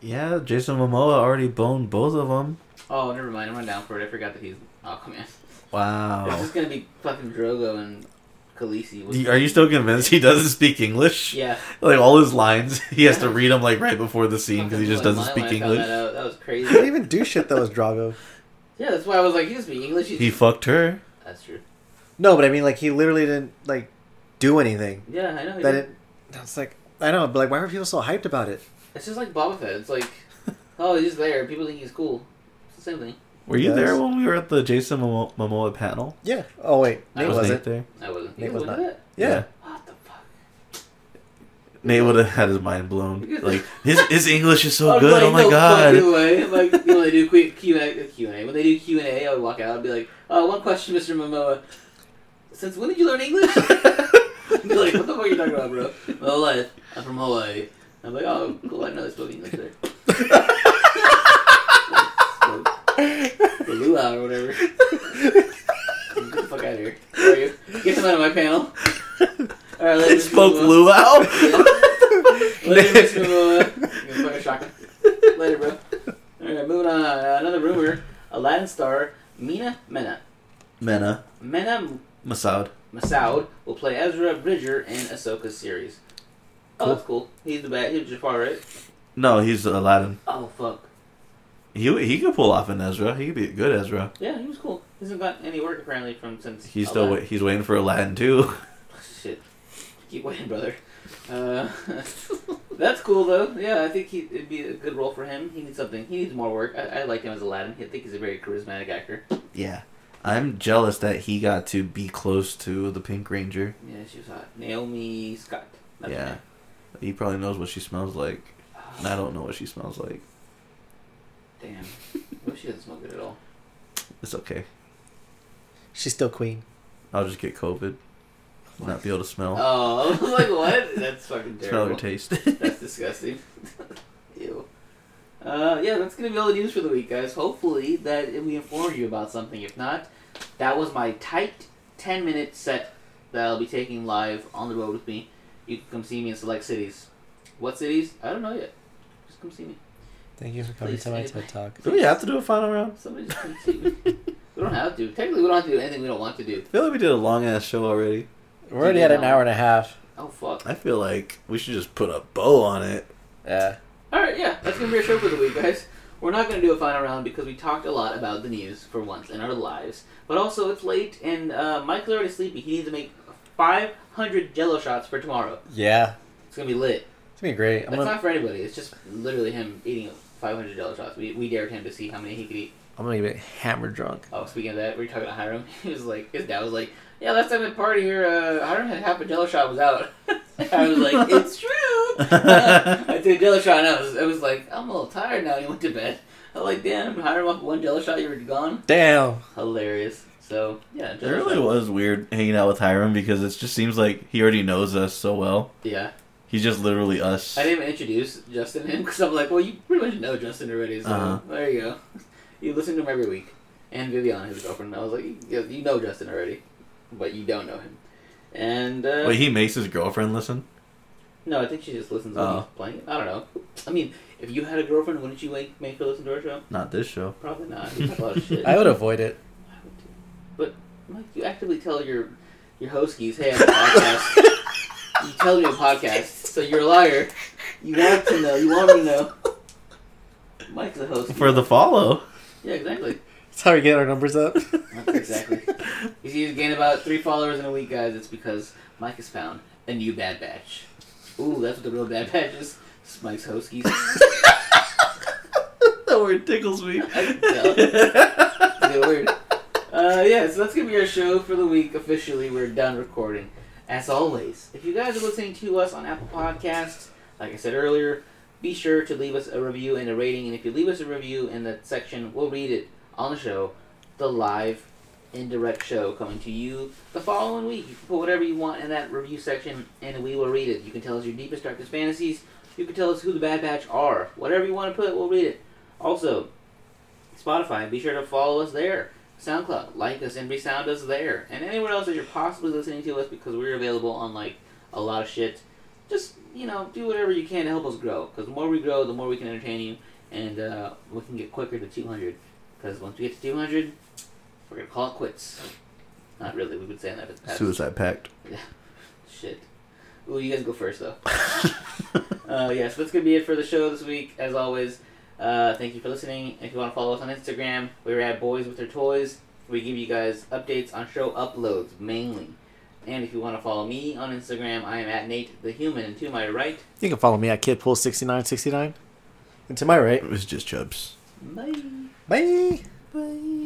S3: Yeah, Jason Momoa already boned both of them.
S2: Oh, never mind. I'm not down for it. I forgot that he's Aquaman. It's
S3: Wow.
S2: just gonna be fucking Drogo and Khaleesi. with-
S3: Are you still convinced he doesn't speak English?
S2: Yeah.
S3: Like all his lines, he has to read them like right before the scene because he
S2: Fucking
S3: just
S2: blew
S3: doesn't
S2: my
S3: speak
S2: mind when I
S3: English.
S2: found That, out. that was
S6: He didn't
S2: crazy.
S6: even do shit that was Drago.
S2: yeah, that's why I was like, he doesn't speak English. He's-
S3: He fucked her.
S2: that's true.
S6: No, but I mean, like, he literally didn't, like, do anything.
S2: Yeah, I know. he
S6: That
S2: did.
S6: it. That's like. I know, but like, why were people so hyped about it?
S2: It's just like Boba Fett. It's like, oh, he's there. People think he's cool. It's the same thing.
S3: Were you
S6: Yes.
S3: there when we were at the Jason Momo- Momoa panel?
S6: Yeah. Oh wait, Nate
S2: I
S3: Was
S6: wasn't.
S3: Nate there?
S2: I wasn't.
S6: Nate
S2: You
S6: was
S2: looked
S6: not.
S2: at it?
S6: Yeah.
S3: Yeah.
S2: What the fuck?
S3: Nate would have had his mind blown. Like his his English is so good. Oh my
S2: no
S3: god.
S2: fucking way. Like you know, when they do quick Q and A, Q and A. When they do Q and A, I would walk out. I'd be like, "Oh, one question, Mr. Momoa. Since when did you learn English?" I'd be like, "What the fuck are you talking about, bro? My whole life. I'm from Hawaii." I'm like, "Oh, cool. I know they spoke English there." the luau or whatever. Get the fuck out of here. Where are you? Get him out of my panel. All right,
S3: They
S2: let's
S3: spoke luau.
S2: Later, Mr. Momoa. You're fucking shocking. Later, bro. Alright, moving on. Uh, another rumor. Aladdin star Mina Mena.
S3: Mena
S2: Mena
S3: Masoud.
S2: Masoud will play Ezra Bridger in Ahsoka's series. Oh, that's cool. He's the bad. He's Jafar, right?
S3: No, he's Aladdin.
S2: Oh, fuck.
S3: He he could pull off an Ezra. He could be a good Ezra.
S2: Yeah, he was cool. He hasn't got any work, apparently, from since.
S3: He's still wait,
S2: Aladdin.
S3: he's waiting for Aladdin too.
S2: Shit. Keep waiting, brother. Uh, That's cool though. Yeah, I think he, it'd be a good role for him. He needs something. He needs more work. I, I like him as Aladdin. I think he's a very charismatic actor.
S3: Yeah. I'm jealous that he got to be close to the Pink Ranger.
S2: Yeah, she was hot. Naomi Scott. That's her
S3: yeah.
S2: name.
S3: He probably knows what she smells like. And I don't know what she smells like.
S2: Damn. I wish she doesn't smoke it at all.
S3: It's okay.
S6: She's still queen.
S3: I'll just get COVID. Not be able to smell.
S2: Oh, I was like, what? That's fucking
S3: smell or
S2: terrible.
S3: taste.
S2: That's disgusting. Ew. Uh, yeah, that's gonna be all the news for the week, guys. Hopefully that we informed you about something. If not, that was my tight ten minute set that I'll be taking live on the road with me. You can come see me in select cities. What cities? I don't know yet. Just come see me.
S6: Thank you for coming
S2: Please
S6: to my
S2: stay.
S6: TED Talk.
S3: do we have to do a final round?
S2: Somebody just come see me. we don't have to. Technically, we don't have to do anything we don't want to do.
S3: I feel like we did a long ass show already.
S6: We're already at an hour and a half.
S2: Oh fuck.
S3: I feel like we should just put a bow on it.
S6: Yeah.
S2: All right, yeah, that's gonna be our show for the week, guys. We're not gonna do a final round because we talked a lot about the news for once in our lives, but also it's late and uh, Michael's already sleepy. He needs to make 500 Jello shots for tomorrow.
S6: Yeah.
S2: It's gonna be lit.
S6: It's gonna be great. I'm
S2: That's
S6: gonna,
S2: not for anybody. It's just literally him eating 500 Jello shots. We, we dared him to see how many he could eat.
S6: I'm gonna get hammer drunk.
S2: Oh, speaking of that, we were talking to Hiram. He was like, his dad was like, "Yeah, last time at party here, uh, Hiram had half a Jello shot was out." I was like, "It's true." I took a Jello shot, and I was, I was like, "I'm a little tired now." He went to bed. I was like, "Damn, Hiram, off one Jello shot, you were gone."
S6: Damn.
S2: Hilarious. So yeah,
S3: It
S2: Jell-O
S3: really
S2: shot.
S3: was weird hanging out with Hiram because it just seems like he already knows us so well.
S2: Yeah,
S3: He's just literally us.
S2: I didn't even introduce Justin to him because I'm like, "Well, you pretty much know Justin already." So
S3: Uh-huh.
S2: there you go. You listen to him every week, and Vivian, his girlfriend. I was like, "You you know Justin already, but you don't know him." And uh,
S3: Wait, he makes his girlfriend listen?
S2: No, I think she just listens when
S3: Oh.
S2: he's playing. it. I don't know. I mean, if you had a girlfriend, wouldn't you like make her listen to our show?
S3: Not this show.
S2: Probably not. You talk a lot of shit.
S6: I would avoid it.
S2: I would too. But Mike, you actively tell your your hoskies, "Hey, I'm a podcast." you tell me a podcast, so you're a liar. You want to know. You want me to know. Mike's a host.
S3: For the follow.
S2: yeah, exactly.
S6: That's how we get our numbers up.
S2: That's exactly. You see, he's gained about three followers in a week, guys. It's because Mike has found a new Bad Batch. Ooh, that's what the real Bad Batch is. It's Mike's hoskies.
S3: That word tickles me.
S2: Okay, weird. Uh, yeah, so that's gonna be our show for the week. Officially, we're done recording. As always, if you guys are listening to us on Apple Podcasts, like I said earlier, be sure to leave us a review and a rating. And if you leave us a review in that section, we'll read it on the show, the live indirect show coming to you the following week. You can put whatever you want in that review section, and we will read it. You can tell us your deepest, darkest fantasies. You can tell us who the Bad Batch are. Whatever you want to put, we'll read it. Also, Spotify. Be sure to follow us there. SoundCloud, like us and resound us there. And anywhere else that you're possibly listening to us because we're available on like a lot of shit. Just, you know, do whatever you can to help us grow. Because the more we grow, the more we can entertain you. And uh, we can get quicker to 200. Because once we get to 200, we're going to call it quits. Not really. We've been saying that for the past
S3: Suicide Pact.
S2: Shit. Ooh, you guys go first though. uh, yeah, so that's gonna be it for the show this week. As always, uh, thank you for listening. If you want to follow us on Instagram, we're at Boys with Their Toys. We give you guys updates on show uploads mainly. And if you want to follow me on Instagram, I am at Nate the Human. And to my right,
S6: You can follow me at KidPool6969. And to my right.
S3: It was just Chubbs.
S2: bye.
S6: Bye.
S3: Bye.